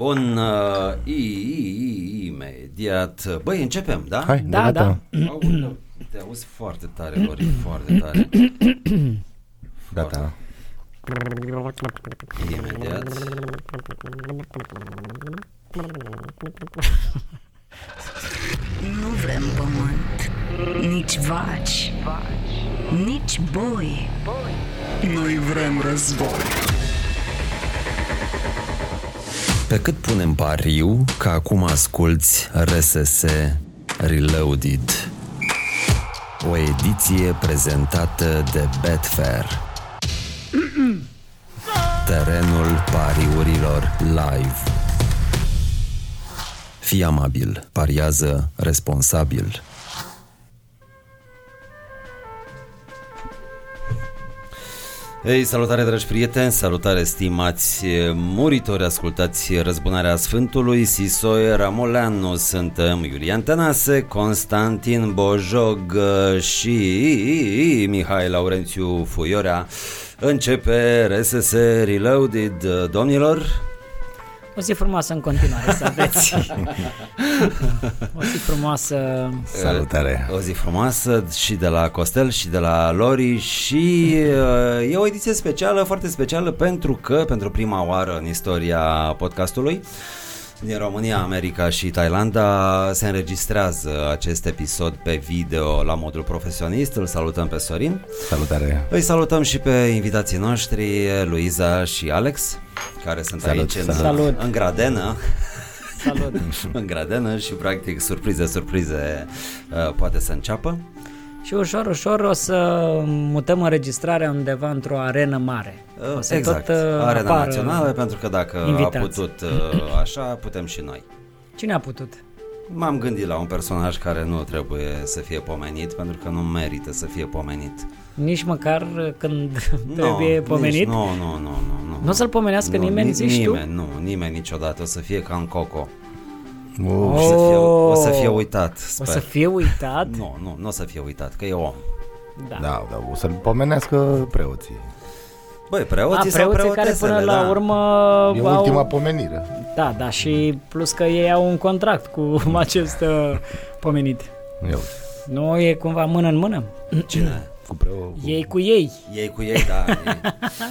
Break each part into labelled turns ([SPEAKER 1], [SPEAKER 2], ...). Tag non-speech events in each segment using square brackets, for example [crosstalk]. [SPEAKER 1] Bun, uh, i, i, i, imediat. Băi, începem, da?
[SPEAKER 2] Hai,
[SPEAKER 3] Da,
[SPEAKER 2] gata.
[SPEAKER 3] da.
[SPEAKER 1] Aoleu, te auzi foarte tare, Lorin, foarte tare.
[SPEAKER 3] da.
[SPEAKER 2] Gata.
[SPEAKER 1] Imediat.
[SPEAKER 4] Nu vrem pământ, nici vaci, nici boi. Noi vrem război.
[SPEAKER 5] Pe cât punem pariu că acum asculți RSS Reloaded. O ediție prezentată de Betfair. Terenul pariurilor live. Fii amabil, pariază responsabil.
[SPEAKER 1] Ei, salutare, dragi prieteni, salutare, stimați eh, muritori, ascultați Răzbunarea Sfântului, Sisoie Ramoleanu, suntem Iulian Tănase, Constantin Bojog eh, și Mihai Laurențiu Fuiorea. Începe RSS Reloaded, eh, domnilor.
[SPEAKER 3] O zi frumoasă în continuare să
[SPEAKER 1] [laughs]
[SPEAKER 3] aveți. o zi frumoasă.
[SPEAKER 2] Salutare.
[SPEAKER 1] O zi frumoasă și de la Costel și de la Lori și uh, e o ediție specială, foarte specială pentru că pentru prima oară în istoria podcastului din România, America și Thailanda se înregistrează acest episod pe video la modul profesionist. Îl salutăm pe Sorin.
[SPEAKER 2] Salutare.
[SPEAKER 1] Îi salutăm și pe invitații noștri, Luiza și Alex, care sunt
[SPEAKER 2] Salut,
[SPEAKER 1] aici în,
[SPEAKER 3] salut.
[SPEAKER 1] în gradenă [laughs]
[SPEAKER 3] Salut.
[SPEAKER 1] în gradenă și practic surprize, surprize uh, poate să înceapă.
[SPEAKER 3] Și ușor, ușor o să mutăm înregistrarea undeva într-o arenă mare. O să
[SPEAKER 1] exact,
[SPEAKER 3] tot, uh,
[SPEAKER 1] arena
[SPEAKER 3] apară-
[SPEAKER 1] națională, pentru că dacă a
[SPEAKER 3] invitați.
[SPEAKER 1] putut uh, așa, putem și noi.
[SPEAKER 3] Cine a putut?
[SPEAKER 1] M-am gândit la un personaj care nu trebuie să fie pomenit, pentru că nu merită să fie pomenit.
[SPEAKER 3] Nici măcar când trebuie
[SPEAKER 1] nici-
[SPEAKER 3] pomenit.
[SPEAKER 1] Nu, nu, nu, nu. Nu,
[SPEAKER 3] Nu o să-l pomenească nimeni,
[SPEAKER 1] ni-
[SPEAKER 3] zici tu?
[SPEAKER 1] nimeni, Nu, nimeni niciodată. O să fie ca în Coco.
[SPEAKER 2] Uf,
[SPEAKER 1] O să fie, o să fie
[SPEAKER 3] Oh.
[SPEAKER 1] uitat,
[SPEAKER 3] O
[SPEAKER 1] sper.
[SPEAKER 3] să fie uitat?
[SPEAKER 1] Nu, nu, nu o să fie uitat, că e om.
[SPEAKER 3] Da.
[SPEAKER 2] Da, da, o să-l pomenească preoții.
[SPEAKER 1] Băi,
[SPEAKER 3] A,
[SPEAKER 1] preoții sau
[SPEAKER 3] preoții care până
[SPEAKER 1] preotesele,
[SPEAKER 3] la
[SPEAKER 1] da.
[SPEAKER 3] urmă
[SPEAKER 2] E
[SPEAKER 3] au...
[SPEAKER 2] ultima pomenire.
[SPEAKER 3] Da, da, și plus că ei au un contract cu
[SPEAKER 2] Mm.
[SPEAKER 3] acest uh, pomenit.
[SPEAKER 2] Eu,
[SPEAKER 3] Nu e cumva mână în mână?
[SPEAKER 1] Cine?
[SPEAKER 2] cu preo...
[SPEAKER 3] Ei cu ei.
[SPEAKER 1] Ei cu ei,
[SPEAKER 3] [laughs]
[SPEAKER 1] da. ei.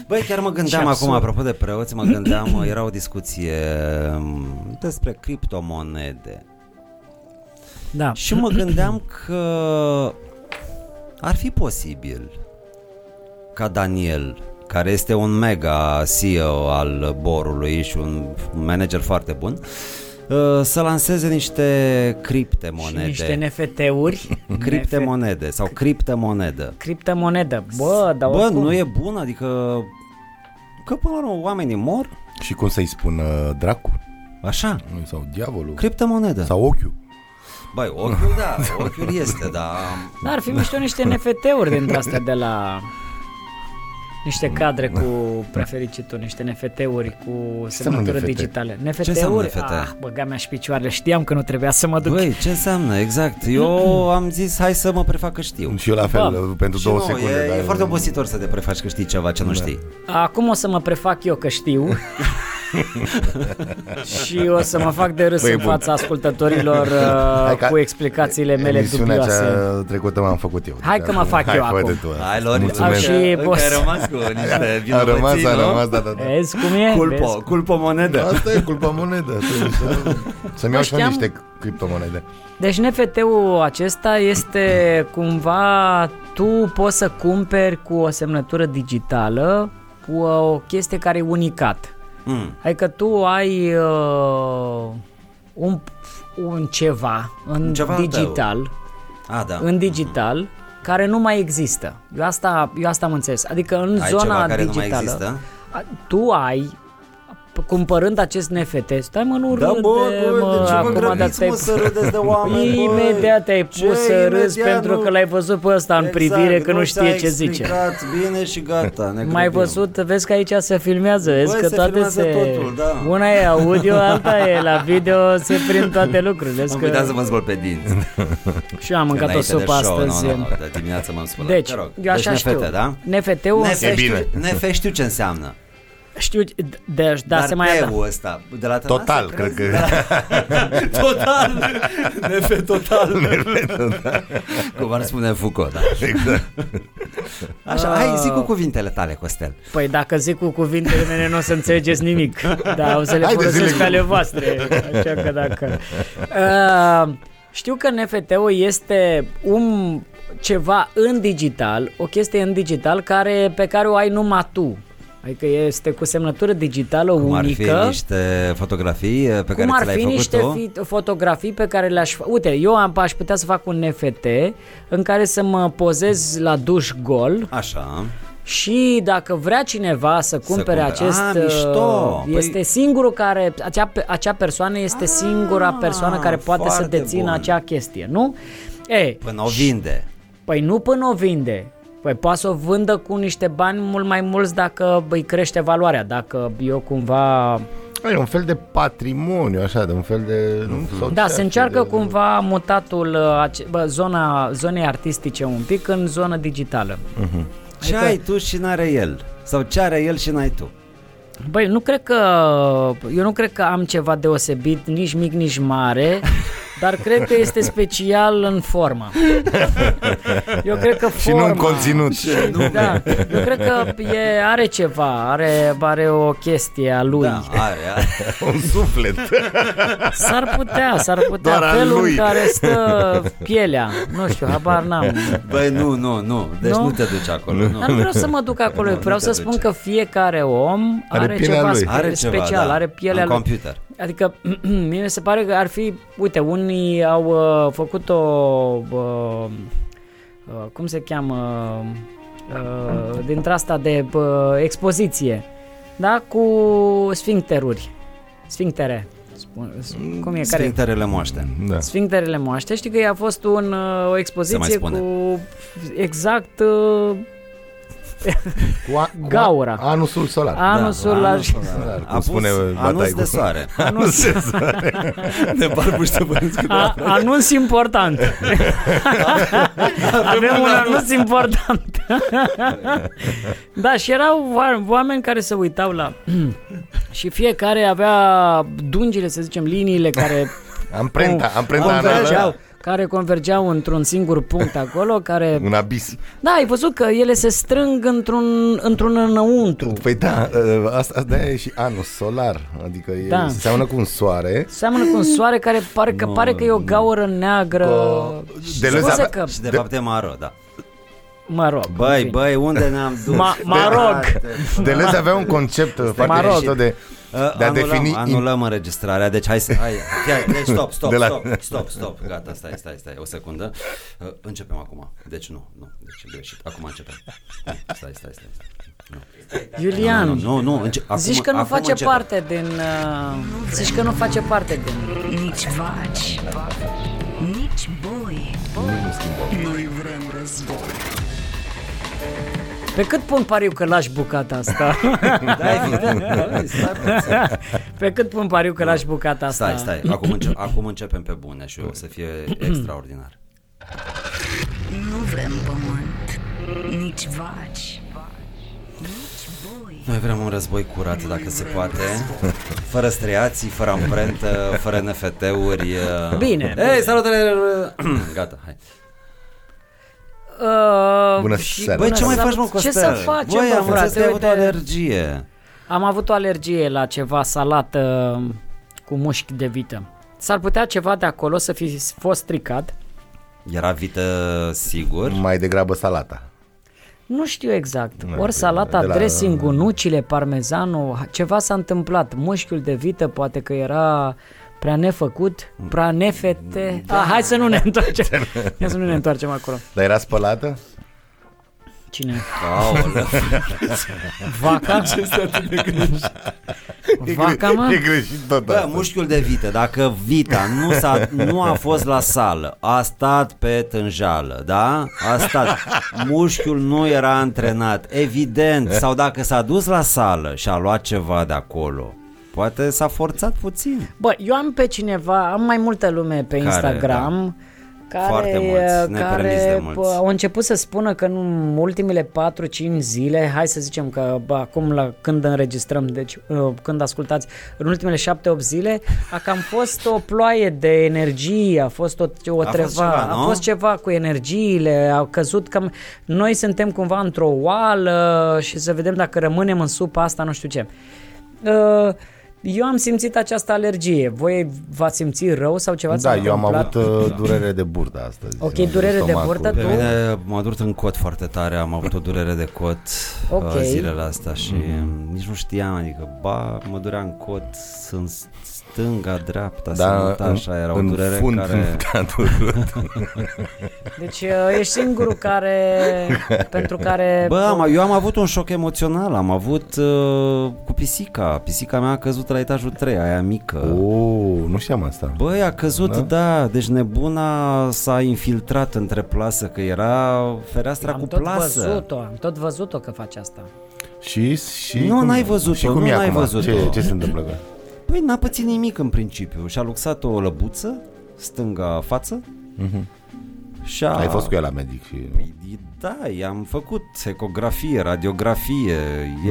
[SPEAKER 1] Băi, chiar mă gândeam
[SPEAKER 3] Ce
[SPEAKER 1] acum,
[SPEAKER 3] absurd.
[SPEAKER 1] apropo de preoți,
[SPEAKER 3] [clears throat]
[SPEAKER 1] mă gândeam, uh, era o discuție m, despre criptomonede.
[SPEAKER 3] Da.
[SPEAKER 1] Și mă gândeam că ar fi posibil ca Daniel, care este un mega CEO al borului și un manager foarte bun, uh, să lanseze niște criptomonede.
[SPEAKER 3] Și niște
[SPEAKER 1] [laughs]
[SPEAKER 3] NFT-uri.
[SPEAKER 1] criptomonede sau criptomonedă.
[SPEAKER 3] Criptomonedă. Bă, dar
[SPEAKER 1] Bă,
[SPEAKER 3] oricum,
[SPEAKER 1] nu e bun, adică că până la urmă oamenii mor,
[SPEAKER 2] Și cum să-i spun uh, dracu?
[SPEAKER 1] așa,
[SPEAKER 2] Sau diavolul?
[SPEAKER 1] criptomonedă. Sau...
[SPEAKER 2] Sau ochiul?
[SPEAKER 1] Băi, ochiul
[SPEAKER 2] [laughs]
[SPEAKER 1] da, ochiul este, da.
[SPEAKER 3] Dar ar fi mișto
[SPEAKER 1] [laughs]
[SPEAKER 3] niște NFT-uri dintre astea de la... Niște cadre cu prefericitul, niște NFT-uri cu semnătură
[SPEAKER 2] NFT?
[SPEAKER 3] digitale. NFT-uri?
[SPEAKER 1] înseamnă NFT?
[SPEAKER 3] Ah, băga mea și picioarele, știam că nu trebuia să mă duc.
[SPEAKER 1] Băi, ce înseamnă, exact.
[SPEAKER 2] [clears throat]
[SPEAKER 1] Eu am zis, hai să mă prefac că știu.
[SPEAKER 2] Și eu la fel, uh, pentru
[SPEAKER 1] Și
[SPEAKER 2] două
[SPEAKER 1] nu,
[SPEAKER 2] secunde.
[SPEAKER 1] e,
[SPEAKER 2] dar-
[SPEAKER 1] e foarte obositor să te prefaci că știi ceva ce nu știi.
[SPEAKER 3] Acum o să mă prefac eu că
[SPEAKER 1] [laughs]
[SPEAKER 3] știu și o să mă fac de râs
[SPEAKER 2] Păi,
[SPEAKER 3] în
[SPEAKER 2] bun.
[SPEAKER 3] fața ascultătorilor
[SPEAKER 2] Hai
[SPEAKER 3] uh,
[SPEAKER 2] că-
[SPEAKER 3] cu explicațiile mele
[SPEAKER 2] Emisiunea
[SPEAKER 3] dubioase.
[SPEAKER 2] cea trecută m-am făcut eu.
[SPEAKER 3] Hai că mă fac
[SPEAKER 2] Hai,
[SPEAKER 3] eu
[SPEAKER 2] fă de
[SPEAKER 3] acum.
[SPEAKER 2] tu asta.
[SPEAKER 1] Hai, Lori,
[SPEAKER 2] Mulțumesc.
[SPEAKER 3] Am și-
[SPEAKER 1] încă
[SPEAKER 3] boss.
[SPEAKER 1] ai rămas
[SPEAKER 2] [laughs]
[SPEAKER 1] cu niște
[SPEAKER 2] A
[SPEAKER 1] vinovății,
[SPEAKER 2] rămas, a
[SPEAKER 1] nu?
[SPEAKER 2] rămas, da, da, da.
[SPEAKER 3] Vezi cum e? Vezi?
[SPEAKER 1] Culpo, culpo monedă.
[SPEAKER 2] Asta e culpa monedă. să-
[SPEAKER 3] [laughs]
[SPEAKER 2] să- Să-mi iau și eu
[SPEAKER 3] știam.
[SPEAKER 2] niște criptomonede.
[SPEAKER 3] Deci NFT-ul acesta este cumva tu poți să cumperi cu o semnătură digitală cu o chestie care e unicat.
[SPEAKER 1] Mm.
[SPEAKER 3] Adică tu ai uh, un, un ceva în
[SPEAKER 1] Ceva al tău.
[SPEAKER 3] digital.
[SPEAKER 1] A, da.
[SPEAKER 3] în digital care nu mai există. Eu asta, eu asta am înțeles. Adică în
[SPEAKER 1] Ai
[SPEAKER 3] zona
[SPEAKER 1] ceva care nu mai
[SPEAKER 3] digitală
[SPEAKER 1] există?
[SPEAKER 3] a- tu ai p- cumpărând acest NFT, stai mă, nu
[SPEAKER 1] Da,
[SPEAKER 3] râde, mă,
[SPEAKER 1] deci
[SPEAKER 3] acum dar te-ai-
[SPEAKER 1] râdeți
[SPEAKER 3] [laughs]
[SPEAKER 1] de
[SPEAKER 3] Imediat te-ai
[SPEAKER 1] Ce
[SPEAKER 3] pus să râzi
[SPEAKER 1] imediat
[SPEAKER 3] pentru
[SPEAKER 1] nu- Exact,
[SPEAKER 3] că l-ai văzut pe ăsta în privire că nu știe
[SPEAKER 1] ți-a
[SPEAKER 3] ce zice.
[SPEAKER 1] explicat bine și gata. Ne
[SPEAKER 3] Mai
[SPEAKER 1] grăbim.
[SPEAKER 3] văzut, vezi că aici se filmează, vezi
[SPEAKER 1] Băi,
[SPEAKER 3] că
[SPEAKER 1] se
[SPEAKER 3] toate
[SPEAKER 1] filmează
[SPEAKER 3] se...
[SPEAKER 1] totul, da.
[SPEAKER 3] Una e
[SPEAKER 1] [laughs]
[SPEAKER 3] audio, alta e la video, se prind toate lucrurile. Vezi
[SPEAKER 1] Am
[SPEAKER 3] [laughs] că...
[SPEAKER 1] uitat să mă zbăl pe dinți.
[SPEAKER 3] Și eu am mâncat o
[SPEAKER 1] Înainte de
[SPEAKER 3] supă
[SPEAKER 1] show,
[SPEAKER 3] astăzi.
[SPEAKER 1] Nu, nu, nu, de dimineață m-am spălat.
[SPEAKER 3] Deci,
[SPEAKER 1] Te rog.
[SPEAKER 3] eu așa
[SPEAKER 1] deci
[SPEAKER 3] știu.
[SPEAKER 1] nefete, da?
[SPEAKER 3] NFT-ul
[SPEAKER 1] Nefe
[SPEAKER 2] bine.
[SPEAKER 1] Știu, nefe știu ce înseamnă.
[SPEAKER 3] Știu, deci, da,
[SPEAKER 1] Dar
[SPEAKER 3] se mai
[SPEAKER 1] teu
[SPEAKER 3] ada.
[SPEAKER 1] ăsta, de la Tănase,
[SPEAKER 2] Total, cred
[SPEAKER 1] crezi?
[SPEAKER 2] că...
[SPEAKER 1] [laughs] Total, nefe total, cum ar spune Foucault, da.
[SPEAKER 2] da. exact.
[SPEAKER 1] Așa,
[SPEAKER 3] Ah.
[SPEAKER 1] hai zi cu cuvintele tale, Costel.
[SPEAKER 3] Păi dacă zic cu cuvintele mele nu o să înțelegeți nimic, dar o să le
[SPEAKER 2] Haide,
[SPEAKER 3] folosesc
[SPEAKER 2] zile
[SPEAKER 3] pe ale
[SPEAKER 2] cu-
[SPEAKER 3] voastre. Așa că dacă... Uh, știu că NFT-ul este un ceva în digital, o chestie în digital care, pe care o ai numai tu. Adică este cu semnătură digitală
[SPEAKER 1] Cum ar fi
[SPEAKER 3] unică.
[SPEAKER 1] niște fotografii eh, pe care
[SPEAKER 3] Cum
[SPEAKER 1] ți
[SPEAKER 3] ar
[SPEAKER 1] le-ai
[SPEAKER 3] fi
[SPEAKER 1] făcut
[SPEAKER 3] niște
[SPEAKER 1] tu?
[SPEAKER 3] fi- fotografii pe care le-aș fa- Uite, eu am, aș putea să fac un NFT în care să mă pozez la duș gol
[SPEAKER 1] Așa.
[SPEAKER 3] și dacă vrea cineva să cumpere
[SPEAKER 1] cumpere.
[SPEAKER 3] acest...
[SPEAKER 1] Ah,
[SPEAKER 3] uh,
[SPEAKER 1] mișto! Păi-
[SPEAKER 3] Este singurul care... Acea, pe- acea persoană este
[SPEAKER 1] Ah,
[SPEAKER 3] singura persoană care poate să
[SPEAKER 1] foarte
[SPEAKER 3] dețină
[SPEAKER 1] bun.
[SPEAKER 3] acea chestie, nu? Ei,
[SPEAKER 1] Până o vinde.
[SPEAKER 3] Păi nu până o vinde. Păi poate să o vândă cu niște bani mult mai mulți dacă îi crește valoarea, dacă eu cumva...
[SPEAKER 2] E un fel de patrimoniu, așa, de un fel de... Nu, sau
[SPEAKER 3] Da,
[SPEAKER 2] ce
[SPEAKER 3] se
[SPEAKER 2] ar fi
[SPEAKER 3] încearcă
[SPEAKER 2] de-
[SPEAKER 3] cumva mutatul uh, ace- bă, zona, zonei artistice un pic în zona digitală.
[SPEAKER 1] Ce ai tu și n-are el? Sau ce are el și n-ai tu?
[SPEAKER 3] Băi, nu cred că eu nu cred că am ceva deosebit, nici mic, nici mare, dar cred că este special în formă. Eu cred că
[SPEAKER 2] Și
[SPEAKER 3] forma,
[SPEAKER 2] nu în conținut.
[SPEAKER 3] Da, eu cred că e, are ceva, are, are o chestie a lui.
[SPEAKER 1] Da, are, are.
[SPEAKER 2] [laughs] Un [laughs] suflet.
[SPEAKER 3] S-ar putea, s-ar putea.
[SPEAKER 2] Doar al
[SPEAKER 3] felul
[SPEAKER 2] lui.
[SPEAKER 3] în care stă pielea. Nu știu, habar n-am.
[SPEAKER 1] Băi, nu, nu, nu. Deci nu,
[SPEAKER 3] Nu?
[SPEAKER 1] nu te duci acolo. Nu.
[SPEAKER 3] Dar nu vreau să mă
[SPEAKER 1] [laughs]
[SPEAKER 3] duc acolo.
[SPEAKER 1] Nu, nu
[SPEAKER 3] vreau
[SPEAKER 1] te
[SPEAKER 3] să
[SPEAKER 1] duce.
[SPEAKER 3] spun că fiecare om
[SPEAKER 2] Are
[SPEAKER 3] are,
[SPEAKER 2] pielea
[SPEAKER 3] ceva
[SPEAKER 2] lui.
[SPEAKER 3] spe-
[SPEAKER 1] Are ceva,
[SPEAKER 3] special,
[SPEAKER 1] da.
[SPEAKER 3] are pielea
[SPEAKER 1] În
[SPEAKER 3] lui.
[SPEAKER 1] computer.
[SPEAKER 3] Adică, [clears throat] mie mi se pare că ar fi, uite, unii au uh, făcut o, uh, uh, cum se cheamă, uh, dintre asta de uh, expoziție, da, cu sfincteruri, sfinctere, spun,
[SPEAKER 1] Mm,
[SPEAKER 3] cum e, care
[SPEAKER 1] Sfinterele moaște.
[SPEAKER 2] Da.
[SPEAKER 3] Sfincterele moaște, știi că a fost un, uh, o expoziție
[SPEAKER 1] spune.
[SPEAKER 3] cu exact uh,
[SPEAKER 2] Cu a, cu
[SPEAKER 3] Gaura.
[SPEAKER 2] A, anusul solar.
[SPEAKER 3] anusul da,
[SPEAKER 1] anus,
[SPEAKER 2] Solar, cum
[SPEAKER 1] Apus,
[SPEAKER 2] spune
[SPEAKER 1] anus
[SPEAKER 2] Bataigul.
[SPEAKER 1] de
[SPEAKER 3] [laughs]
[SPEAKER 1] soare.
[SPEAKER 2] Anus de soare.
[SPEAKER 1] [laughs] Ne barbuște bănuți cu
[SPEAKER 3] A, anunț important. Avem un anunț important. da, și erau oa- oameni care se uitau la... și fiecare avea dungile, să zicem, liniile care
[SPEAKER 2] Amprenta, amprenta anală.
[SPEAKER 3] convergeau, care convergeau într-un singur punct acolo, care...
[SPEAKER 2] Un abis.
[SPEAKER 3] Da, ai văzut că ele se strâng într-un, într-un înăuntru.
[SPEAKER 2] Păi da, ă, asta, asta e și anus solar. Adică e,
[SPEAKER 3] Da.
[SPEAKER 2] seamănă cu un
[SPEAKER 3] [laughs]
[SPEAKER 2] soare.
[SPEAKER 3] Seamănă cu un soare care pare că, pare că e o gaură neagră.
[SPEAKER 2] Că- Deleuze
[SPEAKER 3] Scuze
[SPEAKER 2] avea-
[SPEAKER 3] că,
[SPEAKER 1] Și de fapt e maro, da.
[SPEAKER 3] mă rog. în
[SPEAKER 1] Băi,
[SPEAKER 3] fine.
[SPEAKER 1] băi, unde ne-am dus?
[SPEAKER 3] Ma- mă rog.
[SPEAKER 2] Deleuze avea un concept foarte
[SPEAKER 3] mă rog.
[SPEAKER 2] mișto de,
[SPEAKER 1] Uh,
[SPEAKER 2] de a
[SPEAKER 1] anulăm,
[SPEAKER 2] defini
[SPEAKER 1] anulăm înregistrarea, deci hai să... Hai, hai, deci stop, stop,
[SPEAKER 2] De la-
[SPEAKER 1] stop, stop, stop, gata, stai, stai, stai, o secundă. Uh, începem acum, deci nu, nu, deci e greșit, acum începem. Stai, stai, stai. stai.
[SPEAKER 3] Iulian,
[SPEAKER 1] Nu, nu, nu, înce- acum,
[SPEAKER 3] zici că nu
[SPEAKER 1] acum
[SPEAKER 3] face
[SPEAKER 1] începem.
[SPEAKER 3] parte din... Uh, zici că nu face parte din...
[SPEAKER 4] Nici vaci, nici boi. Noi vrem război.
[SPEAKER 3] Pe cât pun pariu că lași bucata
[SPEAKER 1] [laughs]
[SPEAKER 3] asta?
[SPEAKER 1] Da, evident, da, stai puțin.
[SPEAKER 3] Pe cât pun pariu că lași bucata asta?
[SPEAKER 1] Stai, stai, acum, înce- acum începem pe bune și o să fie extraordinar.
[SPEAKER 4] Nu vrem pământ, nici vaci, nici boi.
[SPEAKER 1] Noi vrem un război curat dacă se poate, fără striații, fără amprentă, fără NFT-uri. uh.
[SPEAKER 3] Bine, bine.
[SPEAKER 1] Ei, salutare! [clears throat] Gata, hai.
[SPEAKER 3] Uh,
[SPEAKER 2] Bună
[SPEAKER 3] și-
[SPEAKER 2] seara.
[SPEAKER 1] Băi, ce mai
[SPEAKER 3] seara.
[SPEAKER 1] faci, mă, Costel?
[SPEAKER 3] Ce să facem,
[SPEAKER 1] Băi,
[SPEAKER 3] mă,
[SPEAKER 1] am înțeles că
[SPEAKER 3] frate?
[SPEAKER 1] ai avut o
[SPEAKER 3] Uite,
[SPEAKER 1] alergie.
[SPEAKER 3] Am avut o alergie la ceva salată cu mușchi de vită. S-ar putea ceva de acolo să fi fost stricat.
[SPEAKER 1] Era vită, sigur.
[SPEAKER 2] mai degrabă salata.
[SPEAKER 3] Nu știu exact.
[SPEAKER 2] Nu,
[SPEAKER 3] Ori salata,
[SPEAKER 2] de la-
[SPEAKER 3] dressing-ul, nucile, parmezanul, ceva s-a întâmplat. Mușchiul de vită poate că era prea nefăcut, prea nefete. Da. Ah, hai să nu ne întoarcem.
[SPEAKER 2] [laughs]
[SPEAKER 3] hai să nu ne întoarcem acolo.
[SPEAKER 2] Dar era spălată?
[SPEAKER 3] Cine?
[SPEAKER 1] Aoleu.
[SPEAKER 3] Vaca? Vaca,
[SPEAKER 2] [laughs]
[SPEAKER 3] Da,
[SPEAKER 2] e
[SPEAKER 3] mă?
[SPEAKER 2] greșit
[SPEAKER 1] [laughs]
[SPEAKER 2] tot
[SPEAKER 1] Bă,
[SPEAKER 2] asta.
[SPEAKER 1] mușchiul de vită, dacă vita nu, s-a, nu a fost la sală, a stat pe tânjală, da? A stat. Mușchiul nu era antrenat, evident. Sau dacă s-a dus la sală și a luat ceva de acolo, poate s-a forțat puțin.
[SPEAKER 3] Bă, eu am pe cineva, am mai multă lume pe
[SPEAKER 1] Care, da.
[SPEAKER 3] Instagram care,
[SPEAKER 1] Foarte mulți, ne permis de
[SPEAKER 3] care
[SPEAKER 1] mulți.
[SPEAKER 3] bă, au început să spună că în ultimele 4-5 zile, hai să zicem că bă, acum la când înregistrăm, deci uh, când ascultați, în ultimele 7-8 zile, a cam fost o ploaie de energie, a fost o, o
[SPEAKER 1] A fost
[SPEAKER 3] treva,
[SPEAKER 1] ceva,
[SPEAKER 3] a
[SPEAKER 1] nu?
[SPEAKER 3] fost ceva cu energiile, au căzut cam, noi suntem cumva într-o oală și să vedem dacă rămânem în supa asta, nu știu ce. Uh, Eu am simțit această alergie. Voi v-ați simțit rău sau ceva?
[SPEAKER 2] Da,
[SPEAKER 3] s-a
[SPEAKER 2] eu am
[SPEAKER 3] întâmplat?
[SPEAKER 2] avut uh, durere de burtă astăzi.
[SPEAKER 3] Ok,
[SPEAKER 2] M-a dus
[SPEAKER 3] durere de
[SPEAKER 2] stomacul.
[SPEAKER 3] burtă,
[SPEAKER 1] Pe
[SPEAKER 3] Tu?
[SPEAKER 1] mine m-a durut în cot foarte tare, am avut o durere de cot
[SPEAKER 3] Ok.
[SPEAKER 1] uh, zilele astea și
[SPEAKER 2] Mhm.
[SPEAKER 1] nici nu știam, adică ba, mă durea în cot, sunt stânga, dreapta,
[SPEAKER 2] Da,
[SPEAKER 1] da, așa, era o
[SPEAKER 2] în
[SPEAKER 1] durere
[SPEAKER 2] fund
[SPEAKER 1] care... Da.
[SPEAKER 2] mi-a
[SPEAKER 1] [laughs]
[SPEAKER 2] durut.
[SPEAKER 3] Deci uh, ești singurul care,
[SPEAKER 2] [laughs]
[SPEAKER 3] pentru care...
[SPEAKER 1] Bă, am, eu am avut un șoc emoțional, am avut uh, cu pisica, pisica mea a căzut la etajul 3, aia mică.
[SPEAKER 2] Oh, nu știam asta.
[SPEAKER 1] Băi, a căzut, da? da, deci nebuna s-a infiltrat între plasă, că era fereastra
[SPEAKER 3] am
[SPEAKER 1] cu
[SPEAKER 3] tot
[SPEAKER 1] plasă.
[SPEAKER 3] văzut-o, am tot văzut-o că face asta.
[SPEAKER 2] Și, și
[SPEAKER 1] Nu,
[SPEAKER 2] cum-
[SPEAKER 1] n-ai văzut-o,
[SPEAKER 2] Și cum
[SPEAKER 1] nu
[SPEAKER 2] e
[SPEAKER 1] n-ai
[SPEAKER 2] acum?
[SPEAKER 1] văzut-o.
[SPEAKER 2] Ce, ce se întâmplă? cu ea?
[SPEAKER 1] Păi n-a pățit nimic în principiu. Și-a luxat o lăbuță, stânga față. Și a...
[SPEAKER 2] Mhm. Ai fost cu ea la medic și...
[SPEAKER 1] Da, i-am făcut ecografie, radiografie,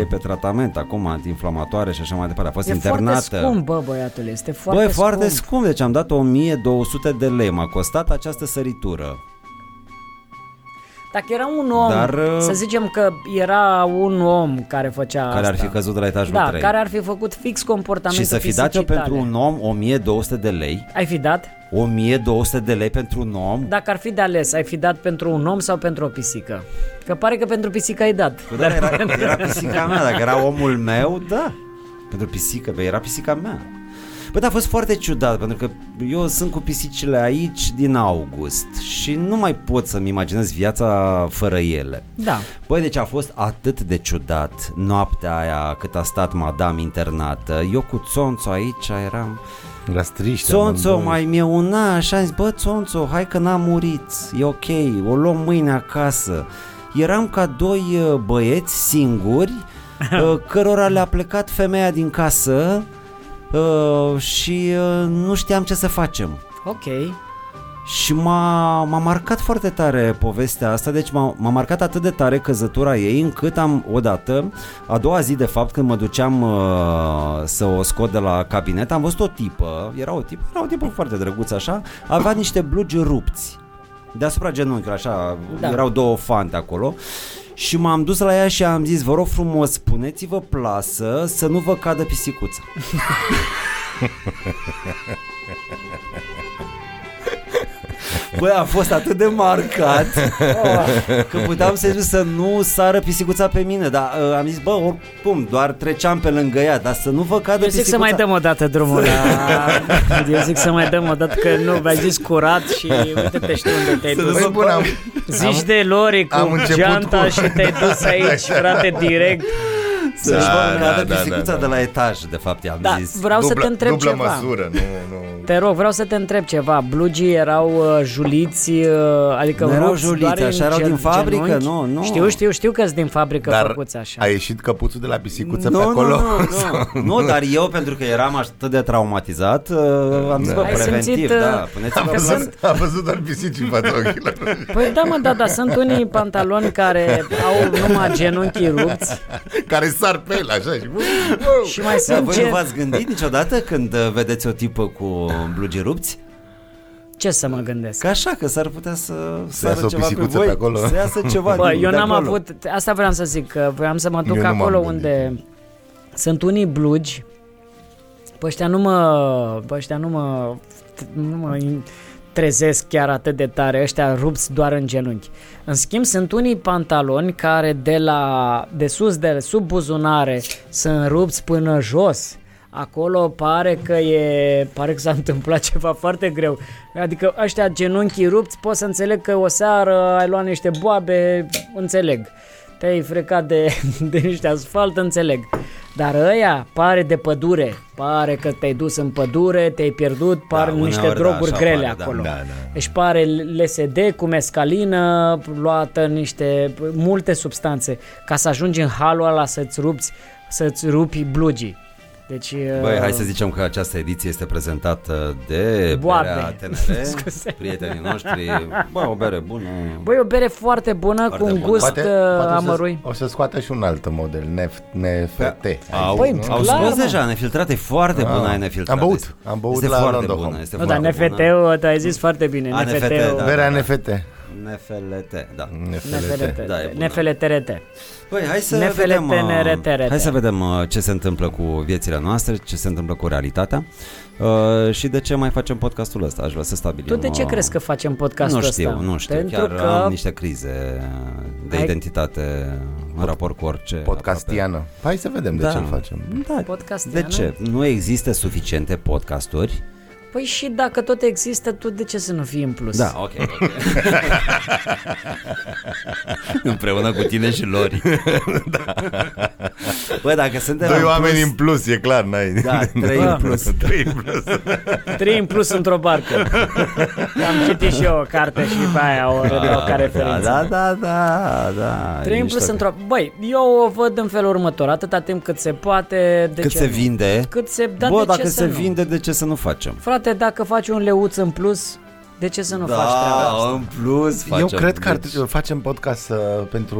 [SPEAKER 1] e pe tratament acum, antiinflamatoare și așa mai departe. A fost
[SPEAKER 3] e
[SPEAKER 1] internată.
[SPEAKER 3] foarte scump, bă, băiatul, este foarte
[SPEAKER 1] Băi, foarte
[SPEAKER 3] scump.
[SPEAKER 1] scump, deci am dat 1200 de lei, m-a costat această săritură.
[SPEAKER 3] Dacă era un om,
[SPEAKER 1] Dar, uh,
[SPEAKER 3] să zicem că era un om care făcea
[SPEAKER 1] Care
[SPEAKER 3] asta.
[SPEAKER 1] ar fi căzut de la etajul
[SPEAKER 3] Da,
[SPEAKER 1] 3.
[SPEAKER 3] care ar fi făcut fix
[SPEAKER 1] Și
[SPEAKER 3] comportamentul
[SPEAKER 1] să fi dat eu
[SPEAKER 3] fisicii
[SPEAKER 1] pentru
[SPEAKER 3] tale.
[SPEAKER 1] un om 1200 de lei,
[SPEAKER 3] Ai fi dat?
[SPEAKER 1] 1200 de lei pentru un om,
[SPEAKER 3] Dacă ar fi de ales, ai fi dat pentru un om sau pentru o pisică? Că pare că pentru pisică ai dat.
[SPEAKER 1] Bă, dar era, era pisica mea, dacă era omul meu, da. Pentru pisică, bă, era pisica mea. Bă, dar a fost foarte ciudat, pentru că eu sunt cu pisicile aici din august și nu mai pot să-mi imaginez viața fără ele.
[SPEAKER 3] Da.
[SPEAKER 1] Băi, deci a fost atât de ciudat noaptea aia cât a stat madame internată. Eu cu Țonțo aici eram...
[SPEAKER 2] Era striște.
[SPEAKER 1] Țonțo,
[SPEAKER 2] amândoi.
[SPEAKER 1] mai mi-e una, așa, am zis, bă, Țonțo, hai că n-am murit, e ok, o luăm mâine acasă. Eram ca doi uh, băieți singuri, uh, cărora le-a plecat femeia din casă uh, și uh, nu știam ce să facem.
[SPEAKER 3] Ok.
[SPEAKER 1] Și m-a, m-a marcat foarte tare povestea asta, deci m-a, m-a marcat atât de tare căzătura ei încât am odată, a doua zi de fapt când mă duceam uh, să o scot de la cabinet, am văzut o tipă, era o tipă, era o tipă foarte drăguță așa, avea niște blugi rupți deasupra genunchiului, așa,
[SPEAKER 3] Da.
[SPEAKER 1] da. erau două fante acolo și m-am dus la ea și am zis, vă rog frumos, puneți-vă plasă să nu vă cadă
[SPEAKER 3] [laughs]
[SPEAKER 1] pisicuța. Băi, a fost atât de marcat că puteam să zic să nu sară pisicuța pe mine, dar uh, am zis, bă, oricum, doar treceam pe lângă ea, dar să nu vă cadă
[SPEAKER 3] Eu zic
[SPEAKER 1] pisicuța.
[SPEAKER 3] să mai dăm o dată drumul
[SPEAKER 1] Da.
[SPEAKER 3] la... Eu zic să mai dăm o dată că nu, mi-ai zis curat și uite-te și tu unde te-ai dus.
[SPEAKER 2] Păi bun, am,
[SPEAKER 3] Zici de Lori cu
[SPEAKER 2] am început
[SPEAKER 3] geanta
[SPEAKER 2] cu-
[SPEAKER 3] și te-ai dus aici, frate, direct.
[SPEAKER 1] Să
[SPEAKER 2] Da,
[SPEAKER 1] da, vă
[SPEAKER 2] da,
[SPEAKER 1] cadă
[SPEAKER 2] da,
[SPEAKER 1] pisicuța
[SPEAKER 2] da, da.
[SPEAKER 1] de la etaj, de fapt, i-am
[SPEAKER 3] Da,
[SPEAKER 1] zis.
[SPEAKER 3] vreau să te întreb
[SPEAKER 2] dublă
[SPEAKER 3] ceva.
[SPEAKER 2] măsură, nu, nu.
[SPEAKER 3] Te rog, vreau să te întreb ceva. Blugii erau uh, juliți, uh, adică
[SPEAKER 1] Nu erau
[SPEAKER 3] rupți
[SPEAKER 1] juliți,
[SPEAKER 3] doar în
[SPEAKER 1] așa erau
[SPEAKER 3] gen-
[SPEAKER 1] din fabrică,
[SPEAKER 3] genunchi?
[SPEAKER 1] nu, nu.
[SPEAKER 3] Știu, știu, știu că sunt din fabrică
[SPEAKER 2] Dar
[SPEAKER 3] făcuți așa.
[SPEAKER 2] a ieșit căpuțul de la pisicuță
[SPEAKER 1] Nu,
[SPEAKER 2] pe acolo?
[SPEAKER 1] Nu,
[SPEAKER 2] [laughs]
[SPEAKER 1] nu, nu, nu, dar eu, pentru că eram atât de traumatizat, uh, am zis, bă,
[SPEAKER 3] Ai
[SPEAKER 1] preventiv,
[SPEAKER 3] simțit, uh,
[SPEAKER 1] da, puneți-vă
[SPEAKER 3] că
[SPEAKER 1] la-
[SPEAKER 3] sunt-
[SPEAKER 2] A văzut doar pisici în fața ochilor. [laughs]
[SPEAKER 3] Păi da, mă, da, da, sunt unii pantaloni care au numai genunchii rupți
[SPEAKER 2] care sar pe el așa și... Wow.
[SPEAKER 3] și mai
[SPEAKER 1] Dar
[SPEAKER 3] sunt
[SPEAKER 1] Da, voi nu
[SPEAKER 3] gen...
[SPEAKER 1] v-ați gândit niciodată când uh, vedeți o tipă cu blugi rupți?
[SPEAKER 3] Ce să mă gândesc?
[SPEAKER 1] Că așa, că s-ar putea să
[SPEAKER 2] iasă
[SPEAKER 1] sară
[SPEAKER 2] o
[SPEAKER 1] ceva pe
[SPEAKER 2] pisicuță
[SPEAKER 1] voi,
[SPEAKER 2] pe acolo.
[SPEAKER 1] să iasă ceva
[SPEAKER 3] [laughs] Bă,
[SPEAKER 1] din-
[SPEAKER 3] eu
[SPEAKER 1] de
[SPEAKER 3] n-am
[SPEAKER 1] acolo.
[SPEAKER 3] avut, asta vreau să zic, că vreau să mă duc
[SPEAKER 2] nu m-am
[SPEAKER 3] acolo
[SPEAKER 2] gândit.
[SPEAKER 3] unde sunt unii blugi, pe ăștia nu mă, pe ăștia nu mă, nu mă in- trezesc chiar atât de tare, ăștia rupți doar în genunchi. În schimb, sunt unii pantaloni care de la, de sus, de sub buzunare, sunt rupți până jos. Acolo pare că e, pare că s-a întâmplat [laughs] ceva foarte greu. Adică ăștia genunchii rupți, pot să înțeleg că o seară ai luat niște boabe, înțeleg. Te-ai frecat de, de niște asfalt, înțeleg. Dar ăia pare de pădure, pare că te-ai dus în pădure, te-ai pierdut, par
[SPEAKER 1] uneori,
[SPEAKER 3] niște
[SPEAKER 1] da,
[SPEAKER 3] droguri
[SPEAKER 1] așa
[SPEAKER 3] grele
[SPEAKER 1] pare, da,
[SPEAKER 3] acolo.
[SPEAKER 2] da, da.
[SPEAKER 3] Își pare LSD cu mescalină, luată niște, multe substanțe, ca să ajungi în halul ăla să-ți rupți, să-ți rupi blugii. Deci,
[SPEAKER 1] Băi,
[SPEAKER 3] uh,
[SPEAKER 1] hai să zicem că această ediție este prezentată de
[SPEAKER 3] Boabe.
[SPEAKER 1] Berea TNR,
[SPEAKER 3] [laughs] Scuze.
[SPEAKER 1] prietenii noștri. Bă, o bere bună.
[SPEAKER 3] Băi, o bere foarte bună,
[SPEAKER 1] Foarte
[SPEAKER 3] cu un
[SPEAKER 1] bună.
[SPEAKER 3] gust
[SPEAKER 2] Poate,
[SPEAKER 3] uh,
[SPEAKER 2] poate
[SPEAKER 3] amărui.
[SPEAKER 2] O, să, o să scoată și un alt model, nef, NFT.
[SPEAKER 1] Au,
[SPEAKER 3] Păi,
[SPEAKER 1] au
[SPEAKER 3] clar,
[SPEAKER 1] scos
[SPEAKER 3] mă.
[SPEAKER 1] deja nefiltrate, foarte
[SPEAKER 2] Ah.
[SPEAKER 1] bună ai nefiltrate.
[SPEAKER 2] Am băut, am băut
[SPEAKER 1] este
[SPEAKER 2] la
[SPEAKER 1] foarte
[SPEAKER 2] London
[SPEAKER 1] bună,
[SPEAKER 2] Home.
[SPEAKER 1] este
[SPEAKER 3] Nu, dar
[SPEAKER 1] foarte bună.
[SPEAKER 3] NFT-ul, tu ai zis foarte bine.
[SPEAKER 1] A, NFT,
[SPEAKER 3] NFT-ul.
[SPEAKER 1] da.
[SPEAKER 2] Berea NFT.
[SPEAKER 1] NFLT, da.
[SPEAKER 2] Mm. NFT.
[SPEAKER 3] NFLT,
[SPEAKER 1] Da, e bună.
[SPEAKER 3] NFLTRT.
[SPEAKER 1] Păi, hai să
[SPEAKER 3] NFLT,
[SPEAKER 1] vedem, uh,
[SPEAKER 3] NRT.
[SPEAKER 1] hai să vedem uh, ce se întâmplă cu viețile noastre, ce se întâmplă cu realitatea uh, și de ce mai facem podcastul ăsta. Aș vrea să stabilim.
[SPEAKER 3] Tu de ce
[SPEAKER 1] uh,
[SPEAKER 3] crezi că facem podcastul
[SPEAKER 1] Nu știu,
[SPEAKER 3] ăsta?
[SPEAKER 1] nu știu.
[SPEAKER 3] Pentru
[SPEAKER 1] Chiar
[SPEAKER 3] că
[SPEAKER 1] am niște crize de
[SPEAKER 3] Hai-
[SPEAKER 1] identitate în raport cu orice.
[SPEAKER 2] Podcastiană. Hai să vedem de
[SPEAKER 1] Da.
[SPEAKER 2] ce îl facem.
[SPEAKER 1] aproape. Da.
[SPEAKER 3] Podcastiană?
[SPEAKER 1] De ce? Nu există suficiente podcasturi?
[SPEAKER 3] Păi și dacă tot există, tu de ce să nu fii în plus?
[SPEAKER 1] Da, ok. ok. [laughs] Împreună cu tine și
[SPEAKER 2] [laughs]
[SPEAKER 1] Lori. da. Bă, dacă suntem
[SPEAKER 2] Doi
[SPEAKER 1] în
[SPEAKER 2] oameni
[SPEAKER 1] plus,
[SPEAKER 2] în plus, e clar, n-ai... [laughs]
[SPEAKER 1] Da, trei
[SPEAKER 3] Da.
[SPEAKER 1] în plus.
[SPEAKER 2] Trei în plus.
[SPEAKER 3] Trei în plus într-o
[SPEAKER 1] [laughs]
[SPEAKER 3] barcă. Am citit și eu o carte și pe aia o, da, o care
[SPEAKER 1] da, da, da, da, da.
[SPEAKER 3] Trei în
[SPEAKER 1] Mișto
[SPEAKER 3] plus
[SPEAKER 1] că-
[SPEAKER 3] într-o... Băi, eu o văd în felul următor. Atâta timp cât se poate... De
[SPEAKER 1] Cât
[SPEAKER 3] ce
[SPEAKER 1] se
[SPEAKER 3] nu?
[SPEAKER 1] vinde?
[SPEAKER 3] Cât se... Da,
[SPEAKER 1] Bă,
[SPEAKER 3] de
[SPEAKER 1] dacă
[SPEAKER 3] ce
[SPEAKER 1] se
[SPEAKER 3] să nu?
[SPEAKER 1] vinde, de ce să nu facem?
[SPEAKER 3] Frate, dacă faci un leuț în plus, de ce să nu faci treaba asta?
[SPEAKER 1] Da, în plus
[SPEAKER 2] Eu
[SPEAKER 1] facem.
[SPEAKER 2] cred că ar,
[SPEAKER 1] Deci-
[SPEAKER 2] facem podcast uh, pentru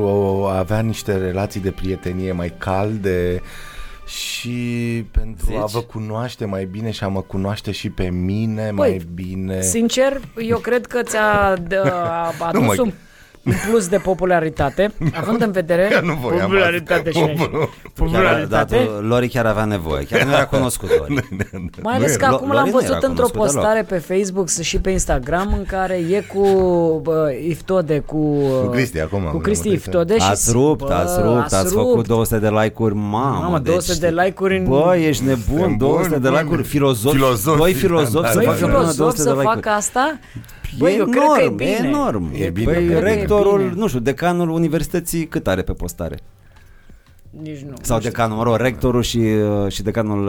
[SPEAKER 2] a avea niște relații de prietenie mai calde și pentru a
[SPEAKER 1] Zici?
[SPEAKER 2] vă cunoaște mai bine și a mă cunoaște și pe mine
[SPEAKER 3] Păi,
[SPEAKER 2] mai bine. [laughs]
[SPEAKER 3] Sincer, eu cred că ți-a dă-
[SPEAKER 1] [laughs]
[SPEAKER 3] a
[SPEAKER 2] Nu
[SPEAKER 3] adus
[SPEAKER 2] mă-
[SPEAKER 3] un un plus de popularitate, având în vedere
[SPEAKER 2] Eu nu voiam
[SPEAKER 3] popularitate și
[SPEAKER 2] asta.
[SPEAKER 3] aici.
[SPEAKER 1] Chiar, da,
[SPEAKER 3] popularitate,
[SPEAKER 1] tu- Lori chiar avea nevoie, chiar nu era cunoscut
[SPEAKER 2] [laughs]
[SPEAKER 1] Lori.
[SPEAKER 3] mai ales că
[SPEAKER 1] Lo-
[SPEAKER 3] acum l-am
[SPEAKER 1] Lorin era
[SPEAKER 3] văzut într-o
[SPEAKER 1] cunoscut deloc.
[SPEAKER 3] postare pe Facebook și pe Instagram în care e cu bă, Iftode, cu,
[SPEAKER 2] Cu Cristi, acum am
[SPEAKER 3] cu Cristi
[SPEAKER 2] remarcat.
[SPEAKER 3] Iftode Păi și
[SPEAKER 1] Ați rupt,
[SPEAKER 3] bă,
[SPEAKER 1] ați rupt, ați făcut 200 de like-uri, mamă. deci
[SPEAKER 3] Mamă, 200 de like-uri în-
[SPEAKER 1] Bă, ești nebun,
[SPEAKER 2] Suntem
[SPEAKER 1] 200 de
[SPEAKER 2] buni,
[SPEAKER 1] like-uri,
[SPEAKER 2] buni.
[SPEAKER 1] filozofi,
[SPEAKER 2] Filozofi,
[SPEAKER 1] doi
[SPEAKER 2] da,
[SPEAKER 1] filozofi
[SPEAKER 2] da,
[SPEAKER 1] să
[SPEAKER 2] da,
[SPEAKER 3] Doi
[SPEAKER 1] facă
[SPEAKER 2] da.
[SPEAKER 1] împreună
[SPEAKER 3] filozofi
[SPEAKER 1] 200 de
[SPEAKER 3] să facă
[SPEAKER 1] like-uri.
[SPEAKER 3] asta?
[SPEAKER 1] E
[SPEAKER 3] Băi, eu cred că e
[SPEAKER 1] enorm,
[SPEAKER 3] bine.
[SPEAKER 1] enorm.
[SPEAKER 2] E bine,
[SPEAKER 1] Păi
[SPEAKER 2] cred că e
[SPEAKER 1] rectorul,
[SPEAKER 3] bine.
[SPEAKER 1] nu știu, decanul universității cât are pe postare?
[SPEAKER 3] Nici nu.
[SPEAKER 1] Sau decanul, mă rog, rectorul și, uh, și decanul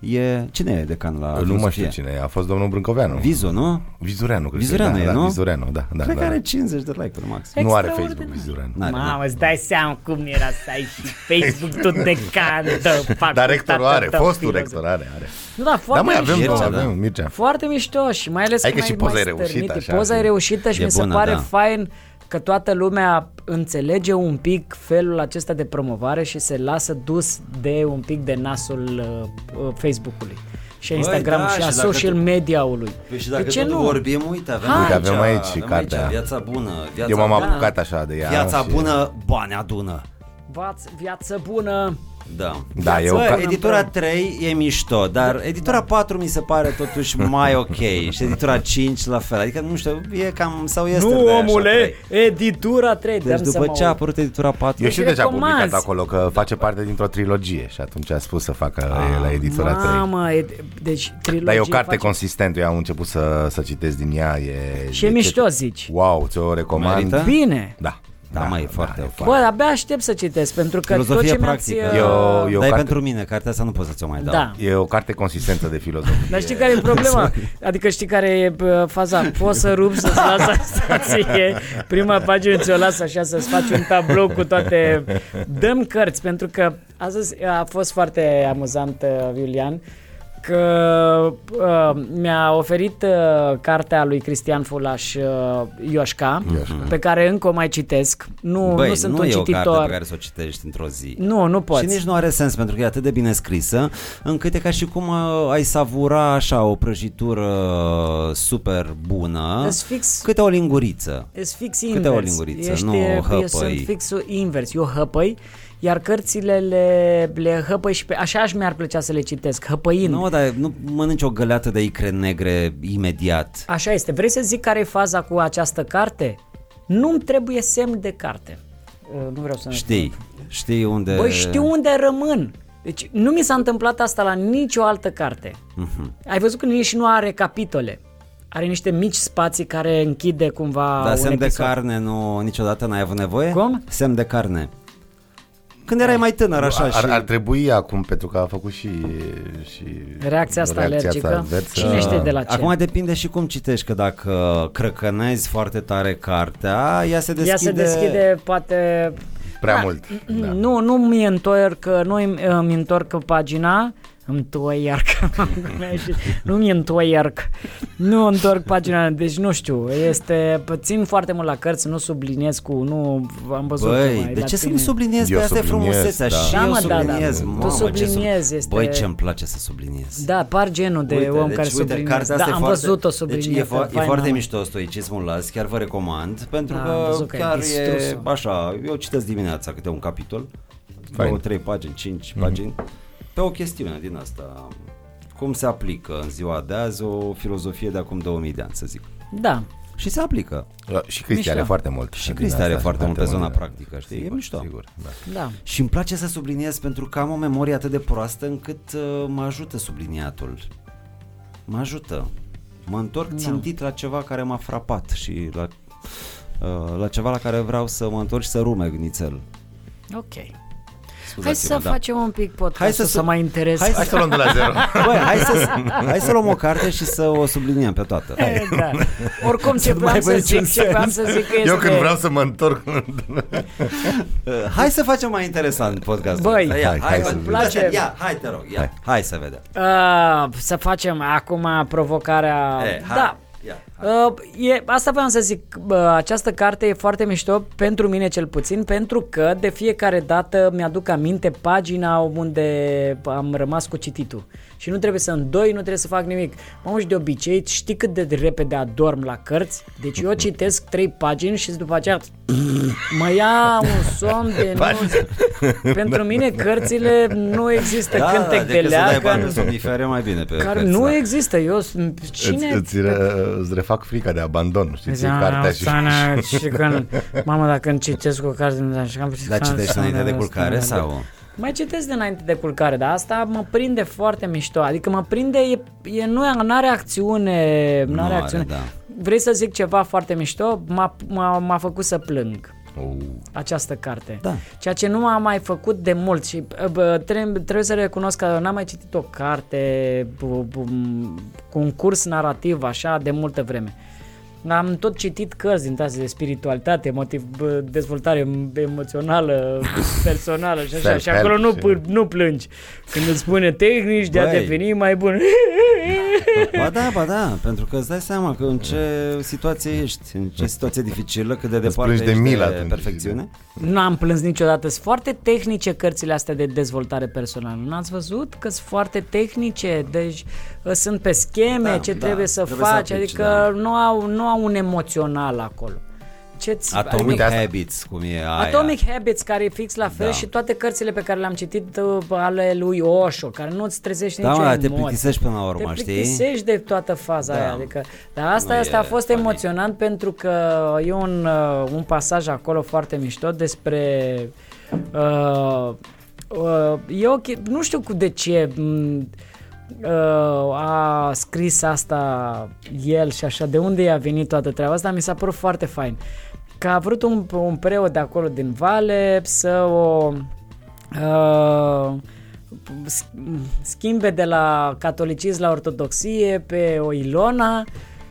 [SPEAKER 1] uh, e... Cine e decan la
[SPEAKER 2] Nu mă
[SPEAKER 1] filozofie?
[SPEAKER 2] știu cine e, a fost domnul Brâncoveanu.
[SPEAKER 1] Vizu, nu?
[SPEAKER 2] Vizureanu, cred
[SPEAKER 1] Vizureanu
[SPEAKER 2] că
[SPEAKER 1] e,
[SPEAKER 2] da,
[SPEAKER 1] nu?
[SPEAKER 2] Da, Vizureanu, da, da,
[SPEAKER 1] Cred
[SPEAKER 2] da,
[SPEAKER 1] că are
[SPEAKER 2] da.
[SPEAKER 1] 50 de like-uri maxim.
[SPEAKER 2] Nu are
[SPEAKER 3] Extraordinar.
[SPEAKER 2] Facebook Vizureanu.
[SPEAKER 1] N-are, n-are.
[SPEAKER 3] Mamă, îți dai seama cum era să ai și Facebook tot de cantă.
[SPEAKER 2] [laughs] Dar rectorul are, fostul rector are, are.
[SPEAKER 3] Nu, da,
[SPEAKER 2] Dar
[SPEAKER 3] foarte
[SPEAKER 2] mai avem,
[SPEAKER 3] mișto.
[SPEAKER 1] Mircea, da.
[SPEAKER 2] avem Mircea.
[SPEAKER 3] Foarte mișto și mai ales
[SPEAKER 2] Adică
[SPEAKER 3] mai,
[SPEAKER 2] și poza
[SPEAKER 3] mai
[SPEAKER 2] e reușită,
[SPEAKER 3] stârnit.
[SPEAKER 2] așa.
[SPEAKER 3] Poza e reușită și
[SPEAKER 1] E
[SPEAKER 3] mi se
[SPEAKER 1] bună,
[SPEAKER 3] pare
[SPEAKER 1] da.
[SPEAKER 3] fain că toată lumea înțelege un pic felul acesta de promovare și se lasă dus de un pic de nasul uh, uh, Facebook-ului și a
[SPEAKER 1] Băi,
[SPEAKER 3] Instagram
[SPEAKER 1] da,
[SPEAKER 3] și a
[SPEAKER 1] și dacă
[SPEAKER 3] social
[SPEAKER 1] tu-
[SPEAKER 3] media-ului.
[SPEAKER 1] Păi și dacă
[SPEAKER 3] de ce
[SPEAKER 1] tot
[SPEAKER 3] nu?
[SPEAKER 1] vorbim, uite, avem,
[SPEAKER 3] Hai. Uite,
[SPEAKER 2] avem aici și
[SPEAKER 1] avem
[SPEAKER 2] cartea.
[SPEAKER 1] aici viața bună. Viața
[SPEAKER 2] Eu m-am
[SPEAKER 1] bună.
[SPEAKER 2] apucat așa de ea.
[SPEAKER 1] Viața
[SPEAKER 2] și-
[SPEAKER 1] bună, bani adună.
[SPEAKER 3] Vață- viață bună!
[SPEAKER 1] Da.
[SPEAKER 2] Da, e o
[SPEAKER 1] Bă,
[SPEAKER 2] ca-
[SPEAKER 1] editura 3 e mișto, dar editura 4 mi se pare totuși mai ok și editura 5 la fel. Adică nu știu, e cam sau este
[SPEAKER 3] Nu,
[SPEAKER 1] de așa
[SPEAKER 3] omule,
[SPEAKER 1] trei.
[SPEAKER 3] editura 3,
[SPEAKER 1] Deci
[SPEAKER 3] dăm să
[SPEAKER 1] după
[SPEAKER 3] mă
[SPEAKER 1] ce a
[SPEAKER 3] aud.
[SPEAKER 1] apărut editura 4,
[SPEAKER 2] Eu știu deja
[SPEAKER 3] recomanzi.
[SPEAKER 2] publicat acolo că face parte dintr-o trilogie și atunci a spus să facă el la editura 3.
[SPEAKER 3] Ah, Mamă, e, deci trilogie
[SPEAKER 2] Dar e o carte
[SPEAKER 3] face...
[SPEAKER 2] consistentă, eu am început să, să citesc din ea. E,
[SPEAKER 3] Și e mișto, zici.
[SPEAKER 2] Wow, ți-o recomand.
[SPEAKER 1] Merită?
[SPEAKER 3] Bine!
[SPEAKER 2] Da.
[SPEAKER 1] Da, mai e foarte ok.
[SPEAKER 3] Bă, abia aștept să citesc, pentru că
[SPEAKER 1] filozofie
[SPEAKER 3] tot ce
[SPEAKER 1] practică.
[SPEAKER 3] mi-ați... uh,
[SPEAKER 2] Eu- eu-
[SPEAKER 1] Dar e
[SPEAKER 2] carte-
[SPEAKER 1] pentru mine, cartea asta nu pot să ți-o mai dau.
[SPEAKER 3] Da.
[SPEAKER 2] E o carte consistentă de filozofie.
[SPEAKER 3] Dar știi care e problema? Adică știi care e bă, faza? Poți să rupi să-ți las asta ție, prima pagină ți-o las așa, să-ți faci un tablou cu toate... Dăm cărți, pentru că astăzi a fost foarte amuzant, uh, Iulian, că uh, mi-a oferit uh, cartea lui Cristian Fulaș uh, Ioșca, pe care încă o mai citesc. Nu,
[SPEAKER 1] Băi,
[SPEAKER 3] nu sunt
[SPEAKER 1] nu
[SPEAKER 3] un
[SPEAKER 1] e o carte
[SPEAKER 3] cititor.
[SPEAKER 1] pe care să o citești într-o zi.
[SPEAKER 3] Nu, nu poți.
[SPEAKER 1] Și nici nu are sens pentru că e atât de bine scrisă, încât e ca și cum uh, ai savura așa o prăjitură uh, super bună,
[SPEAKER 3] Îți Deci fix-
[SPEAKER 1] câte o linguriță.
[SPEAKER 3] Sunt fix invers.
[SPEAKER 1] Câte o linguriță,
[SPEAKER 3] Ești,
[SPEAKER 1] nu
[SPEAKER 3] e-
[SPEAKER 1] hăpăi.
[SPEAKER 3] Sunt fix invers. Eu hăpăi, iar cărțile le, le hăpăi și pe, așa aș mi-ar plăcea să le citesc, hăpăind.
[SPEAKER 1] Nu, dar nu mănânci o găleată de icre negre imediat.
[SPEAKER 3] Așa este. Vrei să zic care e faza cu această carte? Nu-mi trebuie semn de carte. Uh, Nu vreau să...
[SPEAKER 1] Știi, uh, știi unde...
[SPEAKER 3] Băi, știu unde rămân. Deci nu mi s-a întâmplat asta la nicio altă carte.
[SPEAKER 1] Mhm.
[SPEAKER 3] Uh-huh. Ai văzut că nici nu are capitole. Are niște mici spații care închide cumva
[SPEAKER 1] Dar
[SPEAKER 3] un
[SPEAKER 1] Da, semn de
[SPEAKER 3] episod.
[SPEAKER 1] carne nu, niciodată n-ai avut nevoie?
[SPEAKER 3] Cum?
[SPEAKER 1] Semn de carne. Când erai mai tânăr [laughs] așa
[SPEAKER 2] Ar,
[SPEAKER 1] și...
[SPEAKER 2] ar trebui acum, pentru că a făcut și... și
[SPEAKER 3] Reacția asta alergică. Cine știe de la ce?
[SPEAKER 1] Acum depinde și cum citești, că dacă crăcănezi foarte tare cartea, ea se deschide...
[SPEAKER 3] Ea se deschide poate
[SPEAKER 2] Prea mult.
[SPEAKER 1] Da.
[SPEAKER 2] da.
[SPEAKER 3] Da. Nu, nu mi uh, întorc, nu îmi întorc pagina, întoiarc, cum ai zis, [laughs] nu mi întoiarc, nu întorc pagina, deci nu știu, este, țin foarte mult la cărți, nu subliniez cu, nu am văzut
[SPEAKER 1] Băi,
[SPEAKER 3] numai
[SPEAKER 1] de
[SPEAKER 3] la
[SPEAKER 1] ce să nu
[SPEAKER 3] tine.
[SPEAKER 1] subliniez
[SPEAKER 2] Eu
[SPEAKER 1] pe astea
[SPEAKER 2] subliniez,
[SPEAKER 1] frumusețea?
[SPEAKER 2] da.
[SPEAKER 1] Și
[SPEAKER 3] Da,
[SPEAKER 1] eu
[SPEAKER 3] mă, da,
[SPEAKER 1] subliniez,
[SPEAKER 3] da. Tu
[SPEAKER 1] mamă,
[SPEAKER 3] subliniezi,
[SPEAKER 1] ce sub...
[SPEAKER 3] este-
[SPEAKER 1] Băi, ce-mi place să subliniez. deci,
[SPEAKER 3] Da, par genul de om care subliniez,
[SPEAKER 1] cartea
[SPEAKER 3] da,
[SPEAKER 1] asta e
[SPEAKER 3] am
[SPEAKER 1] foarte-
[SPEAKER 3] văzut-o
[SPEAKER 1] Deci e,
[SPEAKER 3] subliniez.
[SPEAKER 1] fo- e foarte mișto stoicismul las, chiar vă recomand, pentru
[SPEAKER 3] Da, am
[SPEAKER 1] că
[SPEAKER 3] văzut că e
[SPEAKER 1] chiar e
[SPEAKER 3] distrus-o.
[SPEAKER 1] așa, eu citesc dimineața câte un capitol,
[SPEAKER 2] Fain.
[SPEAKER 1] două, trei pagini,
[SPEAKER 3] Mhm.
[SPEAKER 1] cinci pagini, pe o chestiune din asta, cum se aplică în ziua de azi o filozofie de acum 2000 de ani, să zic.
[SPEAKER 3] Da,
[SPEAKER 1] Și se aplică.
[SPEAKER 2] Uh, Și Cristi
[SPEAKER 3] Mișto.
[SPEAKER 2] are foarte mult.
[SPEAKER 1] Și
[SPEAKER 2] din
[SPEAKER 1] Cristi
[SPEAKER 2] asta
[SPEAKER 1] are
[SPEAKER 2] și
[SPEAKER 1] foarte mult pe zona
[SPEAKER 2] multe-
[SPEAKER 1] practică, știi, e
[SPEAKER 2] Sigur,
[SPEAKER 1] mișto.
[SPEAKER 2] Sigur, da.
[SPEAKER 3] da.
[SPEAKER 1] Și îmi place să subliniez pentru că am o memorie atât de proastă încât uh, mă ajută subliniatul. Mă ajută. Mă întorc da. țintit la ceva care m-a frapat și la, uh, la ceva la care vreau să mă întorc și să rumeg nițel.
[SPEAKER 3] Ok. Hai
[SPEAKER 1] Scuzați-mă,
[SPEAKER 3] să
[SPEAKER 1] da.
[SPEAKER 3] facem un pic podcastul,
[SPEAKER 1] Hai
[SPEAKER 3] hai
[SPEAKER 1] să
[SPEAKER 3] să,
[SPEAKER 1] su-
[SPEAKER 3] să mai interesez.
[SPEAKER 1] hai
[SPEAKER 2] Hai să luăm de
[SPEAKER 1] [laughs]
[SPEAKER 2] la zero.
[SPEAKER 1] Băi, hai să, hai să luăm o carte și să o subliniem pe toată.
[SPEAKER 3] [laughs] da. Oricum ce vreau
[SPEAKER 1] mai
[SPEAKER 3] să
[SPEAKER 1] vezi
[SPEAKER 3] zic,
[SPEAKER 1] niciun
[SPEAKER 3] ce vreau să zic că este...
[SPEAKER 2] Eu când vreau să mă
[SPEAKER 1] [laughs]
[SPEAKER 2] întorc
[SPEAKER 1] Uh, Hai să facem mai interesant podcastul.
[SPEAKER 3] Băi,
[SPEAKER 1] Ia,
[SPEAKER 2] hai, hai
[SPEAKER 1] bă,
[SPEAKER 2] să-
[SPEAKER 1] ia,
[SPEAKER 3] place.
[SPEAKER 1] Ia, hai te rog, ia. Hai,
[SPEAKER 2] Hai.
[SPEAKER 1] să vedem.
[SPEAKER 3] Uh, să facem acum provocarea...
[SPEAKER 1] E, Eh, hai,
[SPEAKER 3] da.
[SPEAKER 1] ia,
[SPEAKER 3] Uh, e, asta vreau să zic, uh, această carte e foarte mișto pentru mine cel puțin, pentru că de fiecare dată mi-aduc aminte pagina unde am rămas cu cititul. Și nu trebuie să îndoi, nu trebuie să fac nimic. Mă și de obicei, știi cât de repede adorm la cărți? Deci eu citesc trei pagini și după aceea mă ia un somn de nu... Pentru mine cărțile nu există
[SPEAKER 1] Da,
[SPEAKER 3] cântec de
[SPEAKER 1] decât să adică dai bani
[SPEAKER 3] leacă.
[SPEAKER 1] pe somnifere mai bine pe
[SPEAKER 3] Care
[SPEAKER 1] cărți,
[SPEAKER 3] nu
[SPEAKER 1] da.
[SPEAKER 3] există, eu sunt- cine...
[SPEAKER 2] Îți, îți, re- îți refac frica de abandon, știi, ții
[SPEAKER 3] Ziceam,
[SPEAKER 2] cartea și...
[SPEAKER 3] Oxana, și când, mamă, dacă când citesc o carte, îmi ziceam, și cam
[SPEAKER 1] Dar citești înainte de culcare sau...
[SPEAKER 3] Mai citesc de înainte de culcare, dar asta mă prinde foarte mișto. Adică mă prinde, e, e nu are acțiune, nu are
[SPEAKER 1] are,
[SPEAKER 3] acțiune.
[SPEAKER 1] da.
[SPEAKER 3] Vrei să zic ceva foarte mișto? M-a, m-a, m-a făcut să plâng
[SPEAKER 2] [laughs] Oh.
[SPEAKER 3] această carte.
[SPEAKER 1] Da.
[SPEAKER 3] Ceea ce nu am mai făcut de mult și bă, bă, trebuie, trebuie să recunosc că n-am mai citit o carte bă, bă, m- cu un curs narrativ așa de multă vreme. Am tot citit cărți din astea de spiritualitate, motiv, bă, dezvoltare em-
[SPEAKER 1] [laughs]
[SPEAKER 3] emoțională, personală și așa. Și
[SPEAKER 2] Self-help
[SPEAKER 3] acolo nu,
[SPEAKER 2] și-
[SPEAKER 3] p- nu plângi. Când îți spune tehnici de a
[SPEAKER 1] Băi.
[SPEAKER 3] deveni mai bun.
[SPEAKER 1] Ba da, ba da, pentru că îți dai seama că în ce situație ești, în ce situație dificilă, cât de departe
[SPEAKER 2] plângi de
[SPEAKER 1] ești
[SPEAKER 2] milă
[SPEAKER 1] de
[SPEAKER 2] atunci,
[SPEAKER 1] perfecțiune.
[SPEAKER 3] Nu am plâns niciodată. Sunt foarte tehnice cărțile astea de dezvoltare personală. N-ați văzut că sunt foarte tehnice? Deci ă, sunt pe scheme,
[SPEAKER 1] Da,
[SPEAKER 3] da, ce
[SPEAKER 1] da,
[SPEAKER 3] da, trebuie să
[SPEAKER 1] trebuie
[SPEAKER 3] trebuie
[SPEAKER 1] să
[SPEAKER 3] faci,
[SPEAKER 1] aplici,
[SPEAKER 3] adică da. nu, au, nu au un emoțional acolo. Ce-ți,
[SPEAKER 1] Atomic
[SPEAKER 3] adică-
[SPEAKER 1] Habits, cum e aia.
[SPEAKER 3] Atomic Habits, care e fix la fel
[SPEAKER 1] Da.
[SPEAKER 3] da. și toate cărțile pe care le-am citit ă, ale lui Osho, care nu-ți trezește
[SPEAKER 1] Da,
[SPEAKER 3] nicio
[SPEAKER 1] mă, dar te
[SPEAKER 3] emoție.
[SPEAKER 1] plictisești până la urmă,
[SPEAKER 3] Te
[SPEAKER 1] știi?
[SPEAKER 3] plictisești de toată faza
[SPEAKER 1] Da.
[SPEAKER 3] da. aia, adică, dar asta,
[SPEAKER 1] Nu
[SPEAKER 3] asta a
[SPEAKER 1] e
[SPEAKER 3] fost
[SPEAKER 1] funny.
[SPEAKER 3] emoționant pentru că e un, uh, un pasaj acolo foarte mișto despre uh, uh, e o che- nu știu cu de ce m, uh, a scris asta el și așa, de unde i-a venit toată treaba asta, mi s-a părut foarte fain că a vrut un, un preot de acolo din Vale să o uh, sch- schimbe de la catolicism la ortodoxie pe o Ilona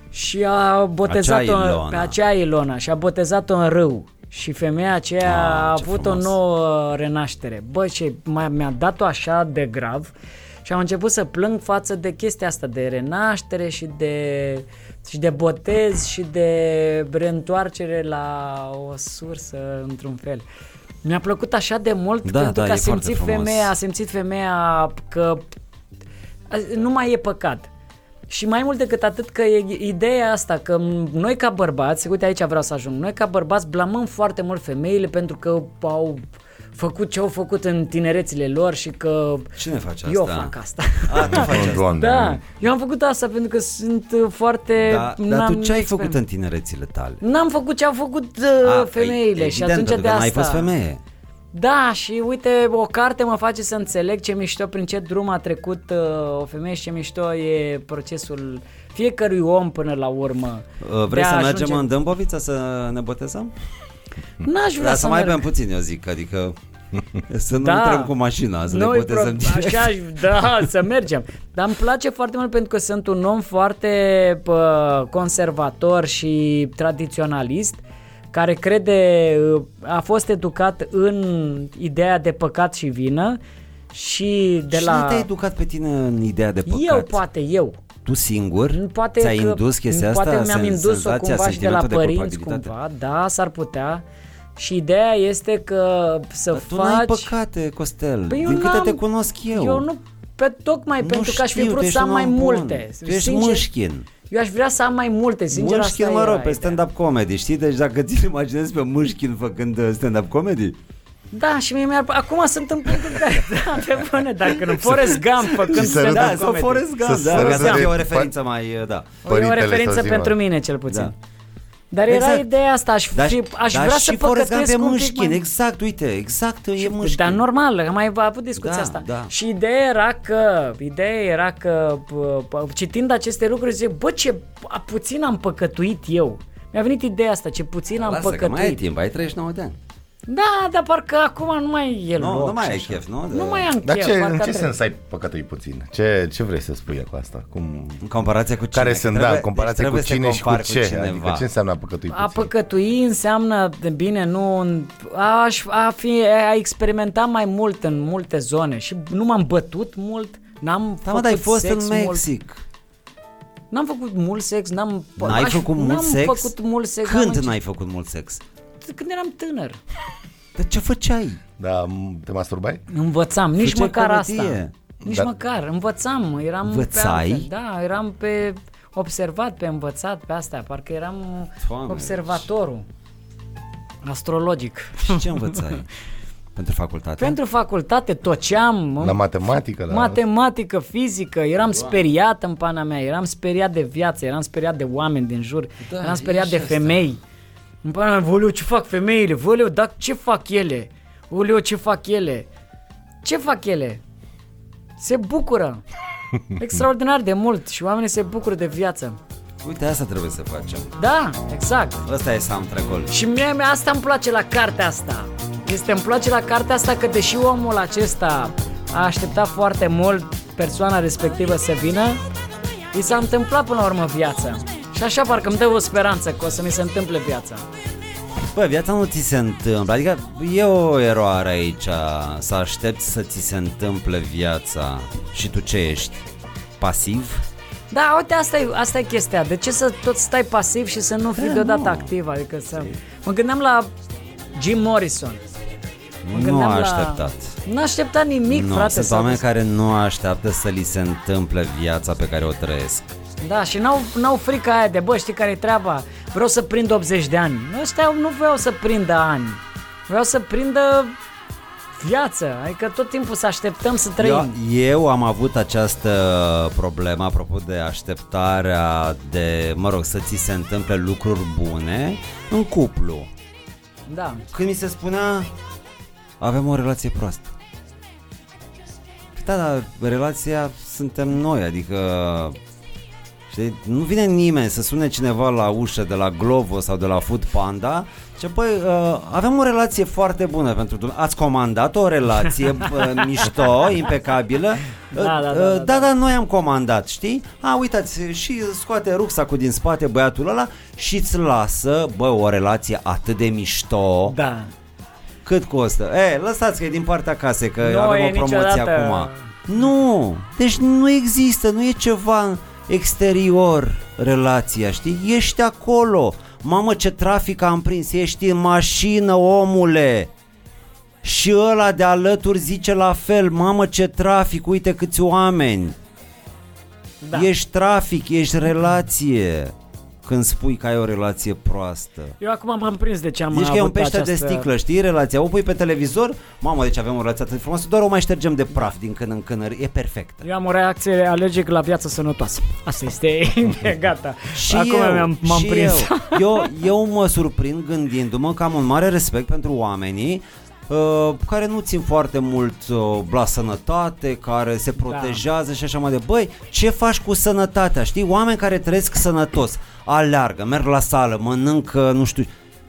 [SPEAKER 3] și a botezat-o
[SPEAKER 1] Acea Ilona.
[SPEAKER 3] pe acea Ilona și a botezat-o în râu. Și femeia aceea
[SPEAKER 1] Ah,
[SPEAKER 3] a, a
[SPEAKER 1] ce
[SPEAKER 3] avut
[SPEAKER 1] frumos.
[SPEAKER 3] o nouă renaștere. Bă, și m-a- mi-a dat-o așa de grav și am început să plâng față de chestia asta de renaștere și de, și de botez și de reîntoarcere la o sursă într-un fel. Mi-a plăcut așa de mult
[SPEAKER 1] Da,
[SPEAKER 3] pentru
[SPEAKER 1] da,
[SPEAKER 3] că a
[SPEAKER 1] e foarte
[SPEAKER 3] simțit
[SPEAKER 1] frumos.
[SPEAKER 3] femeia, a simțit femeia că nu mai e păcat. Și mai mult decât atât că e ideea asta că noi ca bărbați, uite aici vreau să ajung, noi ca bărbați blamăm foarte mult femeile pentru că au făcut ce au făcut în tinerețile lor și că
[SPEAKER 1] Cine face
[SPEAKER 3] eu
[SPEAKER 1] asta?
[SPEAKER 3] fac asta.
[SPEAKER 1] A, tu faci asta.
[SPEAKER 2] Doamne,
[SPEAKER 3] [laughs] Da, eu am făcut asta pentru că sunt uh, foarte...
[SPEAKER 1] Da, dar tu
[SPEAKER 3] n-am
[SPEAKER 1] ce ai
[SPEAKER 3] exper-
[SPEAKER 1] făcut în tinerețile tale?
[SPEAKER 3] N-am făcut ce au făcut uh,
[SPEAKER 1] A,
[SPEAKER 3] femeile
[SPEAKER 1] păi,
[SPEAKER 3] și
[SPEAKER 1] evident,
[SPEAKER 3] atunci
[SPEAKER 1] pentru
[SPEAKER 3] de
[SPEAKER 1] că
[SPEAKER 3] asta...
[SPEAKER 1] n-ai fost femeie.
[SPEAKER 3] Da, și uite, o carte mă face să înțeleg ce mișto, prin ce drum a trecut uh, o femeie și ce mișto e procesul fiecărui om până la urmă.
[SPEAKER 1] Uh, Vrei
[SPEAKER 3] de a
[SPEAKER 1] să mergem
[SPEAKER 3] Da, ajunge-
[SPEAKER 1] în Dâmbovița să ne botezăm?
[SPEAKER 3] N-aș vrea
[SPEAKER 1] Dar
[SPEAKER 3] Da, să
[SPEAKER 1] să mai
[SPEAKER 3] merg.
[SPEAKER 1] bem puțin, eu zic, adică [laughs] să nu
[SPEAKER 3] Da.
[SPEAKER 1] intrăm cu mașina, să ne
[SPEAKER 3] Noi
[SPEAKER 1] botezăm
[SPEAKER 3] pro-
[SPEAKER 1] direct. [laughs]
[SPEAKER 3] Așa, aș- da, să mergem. Dar îmi place foarte mult pentru că sunt un om foarte pă, conservator și tradiționalist care uh, crede, a fost educat în ideea de păcat și vină și de
[SPEAKER 1] Cine
[SPEAKER 3] la...
[SPEAKER 1] te-a educat pe tine în ideea de păcat?
[SPEAKER 3] eu, poate, eu.
[SPEAKER 1] Tu singur?
[SPEAKER 3] Poate
[SPEAKER 1] ți-ai
[SPEAKER 3] că,
[SPEAKER 1] indus chestia
[SPEAKER 3] poate
[SPEAKER 1] asta?
[SPEAKER 3] mi-am
[SPEAKER 1] sen-
[SPEAKER 3] indus-o
[SPEAKER 1] senzația,
[SPEAKER 3] cumva și de la
[SPEAKER 1] sentimentul
[SPEAKER 3] părinți
[SPEAKER 1] culpabilitate?
[SPEAKER 3] cumva, da, s-ar putea. Și ideea este că să
[SPEAKER 1] Dar tu n-ai
[SPEAKER 3] faci...
[SPEAKER 1] păcate, Costel.
[SPEAKER 3] Păi eu
[SPEAKER 1] Din câte
[SPEAKER 3] n-am-
[SPEAKER 1] te cunosc eu.
[SPEAKER 3] Eu nu, pe tocmai
[SPEAKER 1] Nu
[SPEAKER 3] pentru că aș fi
[SPEAKER 1] știu,
[SPEAKER 3] vrut
[SPEAKER 1] tu
[SPEAKER 3] să
[SPEAKER 1] ești
[SPEAKER 3] am
[SPEAKER 1] un
[SPEAKER 3] mai
[SPEAKER 1] om bun.
[SPEAKER 3] multe.
[SPEAKER 1] Tu ești
[SPEAKER 3] Sincer,
[SPEAKER 1] mușchin.
[SPEAKER 3] Eu aș vrea să am mai multe, sincer,
[SPEAKER 1] Mușchin,
[SPEAKER 3] asta
[SPEAKER 1] mă
[SPEAKER 3] era
[SPEAKER 1] rog, pe
[SPEAKER 3] ideea.
[SPEAKER 1] stand-up comedy, știi? Deci dacă ți-l imaginezi pe Mușchin făcând uh, stand-up comedy,
[SPEAKER 3] Da, și mie mi-ar... Acum sunt în punctul [laughs] în care... Da, pe bune, dacă nu. Forrest Gump făcând
[SPEAKER 2] să râdă
[SPEAKER 3] stand-up
[SPEAKER 1] da,
[SPEAKER 2] Da,
[SPEAKER 1] sau
[SPEAKER 2] comedy.
[SPEAKER 1] Forrest Gump,
[SPEAKER 2] Să-
[SPEAKER 1] da,
[SPEAKER 2] să
[SPEAKER 1] ca să
[SPEAKER 2] râdă
[SPEAKER 1] fie
[SPEAKER 2] de-
[SPEAKER 1] o referință mai, uh, da.
[SPEAKER 3] E o
[SPEAKER 2] Părintele
[SPEAKER 3] referință
[SPEAKER 2] Sosima.
[SPEAKER 3] pentru mine, cel puțin.
[SPEAKER 1] Da.
[SPEAKER 3] Da. Dar era
[SPEAKER 1] Exact.
[SPEAKER 3] ideea asta, aș,
[SPEAKER 1] Dar,
[SPEAKER 3] fi, aș
[SPEAKER 1] dar
[SPEAKER 3] vrea
[SPEAKER 1] și
[SPEAKER 3] să
[SPEAKER 1] Forrest Gump
[SPEAKER 3] păcătuiesc
[SPEAKER 1] e
[SPEAKER 3] un pic
[SPEAKER 1] mușchin,
[SPEAKER 3] mai...
[SPEAKER 1] exact, uite, exact, e mușchin.
[SPEAKER 3] Dar normal, am mai avut discuția
[SPEAKER 1] Da,
[SPEAKER 3] asta.
[SPEAKER 1] da.
[SPEAKER 3] Și ideea era că, ideea era că pă, pă, citind aceste lucruri zic, bă, ce a, puțin am păcătuit eu. Mi-a venit ideea asta, ce puțin am
[SPEAKER 1] Lasă că mai ai
[SPEAKER 3] păcătuit.
[SPEAKER 1] timp, ai 39 de ani.
[SPEAKER 3] Da, dar parcă acum nu mai e
[SPEAKER 1] Nu,
[SPEAKER 3] loc
[SPEAKER 1] nu mai
[SPEAKER 3] și
[SPEAKER 1] ai
[SPEAKER 3] așa.
[SPEAKER 1] chef, nu? De-
[SPEAKER 3] Nu mai am
[SPEAKER 2] Dar
[SPEAKER 3] chef.
[SPEAKER 2] ce, în
[SPEAKER 3] parcă
[SPEAKER 2] ce
[SPEAKER 3] trebuie.
[SPEAKER 2] sens ai păcătuit puțin? Ce, ce vrei să spui cu asta? Cum...
[SPEAKER 1] În comparație cu cine?
[SPEAKER 2] Care
[SPEAKER 1] Că
[SPEAKER 2] sunt, da,
[SPEAKER 1] trebuie-
[SPEAKER 2] în comparație
[SPEAKER 1] deci
[SPEAKER 2] cu
[SPEAKER 1] trebuie
[SPEAKER 2] cine
[SPEAKER 1] să
[SPEAKER 2] și cu
[SPEAKER 1] compari
[SPEAKER 2] ce? Adică
[SPEAKER 1] cineva. Da,
[SPEAKER 2] ce înseamnă a păcătui puțin?
[SPEAKER 3] A păcătui înseamnă, de bine, nu... în- Aș, a, fi, a experimenta mai mult în multe zone și nu m-am bătut mult, n-am
[SPEAKER 1] Da, mă,
[SPEAKER 3] făcut
[SPEAKER 1] dar ai fost
[SPEAKER 3] sex
[SPEAKER 1] în
[SPEAKER 3] Mult,
[SPEAKER 1] Mexic.
[SPEAKER 3] n-am făcut mult sex, n-am...
[SPEAKER 1] N-ai
[SPEAKER 3] aș-
[SPEAKER 1] făcut
[SPEAKER 3] n-am
[SPEAKER 1] mult sex?
[SPEAKER 3] făcut mult sex. am
[SPEAKER 1] Când
[SPEAKER 3] înce-
[SPEAKER 1] n-ai făcut mult sex?
[SPEAKER 3] Când eram tânăr.
[SPEAKER 1] Dar ce făceai?
[SPEAKER 2] Da, m- te masturbai?
[SPEAKER 3] Învățam, nici
[SPEAKER 1] Făceai
[SPEAKER 3] măcar
[SPEAKER 1] comedie.
[SPEAKER 3] asta. Nici
[SPEAKER 2] Dar-
[SPEAKER 3] măcar, învățam. Eram
[SPEAKER 1] Învățai?
[SPEAKER 3] Pe altfel. da, eram pe observat, pe învățat, pe astea. Parcă eram
[SPEAKER 1] Doamne,
[SPEAKER 3] observatorul. Astrologic.
[SPEAKER 1] Și ce
[SPEAKER 3] [laughs]
[SPEAKER 1] învățai? Pentru facultate?
[SPEAKER 3] Pentru facultate toceam,
[SPEAKER 2] La matematică? La...
[SPEAKER 3] matematică, fizică, eram speriat în pana mea, eram speriat de viață, eram speriat de oameni din jur,
[SPEAKER 1] Da,
[SPEAKER 3] eram
[SPEAKER 1] e
[SPEAKER 3] speriat
[SPEAKER 1] și
[SPEAKER 3] de
[SPEAKER 1] asta.
[SPEAKER 3] femei. În pana mea, voleu, ce fac femeile? Voleu, dar ce fac ele? Voleu, ce fac ele? Ce fac ele? Se
[SPEAKER 1] [laughs]
[SPEAKER 3] bucură. Extraordinar de mult și oamenii se bucură de viață.
[SPEAKER 1] Uite, asta trebuie să facem.
[SPEAKER 3] Da, exact.
[SPEAKER 1] Ăsta e soundtrack-ul.
[SPEAKER 3] Și mie, mie asta îmi place la cartea asta. Este îmi place la cartea asta că deși omul acesta a așteptat foarte mult persoana respectivă să vină, i s-a întâmplat până la urmă viața. Și așa parcă îmi dă o speranță că o să mi se întâmple viața.
[SPEAKER 1] Bă, viața nu ți se întâmplă, adică e o eroare aici, să aștepți să ți se întâmple viața și tu ce ești? Pasiv?
[SPEAKER 3] Da, uite, asta e, asta e chestia. De ce să tot stai pasiv și să nu fii
[SPEAKER 1] Da,
[SPEAKER 3] deodată activ? Adică să... Mă gândeam la Jim Morrison. Mă
[SPEAKER 1] nu
[SPEAKER 3] gândeam
[SPEAKER 1] a
[SPEAKER 3] la-
[SPEAKER 1] așteptat.
[SPEAKER 3] Nu a așteptat nimic,
[SPEAKER 1] nu,
[SPEAKER 3] frate.
[SPEAKER 1] sunt
[SPEAKER 3] s-a
[SPEAKER 1] oameni
[SPEAKER 3] dus.
[SPEAKER 1] care nu așteaptă să li se întâmple viața pe care o trăiesc.
[SPEAKER 3] Da, și n-au, n-au frica aia de, bă, știi care e treaba? Vreau să prind 80 de ani. Ăștia nu vreau să prindă ani. Vreau să prindă viață. Adică tot timpul să așteptăm să trăim.
[SPEAKER 1] Eu, eu am avut această problemă apropo de așteptarea de, mă rog, să ți se întâmple lucruri bune în cuplu.
[SPEAKER 3] Da.
[SPEAKER 1] Când mi se spunea avem o relație proastă. Păi Da, dar relația suntem noi, adică știi, nu vine nimeni să sune cineva la ușă de la Glovo sau de la Food Panda ce păi, uh, avem o relație foarte bună pentru dumneavoastră. Ați comandat o relație
[SPEAKER 3] [laughs]
[SPEAKER 1] uh, mișto, impecabilă.
[SPEAKER 3] Da, da, da,
[SPEAKER 1] Uh,
[SPEAKER 3] da,
[SPEAKER 1] uh,
[SPEAKER 3] da.
[SPEAKER 1] da, da, noi am comandat, știi? A, uitați, și scoate rucsacul din spate băiatul ăla și îți lasă, bă, o relație atât de mișto.
[SPEAKER 3] Da.
[SPEAKER 1] Cât costă? E, lăsați că e din partea casei, că
[SPEAKER 3] Nu
[SPEAKER 1] avem
[SPEAKER 3] e
[SPEAKER 1] o promoție
[SPEAKER 3] niciodată-
[SPEAKER 1] acum. Nu, deci nu există, nu e ceva în exterior relația, știi? Ești acolo. Mamă, ce trafic am prins, ești în mașină, omule. Și ăla de alături zice la fel, mamă ce trafic, uite câți oameni.
[SPEAKER 3] Da.
[SPEAKER 1] Ești trafic, ești relație. Când spui că ai o relație proastă.
[SPEAKER 3] Eu acum m-am prins de ce am
[SPEAKER 1] Zici că e
[SPEAKER 3] avut
[SPEAKER 1] un pește
[SPEAKER 3] această...
[SPEAKER 1] această... de sticlă, știi, relația. O pui pe televizor, mamă, deci avem o relație atât de frumoasă, doar o mai ștergem de praf din când în când, e perfectă.
[SPEAKER 3] Eu am o reacție alergică la viața sănătoasă. Asta este, [laughs] gata.
[SPEAKER 1] Și
[SPEAKER 3] acum
[SPEAKER 1] eu,
[SPEAKER 3] mi-am, m-am
[SPEAKER 1] și
[SPEAKER 3] prins.
[SPEAKER 1] Eu. eu, eu mă surprind gândindu-mă că am un mare respect pentru oamenii Uh, care nu țin foarte mult uh, la sănătate, care se
[SPEAKER 3] Da.
[SPEAKER 1] protejează și așa mai de Băi, ce faci cu sănătatea? Știi, oameni care trăiesc sănătos, aleargă, merg la sală, mănâncă, nu știu.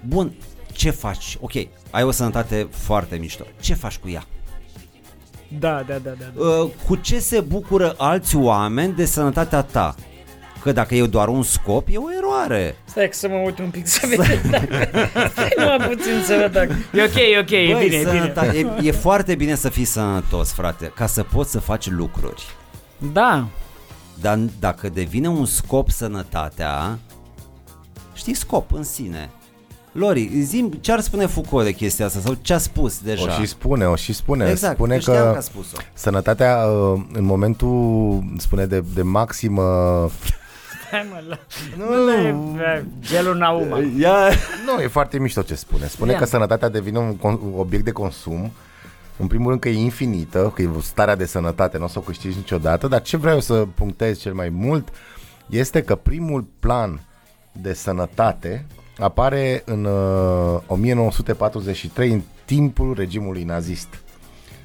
[SPEAKER 1] Bun, ce faci? Ok, ai o sănătate foarte mișto. Ce faci cu ea?
[SPEAKER 3] [laughs] Da, da, da, da. da.
[SPEAKER 1] Uh, cu ce se bucură alți oameni de sănătatea ta? că dacă e doar un scop, e o eroare.
[SPEAKER 6] Stai că să mă uit un pic să vedem.
[SPEAKER 3] [laughs]
[SPEAKER 6] Stai numai puțin să văd dacă...
[SPEAKER 3] E ok, e ok, e
[SPEAKER 1] Băi,
[SPEAKER 3] bine, e bine.
[SPEAKER 1] sănătate, e, e foarte bine să fii sănătos, frate, ca să poți să faci lucruri.
[SPEAKER 3] Da,
[SPEAKER 1] Dar n- dacă devine un scop sănătatea, știi scop în sine. Lori, zim ce ar spune Foucault de chestia asta sau ce a spus
[SPEAKER 2] O
[SPEAKER 1] deja?
[SPEAKER 2] și spune, o și spune.
[SPEAKER 1] Exact,
[SPEAKER 2] spune
[SPEAKER 1] eu
[SPEAKER 2] că,
[SPEAKER 1] știam că a spus-o.
[SPEAKER 2] sănătatea uh, în momentul, spune, de, de maximă...
[SPEAKER 3] Hai mă, la... Nu, nu e gelul Nauma.
[SPEAKER 1] Ia...
[SPEAKER 2] Nu, e foarte mișto ce spune. Spune
[SPEAKER 3] Ia.
[SPEAKER 2] că sănătatea devine un, con- un obiect de consum. În primul rând că e infinită, că e starea de sănătate, nu o să o câștigi niciodată, dar ce vreau să punctez cel mai mult este că primul plan de sănătate apare în uh, 1943 în timpul regimului nazist.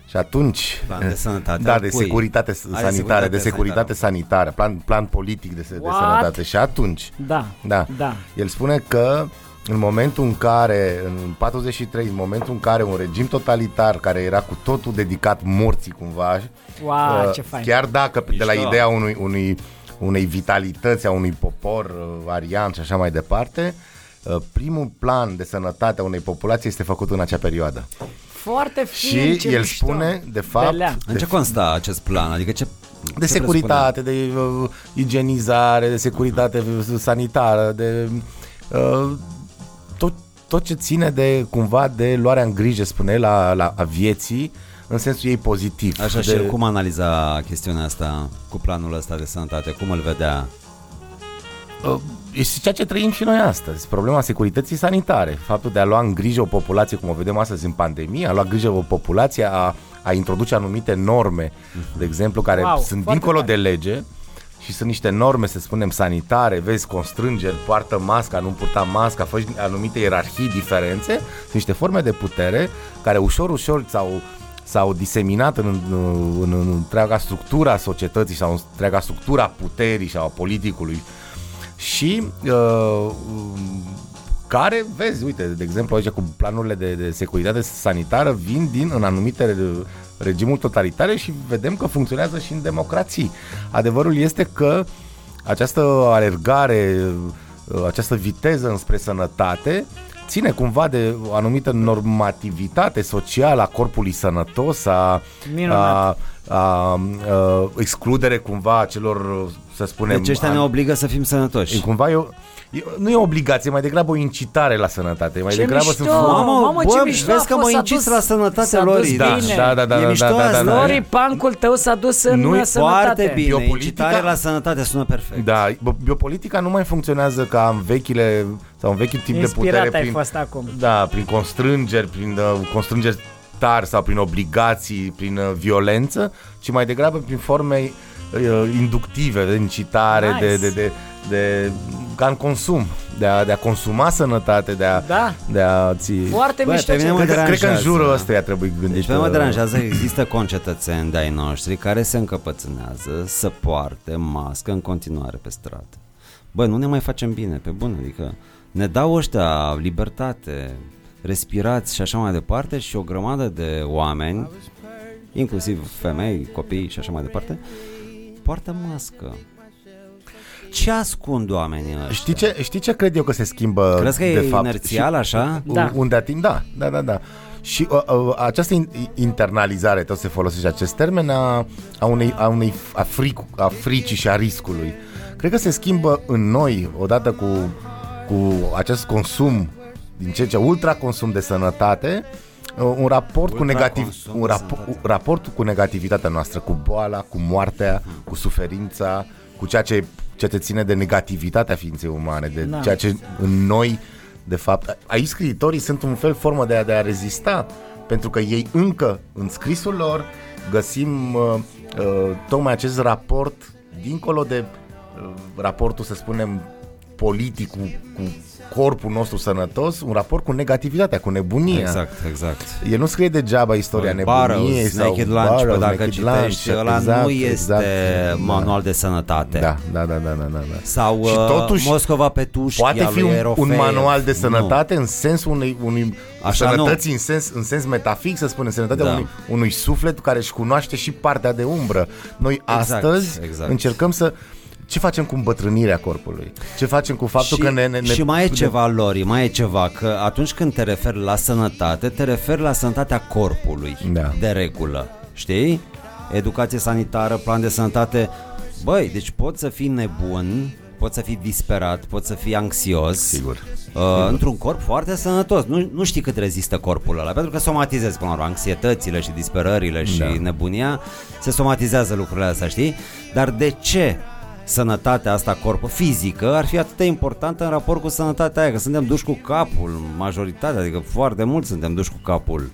[SPEAKER 2] Și atunci...
[SPEAKER 1] Plan de sănătate
[SPEAKER 2] Da,
[SPEAKER 1] al
[SPEAKER 2] de
[SPEAKER 1] cui?
[SPEAKER 2] securitate s-
[SPEAKER 1] Ah, de
[SPEAKER 2] sanitară, de
[SPEAKER 1] securitate
[SPEAKER 2] securitate sanitară, plan, plan politic de, se- de
[SPEAKER 3] What?
[SPEAKER 2] sănătate. Și atunci...
[SPEAKER 3] Da,
[SPEAKER 2] Da.
[SPEAKER 3] da.
[SPEAKER 2] El spune că în momentul în care, în 43, în momentul în care un regim totalitar care era cu totul dedicat morții cumva,
[SPEAKER 3] Wow,
[SPEAKER 2] uh,
[SPEAKER 3] ce fain.
[SPEAKER 2] chiar dacă de la
[SPEAKER 1] Mișto.
[SPEAKER 2] ideea unui, unui, unei vitalități, a unui popor uh, arian și așa mai departe, uh, primul plan de sănătate a unei populații este făcut în acea perioadă.
[SPEAKER 3] Foarte fin,
[SPEAKER 2] Și
[SPEAKER 3] ce
[SPEAKER 2] el
[SPEAKER 3] mișto.
[SPEAKER 2] spune, de fapt,
[SPEAKER 3] Belea.
[SPEAKER 1] În ce consta acest plan? Adică ce...
[SPEAKER 2] de
[SPEAKER 1] ce
[SPEAKER 2] securitate, de uh, igienizare, de securitate uh, sanitară, de uh, tot, tot ce ține de cumva de luarea în grijă, spune el, la, la a vieții, în sensul ei pozitiv.
[SPEAKER 1] Așa,
[SPEAKER 2] de...
[SPEAKER 1] și el cum analiza chestiunea asta cu planul ăsta de sănătate? Cum îl vedea?
[SPEAKER 2] Uh, Este ceea ce trăim și noi astăzi, problema securității sanitare, faptul de a lua în grijă o populație, cum o vedem astăzi în pandemie, a lua grijă o populație, a, a introduce anumite norme, de exemplu, care
[SPEAKER 3] Mhm. Wow,
[SPEAKER 2] wow, sunt
[SPEAKER 3] foarte
[SPEAKER 2] dincolo
[SPEAKER 3] tare.
[SPEAKER 2] de lege și sunt niște norme, să spunem, sanitare, vezi, constrângeri, poartă masca, nu purta masca, faci anumite ierarhii, diferențe, sunt niște forme de putere care ușor, ușor s-au s-au diseminat în, în, în, în întreaga structura societății sau în întreaga structura puterii sau a politicului și uh, care, vezi, uite, de exemplu aici cu planurile de, de securitate sanitară vin din în anumite re- regimuri totalitare și vedem că funcționează și în democrații. Adevărul este că această alergare, uh, această viteză înspre sănătate ține cumva de o anumită normativitate socială a corpului sănătos, a,
[SPEAKER 3] Minunat.
[SPEAKER 2] a, a, a excludere cumva a celor, să spunem,
[SPEAKER 1] Deci ăștia ne
[SPEAKER 2] an-
[SPEAKER 1] obligă să fim
[SPEAKER 2] E
[SPEAKER 1] sănătoși.
[SPEAKER 2] cumva eu, eu, nu e o obligație, mai degrabă o incitare la sănătate. Mai
[SPEAKER 3] Ce
[SPEAKER 2] degrabă
[SPEAKER 3] mișto!
[SPEAKER 2] sunt fo-
[SPEAKER 1] Mamă,
[SPEAKER 3] Mamă, ce
[SPEAKER 1] bă,
[SPEAKER 3] mișto a
[SPEAKER 1] vezi că
[SPEAKER 3] fost,
[SPEAKER 1] mă
[SPEAKER 3] s-a
[SPEAKER 1] incis
[SPEAKER 3] dus-
[SPEAKER 1] la sănătate,
[SPEAKER 3] s-a dus
[SPEAKER 1] Lori.
[SPEAKER 3] Da,
[SPEAKER 2] da,
[SPEAKER 3] bine.
[SPEAKER 2] da, da, da,
[SPEAKER 1] E
[SPEAKER 2] da,
[SPEAKER 1] mișto
[SPEAKER 2] da, da,
[SPEAKER 1] azi,
[SPEAKER 2] da.
[SPEAKER 3] Lori, pancul tău s-a dus în
[SPEAKER 2] Nu-i
[SPEAKER 3] sănătate.
[SPEAKER 1] Foarte bine,
[SPEAKER 2] Biopolitica-
[SPEAKER 1] incitare la sănătate sună perfect.
[SPEAKER 2] Da, bi- biopolitica nu mai funcționează ca în vechile sau în vechiul tip de
[SPEAKER 3] Inspirat
[SPEAKER 2] putere
[SPEAKER 3] ai
[SPEAKER 2] prin,
[SPEAKER 3] fost acum.
[SPEAKER 2] da, prin constrângeri, prin uh, constrângeri tari sau prin obligații, prin uh, violență, ci mai degrabă prin forme uh, inductive de incitare,
[SPEAKER 3] Nice.
[SPEAKER 2] de, de, de, de ca în consum, de a, de a consuma sănătate, de a,
[SPEAKER 3] Da.
[SPEAKER 2] de a ți...
[SPEAKER 3] Foarte
[SPEAKER 1] Bă,
[SPEAKER 3] mișto
[SPEAKER 1] pe mine
[SPEAKER 3] ce...
[SPEAKER 1] mă
[SPEAKER 2] Cred că, cred că în
[SPEAKER 1] deranjează.
[SPEAKER 2] jurul ăsta i-a trebuit gândit.
[SPEAKER 1] Deci pe mine mă
[SPEAKER 2] uh,
[SPEAKER 1] deranjează că există concetățeni de-ai noștri care se încăpățânează să poarte mască în continuare pe stradă. Bă, nu ne mai facem bine, pe bun, adică ne dau ăștia libertate, respirați și așa mai departe și o grămadă de oameni, inclusiv femei, copii și așa mai departe, poartă mască. Ce ascund oamenii ăștia?
[SPEAKER 2] Știi ce, știi ce cred eu că se schimbă
[SPEAKER 1] Crezi că
[SPEAKER 2] de
[SPEAKER 1] e
[SPEAKER 2] fapt?
[SPEAKER 1] inerțial așa?
[SPEAKER 2] Și
[SPEAKER 3] Da.
[SPEAKER 2] da. unde ating, da, da, da, da. Și uh, uh, această in, internalizare, tot se folosește acest termen, a, a unei, a, unei a, fric, a fricii și a riscului. Cred că se schimbă în noi, odată cu, cu acest consum, din ce în ce ultraconsum de sănătate, uh, un raport cu negativ,
[SPEAKER 1] Ultraconsum
[SPEAKER 2] un
[SPEAKER 1] de
[SPEAKER 2] rap,
[SPEAKER 1] sănătate.
[SPEAKER 2] raportul cu negativitatea noastră, cu boala, cu moartea, cu suferința, cu ceea ce, ceea ce ține de negativitatea ființei umane, de
[SPEAKER 3] Da.
[SPEAKER 2] ceea ce în noi, de fapt, aici scriitorii sunt un fel formă de a, de a rezista, pentru că ei încă în scrisul lor găsim uh, uh, tocmai acest raport dincolo de uh, raportul, să spunem, politic cu, cu corpul nostru sănătos, un raport cu negativitatea, cu nebunia.
[SPEAKER 1] Exact, exact.
[SPEAKER 2] El nu scrie degeaba istoria nebuniei
[SPEAKER 1] Barrows,
[SPEAKER 2] sau
[SPEAKER 1] Naked Lunch, bă,
[SPEAKER 2] Burroughs,
[SPEAKER 1] dacă
[SPEAKER 2] Naked
[SPEAKER 1] citești,
[SPEAKER 2] Lunch,
[SPEAKER 1] ăla
[SPEAKER 2] exact,
[SPEAKER 1] nu este
[SPEAKER 2] exact,
[SPEAKER 1] manual de sănătate.
[SPEAKER 2] da. da, da, da, da, da, da.
[SPEAKER 1] Sau
[SPEAKER 2] Și
[SPEAKER 1] uh,
[SPEAKER 2] totuși,
[SPEAKER 1] Moscova Petușchi
[SPEAKER 2] Poate
[SPEAKER 1] a
[SPEAKER 2] fi
[SPEAKER 1] lui
[SPEAKER 2] un,
[SPEAKER 1] Erofeev.
[SPEAKER 2] un manual de
[SPEAKER 1] Nu.
[SPEAKER 2] sănătate în sensul unei, unui
[SPEAKER 1] Așa
[SPEAKER 2] Așa sănătății în sens, în sens metafic, să spunem, sănătatea
[SPEAKER 1] Da.
[SPEAKER 2] da. unui, unui suflet care își cunoaște și partea de umbră. Noi
[SPEAKER 1] Exact,
[SPEAKER 2] astăzi
[SPEAKER 1] exact.
[SPEAKER 2] încercăm să Ce facem cu îmbătrânirea corpului? Ce facem cu faptul
[SPEAKER 1] și,
[SPEAKER 2] că ne... ne ne-
[SPEAKER 1] și mai e
[SPEAKER 2] ne-
[SPEAKER 1] ceva, Lori, mai e ceva, că atunci când te referi la sănătate, te referi la sănătatea corpului,
[SPEAKER 2] Da.
[SPEAKER 1] de regulă, știi? Educație sanitară, plan de sănătate, băi, deci poți să fii nebun, poți să fii disperat, poți să fii anxios,
[SPEAKER 2] Sigur.
[SPEAKER 1] Uh, într-un corp foarte sănătos. Nu, nu știi cât rezistă corpul ăla, pentru că somatizezi până la urmă anxietățile și disperările și
[SPEAKER 2] Da.
[SPEAKER 1] da. nebunia, se somatizează lucrurile astea, știi? Dar de ce sănătatea asta corpul fizică ar fi atât de importantă în raport cu sănătatea aia, că suntem duși cu capul, majoritatea, adică foarte mult suntem duși cu capul.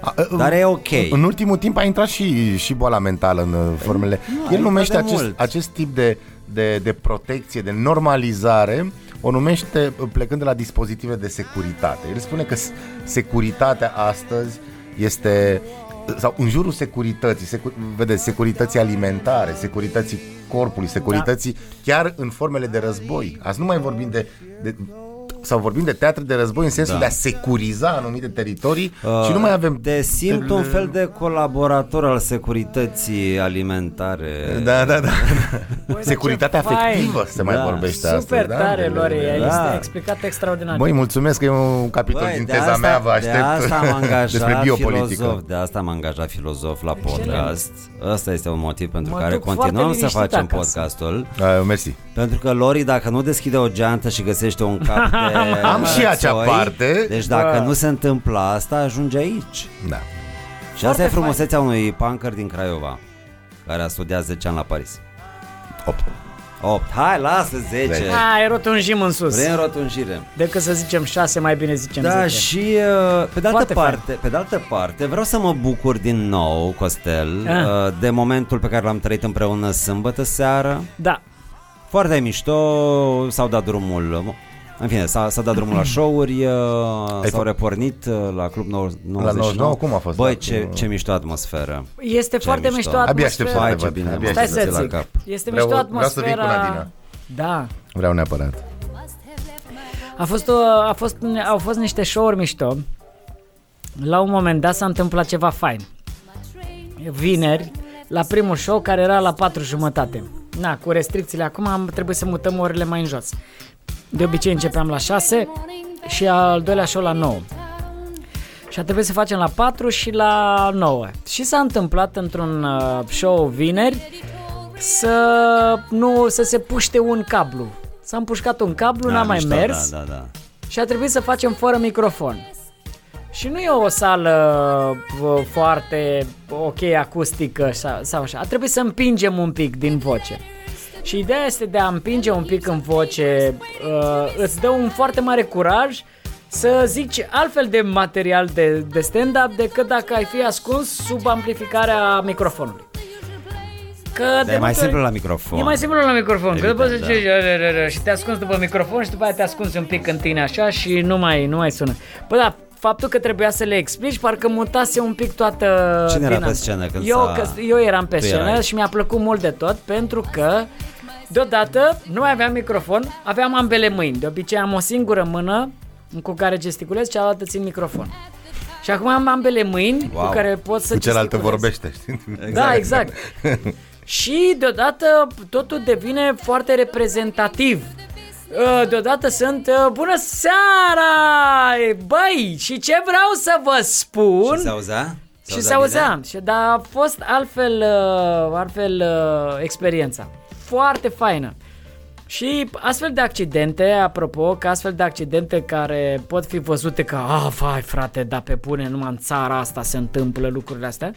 [SPEAKER 2] A, a,
[SPEAKER 1] Dar
[SPEAKER 2] în-
[SPEAKER 1] e ok.
[SPEAKER 2] În ultimul timp a intrat și, și boala mentală în uh, formele.
[SPEAKER 1] Nu, a
[SPEAKER 2] El
[SPEAKER 1] intrat
[SPEAKER 2] numește
[SPEAKER 1] de
[SPEAKER 2] acest,
[SPEAKER 1] mult.
[SPEAKER 2] acest tip de, de, de protecție, de normalizare, o numește uh, plecând de la dispozitive de securitate. El spune că s- securitatea astăzi este uh, sau în jurul securității, secur, vedeți, securității alimentare, securității corpului, securității da. chiar în formele de război. Azi nu mai vorbim de, de sau vorbim de teatre de război în sensul da.
[SPEAKER 1] Da.
[SPEAKER 2] de a securiza anumite teritorii uh, și nu mai avem
[SPEAKER 1] De simt un fel de colaborator al securității alimentare.
[SPEAKER 2] Da, da, da.
[SPEAKER 3] Băi,
[SPEAKER 2] Securitatea
[SPEAKER 3] ce fain.
[SPEAKER 2] afectivă se mai
[SPEAKER 1] Da.
[SPEAKER 2] vorbește
[SPEAKER 3] Super
[SPEAKER 2] astăzi, da?
[SPEAKER 3] tare, Lore, ai
[SPEAKER 1] Da.
[SPEAKER 3] explicat extraordinar.
[SPEAKER 2] Băi, mulțumesc că e un capitol
[SPEAKER 1] Băi,
[SPEAKER 2] din
[SPEAKER 1] de
[SPEAKER 2] teza
[SPEAKER 1] asta-
[SPEAKER 2] mea, vă aștept
[SPEAKER 1] De asta
[SPEAKER 2] [laughs]
[SPEAKER 1] m-am angajat
[SPEAKER 2] despre biopolitică.
[SPEAKER 1] filozof, de asta m-am angajat filozof la podcast. Ăsta este un motiv pentru
[SPEAKER 3] Mă
[SPEAKER 1] care
[SPEAKER 3] duc foarte
[SPEAKER 1] continuăm să
[SPEAKER 3] liniștit
[SPEAKER 1] facem
[SPEAKER 3] acasă.
[SPEAKER 1] podcastul.
[SPEAKER 2] Uh, mersi.
[SPEAKER 1] Pentru că Lori, dacă nu deschide o geantă și găsește un
[SPEAKER 3] [laughs]
[SPEAKER 1] cap de
[SPEAKER 2] Am și
[SPEAKER 1] soi,
[SPEAKER 2] acea parte.
[SPEAKER 1] Deci dacă
[SPEAKER 3] Da.
[SPEAKER 1] nu se întâmplă asta, ajunge aici.
[SPEAKER 2] Da.
[SPEAKER 1] Și asta e frumusețea unui punker din Craiova, care a studiat 10 ani la Paris.
[SPEAKER 2] 8.
[SPEAKER 1] 8. Hai, lasă 10.
[SPEAKER 2] Zece.
[SPEAKER 3] A, ai rotunjim în sus.
[SPEAKER 1] Vrem rotunjire.
[SPEAKER 3] Decât să zicem 6, mai bine zicem
[SPEAKER 1] Da,
[SPEAKER 3] 10.
[SPEAKER 1] și uh, pe de altă
[SPEAKER 3] Exact. Foarte fain.
[SPEAKER 1] parte, pe de altă parte, vreau să mă bucur din nou, Costel,
[SPEAKER 3] Ah.
[SPEAKER 1] ah. de momentul pe care l-am trăit împreună sâmbătă seară.
[SPEAKER 3] Da.
[SPEAKER 1] Foarte mișto, s-au dat drumul în fine, s-a, s-a dat drumul
[SPEAKER 3] Mm.
[SPEAKER 1] la show-uri, uh, s-au
[SPEAKER 2] fă-
[SPEAKER 1] repornit uh, la Club 99.
[SPEAKER 2] La 99, cum a fost?
[SPEAKER 1] Băi,
[SPEAKER 2] Acum,
[SPEAKER 1] ce,
[SPEAKER 2] uh,
[SPEAKER 1] ce mișto atmosferă.
[SPEAKER 3] Este foarte
[SPEAKER 1] mișto.
[SPEAKER 3] mișto,
[SPEAKER 1] Abia
[SPEAKER 2] Abia
[SPEAKER 3] atmosfera.
[SPEAKER 2] aștept să
[SPEAKER 1] Vai,
[SPEAKER 2] te
[SPEAKER 1] ce
[SPEAKER 2] văd.
[SPEAKER 1] bine,
[SPEAKER 2] Abia
[SPEAKER 1] mă
[SPEAKER 3] Stai
[SPEAKER 2] aștept
[SPEAKER 1] Ți
[SPEAKER 3] să
[SPEAKER 2] să
[SPEAKER 1] la
[SPEAKER 3] zic.
[SPEAKER 1] cap.
[SPEAKER 3] Este
[SPEAKER 2] Vreau-
[SPEAKER 3] mișto
[SPEAKER 2] vreau să vin
[SPEAKER 3] atmosfera.
[SPEAKER 2] cu Nadina.
[SPEAKER 3] Da.
[SPEAKER 2] Vreau neapărat.
[SPEAKER 3] A fost, o, a fost, au fost niște show-uri mișto. La un moment dat s-a întâmplat ceva fain. Vineri, la primul show care era la patru jumătate. Na, cu restricțiile acum am trebuit să mutăm orele mai în jos. De obicei începeam la 6 și al doilea show la 9. Și a trebuit să facem la 4 și la 9. Și s-a întâmplat într-un uh, show vineri să nu să se puște un cablu. S-a împușcat un cablu, n-a
[SPEAKER 1] Da,
[SPEAKER 3] mai
[SPEAKER 1] mișto,
[SPEAKER 3] mers
[SPEAKER 1] Da, da, da.
[SPEAKER 3] și a trebuit să facem fără microfon. Și nu e o sală uh, foarte ok acustică sa- sau așa. A trebuit să împingem un pic din voce. Și ideea este de a împinge un pic în voce, uh, îți dă un foarte mare curaj să zici altfel de material de, de stand-up decât dacă ai fi ascuns sub amplificarea microfonului. Că
[SPEAKER 1] Dar e mai
[SPEAKER 3] multe ori-
[SPEAKER 1] simplu la microfon.
[SPEAKER 3] E mai simplu la microfon, că
[SPEAKER 1] Evident,
[SPEAKER 3] după să
[SPEAKER 1] da.
[SPEAKER 3] zici "Ră, ră, ră", și te ascunzi după microfon și după aia te ascunzi un pic în tine așa și nu mai, nu mai sună. Bă, da, faptul că trebuia să le explici, parcă mutase un pic toată...
[SPEAKER 1] Cine era
[SPEAKER 3] dinamica.
[SPEAKER 1] pe scenă când
[SPEAKER 3] eu,
[SPEAKER 1] s-a-
[SPEAKER 3] că, eu eram pe
[SPEAKER 1] Tu
[SPEAKER 3] scenă
[SPEAKER 1] erai.
[SPEAKER 3] și mi-a plăcut mult de tot pentru că deodată nu mai aveam microfon, aveam ambele mâini. De obicei am o singură mână cu care gesticulez, cealaltă țin microfon. Și acum am ambele mâini
[SPEAKER 1] Wow.
[SPEAKER 3] cu care pot să
[SPEAKER 2] Cu cealaltă
[SPEAKER 3] gesticulez.
[SPEAKER 2] vorbește. știi?
[SPEAKER 1] Exact. [laughs]
[SPEAKER 3] Da, exact. și deodată totul devine foarte reprezentativ. Uh, Deodată sunt uh, Bună seara! Băi, și ce vreau să vă spun
[SPEAKER 1] Și se auzea?
[SPEAKER 3] și se auzeam, și, dar a fost altfel, uh, altfel uh, experiența. Foarte faină. Și astfel de accidente, apropo, că astfel de accidente care pot fi văzute ca Ah, vai frate, dar pe bune, numai în țara asta se întâmplă lucrurile astea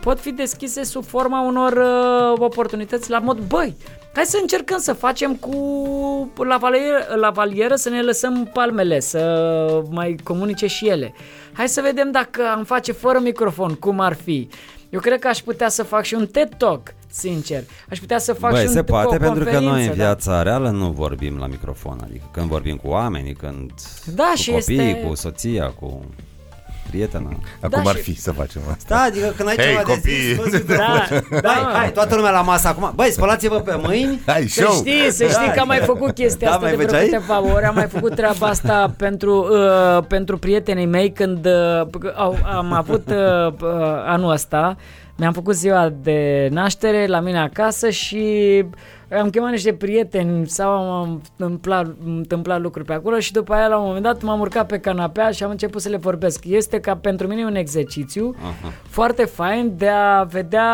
[SPEAKER 3] pot fi deschise sub forma unor uh, oportunități la mod, băi, hai să încercăm să facem cu la valieră, la valieră să ne lăsăm palmele, să mai comunice și ele. Hai să vedem dacă am face fără microfon, cum ar fi. Eu cred că aș putea să fac și un TED Talk, sincer. Aș putea să fac și
[SPEAKER 1] Băi,
[SPEAKER 3] un,
[SPEAKER 1] se
[SPEAKER 3] o
[SPEAKER 1] poate pentru că noi în
[SPEAKER 3] conferință, da.
[SPEAKER 1] viața reală nu vorbim la microfon, adică când vorbim cu oamenii, când
[SPEAKER 3] Da,
[SPEAKER 1] cu
[SPEAKER 3] și
[SPEAKER 1] copiii,
[SPEAKER 3] este-
[SPEAKER 1] cu soția, cu prietena.
[SPEAKER 2] Acum ar
[SPEAKER 3] și-
[SPEAKER 2] fi să facem asta.
[SPEAKER 1] Da, adică când ai
[SPEAKER 2] Hei,
[SPEAKER 1] ceva de
[SPEAKER 2] copii!
[SPEAKER 1] zis, da,
[SPEAKER 3] Da, [laughs] da.
[SPEAKER 1] Hai, hai, toată lumea la masă acum. Băi, spălați-vă pe mâini.
[SPEAKER 2] Hai,
[SPEAKER 3] Să
[SPEAKER 2] show!
[SPEAKER 3] știi, să știi că am mai făcut chestia
[SPEAKER 1] Da,
[SPEAKER 3] asta
[SPEAKER 1] mai
[SPEAKER 3] de vreo
[SPEAKER 1] făceai?
[SPEAKER 3] câteva ori, am mai făcut treaba asta pentru, uh, pentru prietenii mei când uh, au, am avut uh, uh, anul ăsta, mi-am făcut ziua de naștere la mine acasă și am chemat niște prieteni sau am întâmplat, întâmplat lucruri pe acolo și după aia la un moment dat m-am urcat pe canapea și am început să le vorbesc. Este ca pentru mine un exercițiu Aha. foarte fain de a vedea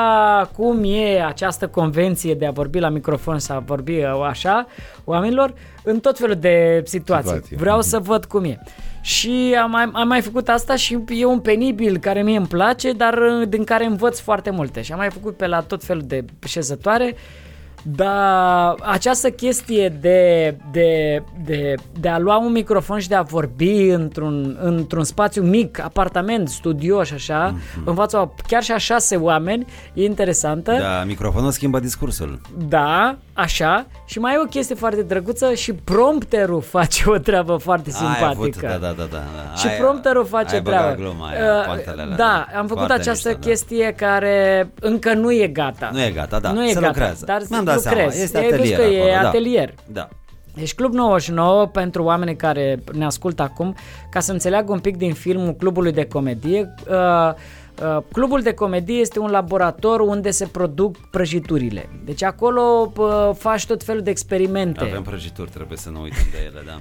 [SPEAKER 3] cum e această convenție de a vorbi la microfon sau a vorbi uh, așa oamenilor în tot felul de situații.
[SPEAKER 2] Situații.
[SPEAKER 3] situații. Vreau să văd cum e. Și am mai, am mai făcut asta și e un penibil care mie îmi place, dar uh, din care învăț foarte multe. Și am mai făcut pe la tot felul de șezătoare. Dar această chestie de, de, de, de a lua un microfon și de a vorbi într-un, într-un spațiu mic, apartament, studio și așa, mm-hmm. în fața chiar și a șase oameni, e interesantă.
[SPEAKER 1] [laughs] Da, microfonul schimbă discursul.
[SPEAKER 3] Da, așa. Și mai e o chestie foarte drăguță și prompterul face o treabă foarte
[SPEAKER 1] Ai avut,
[SPEAKER 3] simpatică.
[SPEAKER 1] da, da, da, da. da.
[SPEAKER 3] Și
[SPEAKER 1] Ai-
[SPEAKER 3] prompterul face
[SPEAKER 1] ai
[SPEAKER 3] treaba.
[SPEAKER 1] băgat gluma
[SPEAKER 3] Uh,
[SPEAKER 1] aia, poantele alea,
[SPEAKER 3] da, am făcut
[SPEAKER 1] Foarte
[SPEAKER 3] această
[SPEAKER 1] mișto, da.
[SPEAKER 3] chestie care încă nu e gata.
[SPEAKER 1] Nu e gata, da.
[SPEAKER 3] Nu e
[SPEAKER 1] se
[SPEAKER 3] gata,
[SPEAKER 1] lucrează.
[SPEAKER 3] dar
[SPEAKER 1] Mi-am dat
[SPEAKER 3] lucrez.
[SPEAKER 1] seama, este
[SPEAKER 3] Ai văzut
[SPEAKER 1] atelier
[SPEAKER 3] că e
[SPEAKER 1] acolo,
[SPEAKER 3] atelier.
[SPEAKER 1] Da.
[SPEAKER 3] Deci Club 99, pentru oamenii care ne ascultă acum, ca să înțeleagă un pic din filmul Clubului de Comedie, uh, uh, Clubul de Comedie este un laborator unde se produc prăjiturile. Deci acolo uh, faci tot felul de experimente.
[SPEAKER 1] da. Avem prăjituri, trebuie să nu uităm de ele, da.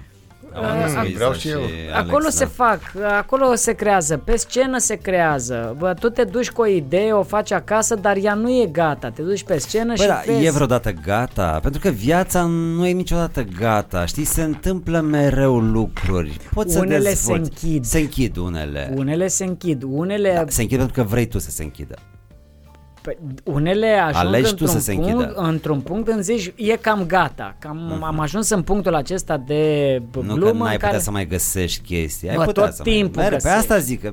[SPEAKER 1] Am adus
[SPEAKER 2] a-
[SPEAKER 1] Luisa
[SPEAKER 2] vreau și eu.
[SPEAKER 1] Alex,
[SPEAKER 3] acolo
[SPEAKER 1] da.
[SPEAKER 3] se fac, acolo se creează, pe scenă se creează. Bă, tu te duci cu o idee, o faci acasă, dar ea nu e gata. Te duci pe scenă
[SPEAKER 1] Bă,
[SPEAKER 3] și
[SPEAKER 1] da,
[SPEAKER 3] vezi.
[SPEAKER 1] e vreodată gata? Pentru că viața nu e niciodată gata, știi? Se întâmplă mereu lucruri. Poți să
[SPEAKER 3] Unele se
[SPEAKER 1] dezvolți.
[SPEAKER 3] închid.
[SPEAKER 1] Se închid unele.
[SPEAKER 3] Unele se închid, unele
[SPEAKER 1] Da, se închid pentru că vrei tu să se închidă.
[SPEAKER 3] Păi, unele ajung
[SPEAKER 1] Alegi tu
[SPEAKER 3] într-un,
[SPEAKER 1] să se
[SPEAKER 3] punct,
[SPEAKER 1] închidă. Mhm.
[SPEAKER 3] într-un punct în zici, e cam gata, cam, am ajuns în punctul acesta de b-
[SPEAKER 1] Nu
[SPEAKER 3] glumă
[SPEAKER 1] că n-ai
[SPEAKER 3] în
[SPEAKER 1] putea
[SPEAKER 3] care...
[SPEAKER 1] să mai găsești chestii. Ai
[SPEAKER 3] Bă,
[SPEAKER 1] putea
[SPEAKER 3] tot
[SPEAKER 1] să
[SPEAKER 3] timpul
[SPEAKER 1] mai... Mere- Pe
[SPEAKER 3] găsești.
[SPEAKER 1] asta zic că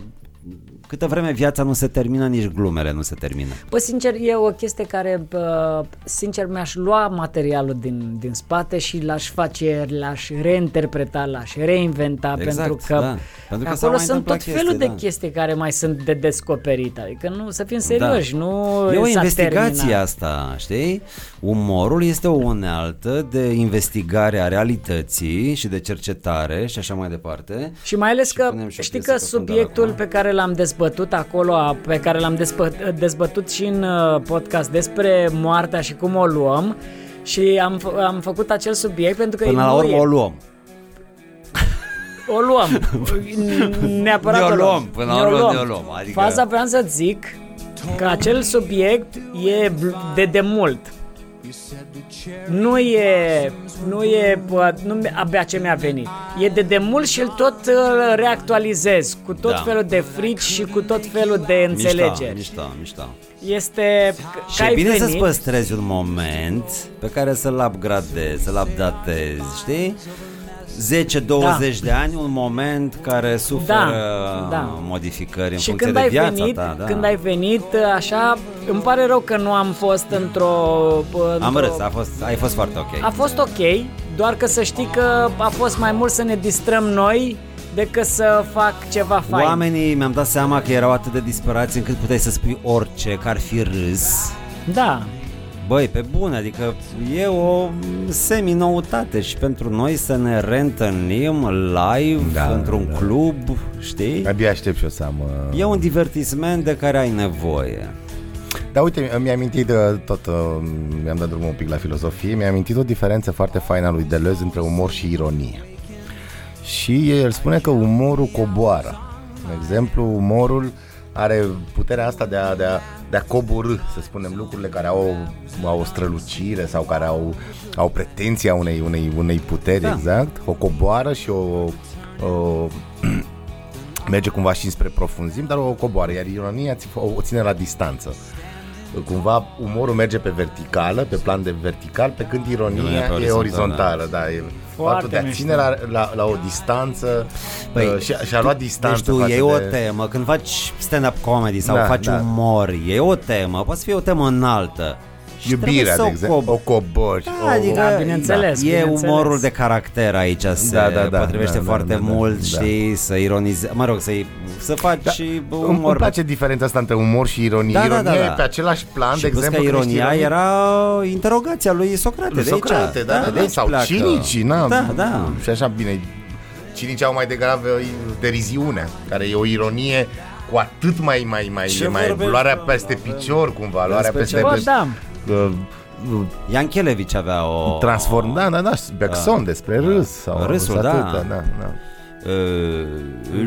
[SPEAKER 1] câtă vreme viața nu se termină, nici glumele nu se termină.
[SPEAKER 3] Bă, Păi, sincer, e o chestie care, bă, sincer, mi-aș lua materialul din, din spate și l-aș face, l-aș reinterpreta, l-aș reinventa,
[SPEAKER 1] Exact,
[SPEAKER 3] pentru că
[SPEAKER 1] da. Pentru că s-au
[SPEAKER 3] acolo
[SPEAKER 1] mai
[SPEAKER 3] sunt
[SPEAKER 1] întâmplat
[SPEAKER 3] tot felul
[SPEAKER 1] chestii,
[SPEAKER 3] de
[SPEAKER 1] da.
[SPEAKER 3] chestii care mai sunt de descoperit, adică nu, să fim serioși, nu
[SPEAKER 1] Da. E o
[SPEAKER 3] s-a
[SPEAKER 1] investigație
[SPEAKER 3] terminat.
[SPEAKER 1] asta, știi? Umorul este o unealtă de investigare a realității și de cercetare și așa mai departe.
[SPEAKER 3] Și mai ales că
[SPEAKER 1] punem și o
[SPEAKER 3] știi
[SPEAKER 1] piesă
[SPEAKER 3] că
[SPEAKER 1] pe fundal
[SPEAKER 3] subiectul
[SPEAKER 1] acum.
[SPEAKER 3] pe care l-am dezbătut acolo, a- pe care l-am dezbă- dezbătut și în uh, podcast despre moartea și cum o luăm și am, fă- am făcut acel subiect pentru că
[SPEAKER 1] Până
[SPEAKER 3] nu
[SPEAKER 1] la urmă
[SPEAKER 3] e.
[SPEAKER 1] o luăm.
[SPEAKER 3] o luăm.
[SPEAKER 1] [laughs]
[SPEAKER 3] Neapărat
[SPEAKER 1] Ne-o
[SPEAKER 3] o
[SPEAKER 1] luăm, până la
[SPEAKER 3] Ne-o
[SPEAKER 1] urmă ne-o luăm, adică-
[SPEAKER 3] Faza vreau să zic că acel subiect e bl- de demult. Nu e, nu e, bă, nu, mi- abia ce mi-a venit. E de demult și îl tot uh, reactualizez cu tot
[SPEAKER 1] Da.
[SPEAKER 3] felul de frici și cu tot felul de înțelegeri.
[SPEAKER 1] Mișto, mișto, mișto.
[SPEAKER 3] Este
[SPEAKER 1] Și
[SPEAKER 3] că
[SPEAKER 1] e
[SPEAKER 3] ai
[SPEAKER 1] bine
[SPEAKER 3] venit,
[SPEAKER 1] să-ți păstrezi un moment pe care să-l upgradezi, să-l updatezi, știi? 10-20 de ani, un moment care suferă
[SPEAKER 3] da.
[SPEAKER 1] modificări în
[SPEAKER 3] Și
[SPEAKER 1] funcție
[SPEAKER 3] când
[SPEAKER 1] de
[SPEAKER 3] ai,
[SPEAKER 1] viața
[SPEAKER 3] venit,
[SPEAKER 1] ta. Da.
[SPEAKER 3] când ai venit, așa, îmi pare rău că nu am fost într-o... uh,
[SPEAKER 1] Am
[SPEAKER 3] într-o-
[SPEAKER 1] râs, a fost, ai fost foarte ok.
[SPEAKER 3] A fost ok, doar că să știi că a fost mai mult să ne distrăm noi decât să fac ceva fain.
[SPEAKER 1] Oamenii mi-am dat seama că erau atât de disperați încât puteai să spui orice, că ar fi râs.
[SPEAKER 3] Da.
[SPEAKER 1] Băi, pe bune, adică e o semi-noutate și pentru noi să ne reîntâlnim live da,
[SPEAKER 2] Da,
[SPEAKER 1] într-un da.
[SPEAKER 2] da.
[SPEAKER 1] club, știi?
[SPEAKER 2] Abia aștept și eu să am... uh,
[SPEAKER 1] E un divertisment de care ai nevoie.
[SPEAKER 2] Dar uite, mi-am amintit de tot, uh, mi-am dat drumul un pic la filozofie, mi-am amintit o diferență foarte faină a lui Deleuze între umor și ironie. Și el spune că umorul coboară. De exemplu, umorul are puterea asta de a, de a, de a coborâ, să spunem, lucrurile care au, au o strălucire sau care au, au pretenția unei, unei, unei puteri,
[SPEAKER 1] Da.
[SPEAKER 2] da. exact. O coboară și o, o [clears throat] merge cumva și spre profunzim, dar o coboară, iar ironia ți- o, o ține la distanță. Cumva umorul merge pe verticală, pe plan de vertical, pe când ironia
[SPEAKER 1] Ironia pe
[SPEAKER 2] e
[SPEAKER 1] orizontală.
[SPEAKER 2] orizontală, da, e
[SPEAKER 3] Foarte
[SPEAKER 2] faptul de a
[SPEAKER 3] mișto.
[SPEAKER 2] ține la, la, la o distanță
[SPEAKER 1] Păi,
[SPEAKER 2] uh, și, și a lua distanță
[SPEAKER 1] Deci tu
[SPEAKER 2] față
[SPEAKER 1] iei o
[SPEAKER 2] de...
[SPEAKER 1] temă, când faci stand-up comedy sau da,
[SPEAKER 2] Da,
[SPEAKER 1] faci da.
[SPEAKER 2] da.
[SPEAKER 1] umor, iei o temă, poate să fie o temă înaltă. Și trebuie
[SPEAKER 2] Iubirea,
[SPEAKER 1] să
[SPEAKER 2] de
[SPEAKER 1] o
[SPEAKER 2] exemplu, o cobori.
[SPEAKER 1] Da,
[SPEAKER 2] o-
[SPEAKER 1] adică,
[SPEAKER 3] Da, bineînțeles,
[SPEAKER 1] da, e
[SPEAKER 3] bineînțeles.
[SPEAKER 1] umorul de caracter aici se da, da, da, potrivește da, da, foarte da,
[SPEAKER 2] da, da,
[SPEAKER 1] mult,
[SPEAKER 2] da.
[SPEAKER 1] știi, să ironizezi, mă rog, să să faci
[SPEAKER 2] Da,
[SPEAKER 1] și
[SPEAKER 2] Îmi- Îmi,
[SPEAKER 1] umor.
[SPEAKER 2] place diferența asta între umor și ironie.
[SPEAKER 1] Da, da,
[SPEAKER 2] ironia
[SPEAKER 1] da, da.
[SPEAKER 2] e pe același plan,
[SPEAKER 1] și
[SPEAKER 2] de
[SPEAKER 1] plus
[SPEAKER 2] exemplu.
[SPEAKER 1] că
[SPEAKER 2] când ești
[SPEAKER 1] ironia
[SPEAKER 2] ironic,
[SPEAKER 1] era interogația lui Socrate,
[SPEAKER 2] Lui
[SPEAKER 1] de aici,
[SPEAKER 2] Socrate, da, da,
[SPEAKER 1] de
[SPEAKER 2] da,
[SPEAKER 1] aici
[SPEAKER 2] sau
[SPEAKER 1] pleacă.
[SPEAKER 2] cinicii, na,
[SPEAKER 1] deci Da, da.
[SPEAKER 2] Și așa, bine, cinicii au mai degrabă deriziunea, care e o ironie cu atât mai, mai, mai,
[SPEAKER 1] Ce
[SPEAKER 2] mai
[SPEAKER 1] vorbești,
[SPEAKER 2] luarea
[SPEAKER 1] mă,
[SPEAKER 2] peste
[SPEAKER 1] avem-
[SPEAKER 2] picior, cumva, luarea
[SPEAKER 1] Despre
[SPEAKER 2] peste...
[SPEAKER 1] ce
[SPEAKER 3] Bă,
[SPEAKER 2] peste
[SPEAKER 3] da.
[SPEAKER 2] uh,
[SPEAKER 1] Ian Chelevici avea o...
[SPEAKER 2] Transform, da, da, da, Bergson
[SPEAKER 1] Da.
[SPEAKER 2] despre râs sau
[SPEAKER 1] Ah. Râsul, da.
[SPEAKER 2] atâta, da, da.
[SPEAKER 1] Euh,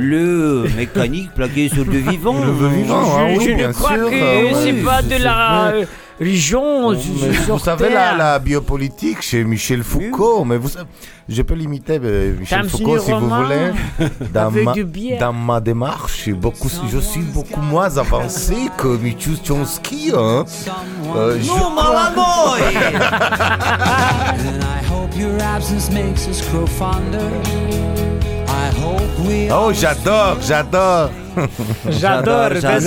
[SPEAKER 1] le mécanique plaqué sur le vivant.
[SPEAKER 2] Le vivant, ah
[SPEAKER 3] je,
[SPEAKER 2] oui,
[SPEAKER 3] je ne
[SPEAKER 2] bien
[SPEAKER 3] crois
[SPEAKER 2] sûr,
[SPEAKER 3] que
[SPEAKER 2] ah
[SPEAKER 3] c'est
[SPEAKER 2] oui,
[SPEAKER 3] pas
[SPEAKER 2] c'est
[SPEAKER 3] de la
[SPEAKER 2] vrai.
[SPEAKER 3] euh, religion
[SPEAKER 2] Mais
[SPEAKER 3] sur
[SPEAKER 2] vous
[SPEAKER 3] sur
[SPEAKER 2] savez,
[SPEAKER 3] Oh, Terre.
[SPEAKER 2] la, la biopolitique chez Michel Foucault, mais vous savez, je peux l'imiter euh, Michel
[SPEAKER 3] Tam
[SPEAKER 2] Foucault si vous
[SPEAKER 3] Roman,
[SPEAKER 2] voulez. Dans
[SPEAKER 3] avec
[SPEAKER 2] ma,
[SPEAKER 3] du bière.
[SPEAKER 2] dans ma démarche, je suis beaucoup, je suis beaucoup moins avancé que Michus Chomsky. Hein. Euh, je-
[SPEAKER 1] Non,
[SPEAKER 2] [laughs]
[SPEAKER 1] Malamoy!
[SPEAKER 7] And I hope your absence makes us grow fonder. I hope we
[SPEAKER 2] Oh, j'adore, j'adore!
[SPEAKER 1] J'adore,
[SPEAKER 3] J'adore, vezi
[SPEAKER 1] j'adore.
[SPEAKER 3] că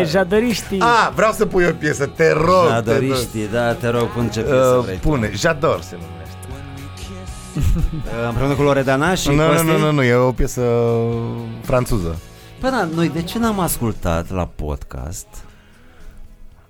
[SPEAKER 3] e jadăriștii.
[SPEAKER 2] Ah, vreau să pui o piesă, te rog!
[SPEAKER 1] Da,
[SPEAKER 2] te rog.
[SPEAKER 1] doriști, da, te rog, pun ce piesă
[SPEAKER 2] Uh,
[SPEAKER 1] vrei.
[SPEAKER 2] pune, j'adore se numește.
[SPEAKER 1] Uh, Împreună cu Loredana și
[SPEAKER 2] Nu, nu,
[SPEAKER 1] Costi?
[SPEAKER 2] nu, nu, nu, e o piesă euh, franțuză.
[SPEAKER 1] Păi da, noi de ce n-am ascultat la podcast?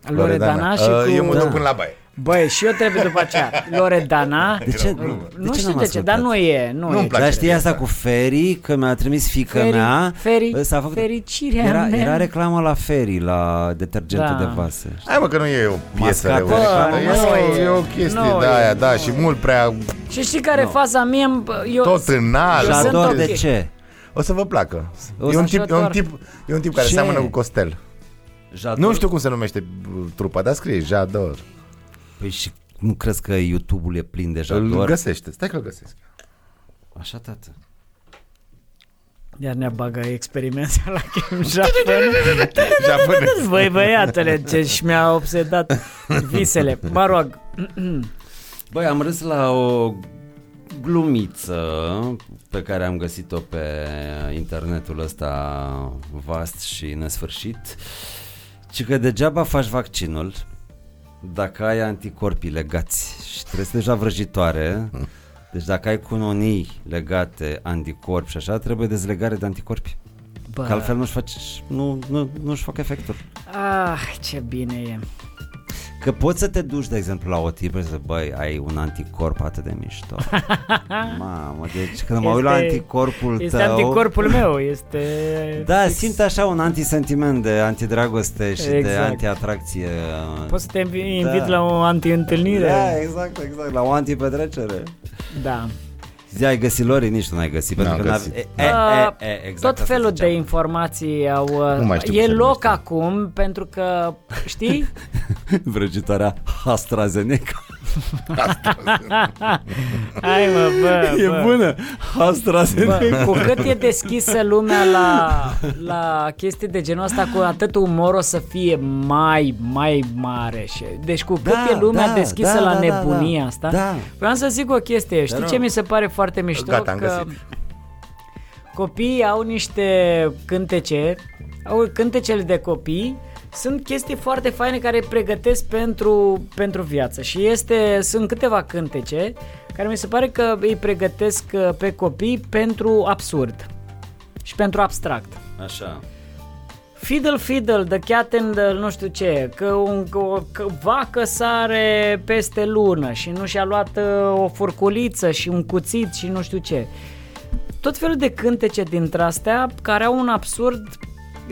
[SPEAKER 3] Loredana și
[SPEAKER 2] Uh, Eu
[SPEAKER 3] cu...
[SPEAKER 2] mă
[SPEAKER 1] Da.
[SPEAKER 2] duc până la baie.
[SPEAKER 3] Băi, și eu trebuie după aceea. Loredana...
[SPEAKER 1] De ce,
[SPEAKER 3] Nu
[SPEAKER 1] ce
[SPEAKER 3] știu
[SPEAKER 1] n-am
[SPEAKER 3] de ce, dar
[SPEAKER 1] ascultat?
[SPEAKER 3] nu e. Nu
[SPEAKER 2] Nu-mi
[SPEAKER 3] e.
[SPEAKER 2] place. da.
[SPEAKER 1] Dar știi
[SPEAKER 2] piesa.
[SPEAKER 1] asta cu Ferry, că mi-a trimis fica
[SPEAKER 3] Feri-
[SPEAKER 1] mea.
[SPEAKER 3] Feri-
[SPEAKER 1] s-a făcut...
[SPEAKER 3] fericirea
[SPEAKER 1] era,
[SPEAKER 3] mea.
[SPEAKER 1] era reclamă la Ferry, la detergentul
[SPEAKER 3] Da.
[SPEAKER 1] de vase.
[SPEAKER 2] Hai mă că nu e o piesă
[SPEAKER 1] Mascată.
[SPEAKER 2] reureșită, e, o-
[SPEAKER 3] Bă, nu e.
[SPEAKER 2] e o chestie
[SPEAKER 3] Nu
[SPEAKER 2] de
[SPEAKER 3] e,
[SPEAKER 2] aia, da, și mult prea
[SPEAKER 3] Și știi care e faza mie? Îmi- Eu,
[SPEAKER 2] tot înalt.
[SPEAKER 3] sunt
[SPEAKER 1] J'adore
[SPEAKER 3] ok.
[SPEAKER 1] de ce?
[SPEAKER 2] O să vă placă.
[SPEAKER 1] O
[SPEAKER 2] e,
[SPEAKER 1] să
[SPEAKER 2] un tip, e, un
[SPEAKER 3] ador.
[SPEAKER 2] tip, e un tip care
[SPEAKER 1] Ce?
[SPEAKER 2] seamănă cu Costel.
[SPEAKER 1] J'adore.
[SPEAKER 2] Nu știu cum se numește uh, trupa, dar scrie Jador.
[SPEAKER 1] Păi și nu crezi că YouTube-ul e plin de
[SPEAKER 2] Îl
[SPEAKER 1] jador?
[SPEAKER 2] găsește. Stai că îl găsesc.
[SPEAKER 1] Așa, tată.
[SPEAKER 3] Iar ne bagă experimente la Kim
[SPEAKER 1] [laughs]
[SPEAKER 3] Jong-un.
[SPEAKER 2] Japonez.
[SPEAKER 3] Băi, băiatele, ce și mi-a obsedat visele. Mă rog,
[SPEAKER 1] Băi, am râs la o glumiță pe care am găsit-o pe internetul ăsta vast și nesfârșit. Ci că degeaba faci vaccinul dacă ai anticorpii legați și trebuie să deja vrăjitoare. Deci dacă ai cunonii legate, anticorpi și așa, trebuie dezlegare de anticorpi.
[SPEAKER 3] Bă.
[SPEAKER 1] Că altfel nu-și, faci, nu, nu, nu-și fac efectul.
[SPEAKER 3] ah, ce bine e.
[SPEAKER 1] Că poți să te duci, de exemplu, la o tipă și să băi, ai un anticorp atât de
[SPEAKER 3] [laughs]
[SPEAKER 1] mișto. Mamă, deci când mă uit la
[SPEAKER 3] Este-
[SPEAKER 1] anticorpul
[SPEAKER 3] Este
[SPEAKER 1] tău...
[SPEAKER 3] anticorpul meu, este...
[SPEAKER 1] Da,
[SPEAKER 3] fix.
[SPEAKER 1] simt așa un antisentiment de antidragoste și exact. de
[SPEAKER 3] Exact.
[SPEAKER 1] antiatracție.
[SPEAKER 3] Poți să te invi-
[SPEAKER 1] Da.
[SPEAKER 3] invit la o anti-întâlnire?
[SPEAKER 1] Da, exact, exact, la o antipetrecere.
[SPEAKER 3] da.
[SPEAKER 1] Zi, ai găsit Lori? Nici tu n-ai găsit. Pentru
[SPEAKER 2] N-am
[SPEAKER 1] că n-a-
[SPEAKER 2] găsit.
[SPEAKER 1] E, e,
[SPEAKER 3] Uh,
[SPEAKER 1] e, e, exact
[SPEAKER 3] Tot
[SPEAKER 1] asta
[SPEAKER 3] felul de
[SPEAKER 1] ziceam.
[SPEAKER 3] informații au... uh,
[SPEAKER 2] Nu mai știu cum
[SPEAKER 3] e
[SPEAKER 2] se
[SPEAKER 3] loc
[SPEAKER 2] numește.
[SPEAKER 3] acum pentru că,
[SPEAKER 1] [laughs]
[SPEAKER 3] știi?
[SPEAKER 1] Vrăjitoarea AstraZeneca.
[SPEAKER 3] Hai mă, bă,
[SPEAKER 1] E
[SPEAKER 3] Da, bă.
[SPEAKER 1] bună! AstraZeneca.
[SPEAKER 3] Bă, cu cât e deschisă lumea la, la chestii de genul ăsta, cu atât umor o să fie mai, mai mare. Și, deci cu cât
[SPEAKER 1] Da,
[SPEAKER 3] e lumea
[SPEAKER 1] da,
[SPEAKER 3] deschisă
[SPEAKER 1] da,
[SPEAKER 3] la
[SPEAKER 1] da,
[SPEAKER 3] nebunia
[SPEAKER 1] da.
[SPEAKER 3] asta,
[SPEAKER 1] Da.
[SPEAKER 3] vreau să zic o chestie. Știi
[SPEAKER 1] rog.
[SPEAKER 3] ce mi se pare foarte mișto?
[SPEAKER 2] Gata, am
[SPEAKER 3] că
[SPEAKER 2] găsit.
[SPEAKER 3] copiii au niște cântece, au cântecele de copii, sunt chestii foarte faine care îi pregătesc pentru, pentru viață și este, sunt câteva cântece care mi se pare că îi pregătesc uh, pe copii pentru absurd și pentru abstract.
[SPEAKER 1] Așa.
[SPEAKER 3] Fiddle, fiddle, the cat and the nu știu ce, că, un, că o că vacă sare peste lună și nu și-a luat uh, o furculiță și un cuțit și nu știu ce. Tot felul de cântece dintre astea care au un absurd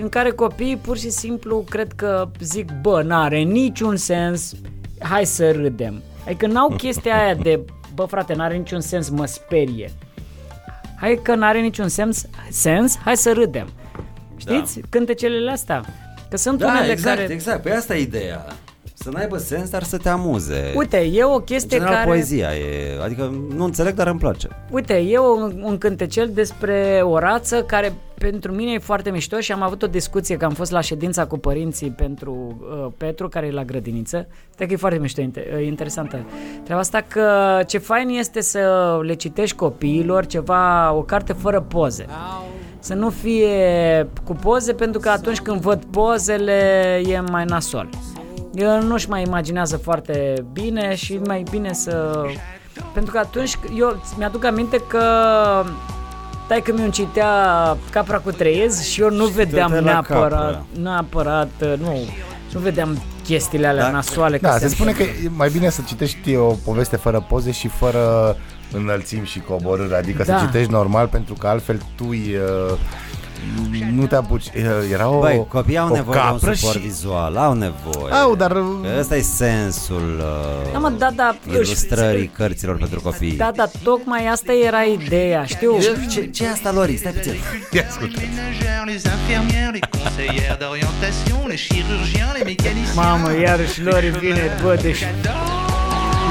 [SPEAKER 3] în care copiii pur și simplu cred că zic, bă, n-are niciun sens, hai să râdem. Adică
[SPEAKER 1] [laughs]
[SPEAKER 3] n-au chestia aia de, bă frate, n-are niciun sens, mă sperie. Hai că n-are niciun sens, sens hai să râdem. Știți? Da. Cântecelele astea. Că sunt
[SPEAKER 1] Da,
[SPEAKER 3] unele
[SPEAKER 1] exact,
[SPEAKER 3] care...
[SPEAKER 1] exact. Păi asta e ideea. Să n-aibă sens, dar să te amuze.
[SPEAKER 3] Uite, e o
[SPEAKER 1] în
[SPEAKER 3] chestie
[SPEAKER 1] general,
[SPEAKER 3] care...
[SPEAKER 1] poezia e... Adică nu înțeleg, dar îmi place.
[SPEAKER 3] Uite, e un, un cântecel despre o rață care pentru mine e foarte mișto și am avut o discuție că am fost la ședința cu părinții pentru uh, Petru, care e la grădiniță. Cred că e foarte mișto, inter- uh, interesantă treaba asta, că ce fain este să le citești copiilor ceva, o carte fără poze. Să nu fie cu poze, pentru că atunci când văd pozele e mai nasol. El nu-și mai imaginează foarte bine și mai bine să... Pentru că atunci, eu mi-aduc aminte că tai că mi-o citea Capra cu treiez și eu nu vedeam
[SPEAKER 1] te la
[SPEAKER 3] neapărat,
[SPEAKER 1] Capra.
[SPEAKER 3] neapărat, nu, nu vedeam chestiile alea
[SPEAKER 1] Da.
[SPEAKER 3] nasoale. că
[SPEAKER 2] Da, se spune
[SPEAKER 3] întâmplă.
[SPEAKER 2] că e mai bine să citești o poveste fără poze și fără înălțimi și coborâri, adică
[SPEAKER 3] Da.
[SPEAKER 2] să citești normal pentru că altfel tu îi, uh, nu te apuci. E- Era o,
[SPEAKER 1] Băi, copiii au
[SPEAKER 2] o
[SPEAKER 1] nevoie de un
[SPEAKER 2] capră
[SPEAKER 1] suport
[SPEAKER 2] și...
[SPEAKER 1] vizual, au nevoie.
[SPEAKER 2] Au, dar-
[SPEAKER 1] Că Ăsta e sensul uh,
[SPEAKER 3] Da, mă, da, da,
[SPEAKER 1] ilustrării cărților pentru copii.
[SPEAKER 3] Da, da, tocmai asta era ideea, știu.
[SPEAKER 1] Ce, ce e asta, Lori? Stai puțin.
[SPEAKER 2] Ia ascultă.
[SPEAKER 8] Les ménagères, les infirmières, les conseillères d'orientation, les chirurgiens, les mécaniciens.
[SPEAKER 3] Mamă, iarăși Lori vine, bă, deci...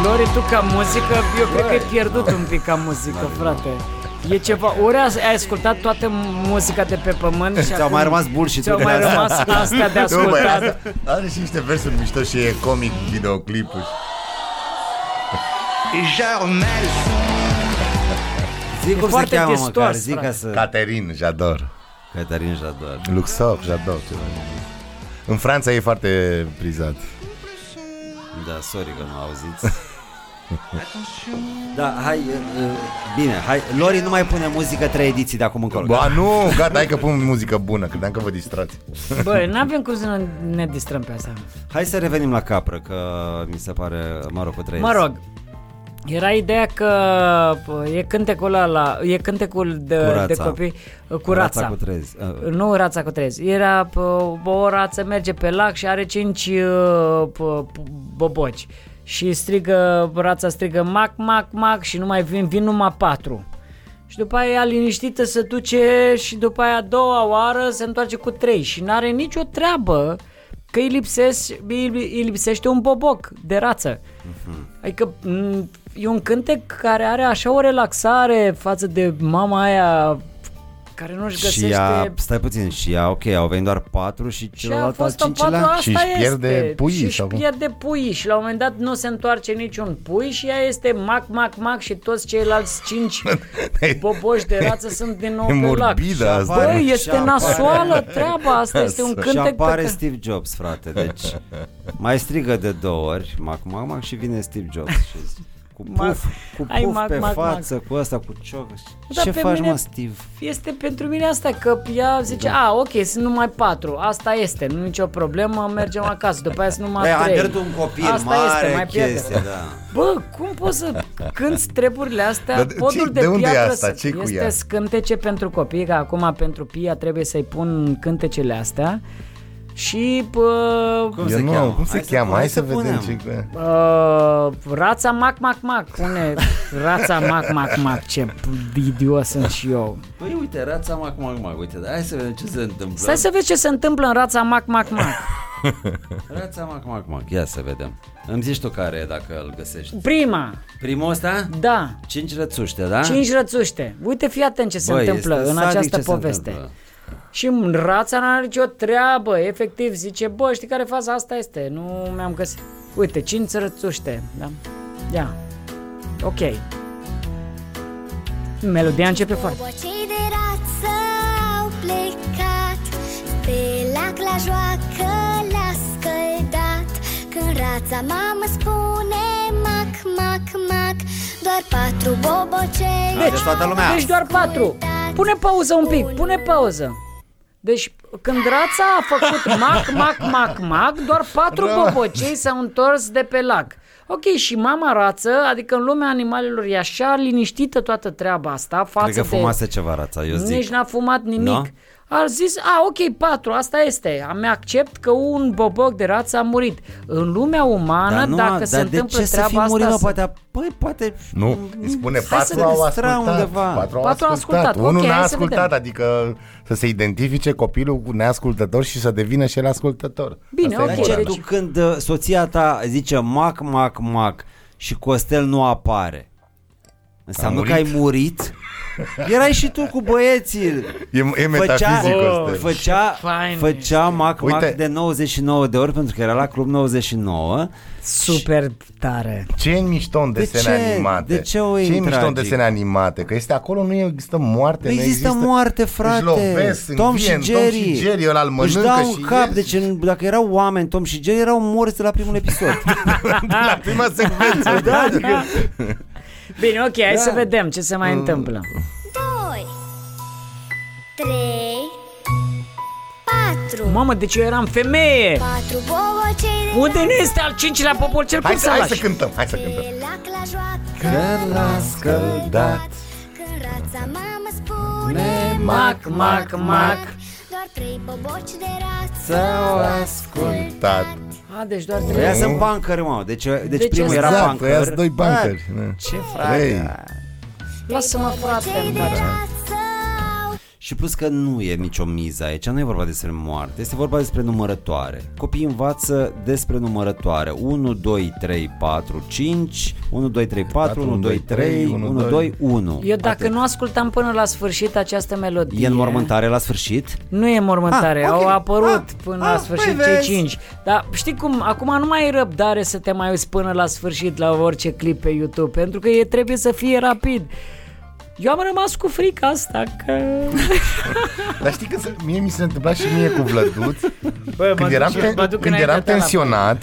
[SPEAKER 3] Lori, tu ca muzică, eu cred că ai pierdut un pic ca muzică,
[SPEAKER 1] Da.
[SPEAKER 3] frate. E ceva, ori as- ai ascultat toată muzica de pe pământ și
[SPEAKER 1] [laughs] Ți-au
[SPEAKER 3] acum
[SPEAKER 1] mai rămas bullshit
[SPEAKER 3] Ți-au mai rămas astea
[SPEAKER 1] [laughs]
[SPEAKER 3] de
[SPEAKER 2] Nu, băi,
[SPEAKER 3] ascultat.
[SPEAKER 2] asta- are și niște versuri mișto și e comic videoclipul.
[SPEAKER 8] Et Jarmel,
[SPEAKER 1] Zic cum se
[SPEAKER 3] foarte
[SPEAKER 1] cheamă măcar,
[SPEAKER 3] distors,
[SPEAKER 1] zic ca
[SPEAKER 3] frate.
[SPEAKER 1] să...
[SPEAKER 2] Caterin, j'adore.
[SPEAKER 1] Cătălin Jador.
[SPEAKER 2] Luxor, j'adore. ceva. În Franța e foarte prizat.
[SPEAKER 1] Da, sorry că nu auziți. Da, hai, uh, uh, bine, hai, Lori nu mai pune muzică trei ediții de acum încolo.
[SPEAKER 2] Ba nu, gata, hai că pun muzică bună, credeam că vă distrați.
[SPEAKER 3] Bă, n-avem cum să nu ne distrăm pe asta.
[SPEAKER 1] Hai să revenim la capră, că mi se pare, mă rog, cu trei
[SPEAKER 3] Mă rog, era ideea că pă, e cântecul ăla, e cântecul de,
[SPEAKER 1] Curața.
[SPEAKER 3] de copii, curața.
[SPEAKER 1] Curața cu trezi. Uh,
[SPEAKER 3] Nu rața cu trezi. Era pă, o rață merge pe lac și are cinci uh, pă, boboci. Și strigă, rața strigă mac, mac, mac și nu mai vin, vin numai patru. Și după aia ea liniștită se duce și după aia a doua oară se întoarce cu trei și n-are nicio treabă că îi, lipsesc, îi, îi lipsește un boboc de rață. Adică m, e un cântec care are așa o relaxare față de mama aia care nu-și
[SPEAKER 1] și
[SPEAKER 3] găsește...
[SPEAKER 1] ea, stai puțin, și ea, ok, au venit doar patru și
[SPEAKER 3] Și a
[SPEAKER 1] celălalt al
[SPEAKER 3] fost în patru,
[SPEAKER 1] cincilea.
[SPEAKER 3] asta
[SPEAKER 2] Și își pierde
[SPEAKER 3] este.
[SPEAKER 2] puii
[SPEAKER 3] Și își
[SPEAKER 2] sau cum?
[SPEAKER 3] pierde puii și la un moment dat nu se întoarce niciun pui și ea este mac, mac, mac și toți ceilalți
[SPEAKER 2] [laughs]
[SPEAKER 3] cinci
[SPEAKER 1] Păi,
[SPEAKER 3] boboși de rață sunt din nou
[SPEAKER 2] E
[SPEAKER 3] pe lac.
[SPEAKER 2] morbidă asta.
[SPEAKER 1] apare-
[SPEAKER 3] Băi,
[SPEAKER 1] Și
[SPEAKER 3] este
[SPEAKER 1] apare-
[SPEAKER 3] nasoală treaba asta, este un
[SPEAKER 1] Și
[SPEAKER 3] cântec
[SPEAKER 1] apare
[SPEAKER 3] pe care-
[SPEAKER 1] Steve Jobs, frate, deci mai strigă de două ori, mac, mac, mac, și vine Steve Jobs și
[SPEAKER 3] [laughs]
[SPEAKER 1] cu puf,
[SPEAKER 3] Mac.
[SPEAKER 1] cu puf
[SPEAKER 3] Hai, mac,
[SPEAKER 1] pe
[SPEAKER 3] mac,
[SPEAKER 1] față, cu asta, cu cioc.
[SPEAKER 3] Dar
[SPEAKER 1] Ce
[SPEAKER 3] pe
[SPEAKER 1] faci,
[SPEAKER 3] mine-
[SPEAKER 1] mă, Steve?
[SPEAKER 3] Este pentru mine asta, că ea zice,
[SPEAKER 2] Da.
[SPEAKER 3] a, ok, sunt numai patru, asta este, nu nicio problemă, mergem acasă, după aia sunt numai
[SPEAKER 2] Păi,
[SPEAKER 1] Băi, am
[SPEAKER 3] trei.
[SPEAKER 1] pierdut un copil,
[SPEAKER 3] asta
[SPEAKER 1] mare
[SPEAKER 3] este, mai pierde.
[SPEAKER 1] chestie, da.
[SPEAKER 3] Bă, cum poți să cânti treburile astea?
[SPEAKER 2] Dar
[SPEAKER 3] Dar,
[SPEAKER 2] de-
[SPEAKER 3] Podul
[SPEAKER 2] ce-
[SPEAKER 3] de,
[SPEAKER 2] de unde e
[SPEAKER 3] piatră
[SPEAKER 2] asta?
[SPEAKER 3] să-
[SPEAKER 2] Ce cu
[SPEAKER 3] este
[SPEAKER 2] ea?
[SPEAKER 3] scântece pentru copii, că acum pentru Pia trebuie să-i pun cântecele astea. Și bă,
[SPEAKER 1] Cum
[SPEAKER 2] Eu
[SPEAKER 1] se
[SPEAKER 2] nu,
[SPEAKER 1] cheamă?
[SPEAKER 2] cum se
[SPEAKER 1] Hai să-
[SPEAKER 2] cheamă? Hai
[SPEAKER 1] hai
[SPEAKER 2] să
[SPEAKER 1] să
[SPEAKER 2] vedem
[SPEAKER 1] punem.
[SPEAKER 2] ce...
[SPEAKER 3] Uh, rața mac mac mac pune rața mac mac mac ce p- idiot sunt și eu.
[SPEAKER 1] Păi uite, rața mac, mac, mac, uite, dar hai să vedem ce se întâmplă.
[SPEAKER 2] Da.
[SPEAKER 3] Stai să vezi ce se întâmplă în rața mac mac mac.
[SPEAKER 1] Rața mac, mac, mac, ia să vedem. Îmi zici tu care e, dacă îl găsești.
[SPEAKER 3] Prima,
[SPEAKER 1] Primul ăsta?
[SPEAKER 3] da,
[SPEAKER 1] Cinci rățuște, da?
[SPEAKER 3] cinci rățuște. Uite fii atent ce se
[SPEAKER 1] Băi,
[SPEAKER 3] întâmplă
[SPEAKER 1] este
[SPEAKER 3] în
[SPEAKER 1] sadic
[SPEAKER 3] această
[SPEAKER 1] ce se
[SPEAKER 3] poveste.
[SPEAKER 1] întâmplă.
[SPEAKER 3] Și rața n-are nicio treabă, efectiv zice, bă, știi care faza asta este, nu mi-am găsit. Uite, cinci rățuște, da? Ia, ok. Melodia începe foarte.
[SPEAKER 9] Bobocei de rață au plecat Pe lac la joacă l-a scăldat Când rața mamă spune mac, mac, mac Doar patru bobocei
[SPEAKER 1] Deci, toată lumea.
[SPEAKER 3] Deci doar patru. Pune pauză un pic, pune pauză. Deci când rața a făcut mac, mac, mac, mac, doar patru bobocei s-au întors de pe lac. Ok, și mama rață, adică în lumea animalelor e așa liniștită toată treaba asta față
[SPEAKER 1] Cred că
[SPEAKER 3] de...
[SPEAKER 1] fumase ceva rața, eu zic.
[SPEAKER 3] Nici n-a fumat nimic.
[SPEAKER 1] Da?
[SPEAKER 3] Ar zis, a, ok, patru, asta este. Am accept că un boboc de rață a murit. În lumea umană,
[SPEAKER 1] Dar nu,
[SPEAKER 3] dacă
[SPEAKER 1] dar
[SPEAKER 3] se
[SPEAKER 1] de
[SPEAKER 3] întâmplă
[SPEAKER 1] ce să
[SPEAKER 3] treaba
[SPEAKER 1] fi murit,
[SPEAKER 3] asta...
[SPEAKER 1] mă,
[SPEAKER 3] să-
[SPEAKER 1] poate, a- păi, poate...
[SPEAKER 2] Nu,
[SPEAKER 3] Mm.
[SPEAKER 2] îi spune
[SPEAKER 1] să
[SPEAKER 2] patru
[SPEAKER 1] ne
[SPEAKER 2] au
[SPEAKER 1] distra
[SPEAKER 2] ascultat.
[SPEAKER 1] undeva.
[SPEAKER 2] Patru au
[SPEAKER 3] Patru
[SPEAKER 2] ascultat.
[SPEAKER 3] au ascultat,
[SPEAKER 2] Unul
[SPEAKER 3] ok,
[SPEAKER 2] n-a
[SPEAKER 3] hai să
[SPEAKER 2] ascultat,
[SPEAKER 3] vedem.
[SPEAKER 2] adică să se identifice copilul cu neascultător și să devină și el ascultător.
[SPEAKER 3] Bine,
[SPEAKER 2] Asta e
[SPEAKER 3] ok,
[SPEAKER 1] Dar ce,
[SPEAKER 2] moral.
[SPEAKER 3] deci-
[SPEAKER 1] tu când uh, soția ta zice mac, mac, mac și Costel nu apare, înseamnă
[SPEAKER 2] Am
[SPEAKER 1] că ai murit? Erai și tu cu băieții.
[SPEAKER 2] E,
[SPEAKER 1] Făcea,
[SPEAKER 2] e metafizic ăsta.
[SPEAKER 1] făcea,
[SPEAKER 3] fain
[SPEAKER 1] făcea mac,
[SPEAKER 2] Uite.
[SPEAKER 1] mac de 99 de ori pentru că era la Club 99
[SPEAKER 3] Super tare.
[SPEAKER 2] Ce e mișto în
[SPEAKER 1] De
[SPEAKER 2] desene
[SPEAKER 1] ce?
[SPEAKER 2] animate?
[SPEAKER 1] De ce o iei
[SPEAKER 2] ce e mișto în
[SPEAKER 1] tragic?
[SPEAKER 2] desene animate? Că este acolo, nu există moarte.
[SPEAKER 1] Nu există, moarte, frate.
[SPEAKER 2] Își lovesc,
[SPEAKER 1] Tom,
[SPEAKER 2] învie,
[SPEAKER 1] și
[SPEAKER 2] în
[SPEAKER 1] Jerry.
[SPEAKER 2] Tom și Jerry ăla îl
[SPEAKER 1] Își
[SPEAKER 2] mănâncă
[SPEAKER 1] dau
[SPEAKER 2] și
[SPEAKER 1] un cap.
[SPEAKER 2] el-
[SPEAKER 1] Deci în- dacă erau oameni, Tom și Jerry erau morți de la primul episod.
[SPEAKER 2] [laughs] [laughs] La prima
[SPEAKER 1] Ah.
[SPEAKER 2] secvență. da, adică...
[SPEAKER 3] Bine, ok, hai
[SPEAKER 1] Da.
[SPEAKER 3] să vedem ce se
[SPEAKER 1] Mm.
[SPEAKER 3] mai întâmplă.
[SPEAKER 9] Doi Trei Patru
[SPEAKER 3] Mamă, deci eu eram femeie!
[SPEAKER 9] Patru bobocei de
[SPEAKER 3] Unde nu este al cincilea popor, cel
[SPEAKER 2] Hai,
[SPEAKER 3] puțin
[SPEAKER 2] să,
[SPEAKER 3] să
[SPEAKER 2] hai să
[SPEAKER 3] lași?
[SPEAKER 2] cântăm, hai să cântăm.
[SPEAKER 9] Pe lac la joacă
[SPEAKER 2] Că l-a scăldat.
[SPEAKER 9] Când rața mamă spune
[SPEAKER 3] Mac, mac, mac.
[SPEAKER 9] Doar trei boboci de rață
[SPEAKER 2] S-au
[SPEAKER 9] ascultat.
[SPEAKER 2] Da.
[SPEAKER 3] A, deci doar trei.
[SPEAKER 1] Ăia sunt bancări, mă. Deci, deci,
[SPEAKER 3] Deci
[SPEAKER 1] primul
[SPEAKER 3] ăsta-
[SPEAKER 1] era
[SPEAKER 2] Exact,
[SPEAKER 1] bancăr.
[SPEAKER 2] ăia sunt doi bancări,
[SPEAKER 1] Da.
[SPEAKER 2] da.
[SPEAKER 1] Ce frate.
[SPEAKER 2] Trei.
[SPEAKER 3] Lasă-mă, frate,
[SPEAKER 9] Cei
[SPEAKER 3] îmi
[SPEAKER 9] de
[SPEAKER 3] place.
[SPEAKER 9] rață au
[SPEAKER 1] Și plus că nu e nicio miză aici, nu e vorba despre moarte, este vorba despre numărătoare. Copiii învață despre numărătoare. 1, 2, 3, 4, 5, 1, 2, 3, 4, 1, 2, 3, 1, 2, 1.
[SPEAKER 3] Eu dacă nu ascultam până la sfârșit această melodie...
[SPEAKER 1] E în mormântare la sfârșit?
[SPEAKER 3] Nu e mormântare,
[SPEAKER 1] Ah,
[SPEAKER 3] ah,
[SPEAKER 1] ok.
[SPEAKER 3] au apărut
[SPEAKER 1] Ah,
[SPEAKER 3] ah, până
[SPEAKER 1] ah,
[SPEAKER 3] la sfârșit
[SPEAKER 1] păi
[SPEAKER 3] cei
[SPEAKER 1] vezi.
[SPEAKER 3] cinci. Dar știi cum, acum nu mai ai răbdare să te mai uiți până la sfârșit la orice clip pe YouTube, pentru că e trebuie să fie rapid. Eu am rămas cu frica asta că...
[SPEAKER 2] Dar știi că se- mie mi se întâmpla și mie cu Vlăduț
[SPEAKER 3] Bă,
[SPEAKER 2] Când eram, te- când eram tensionat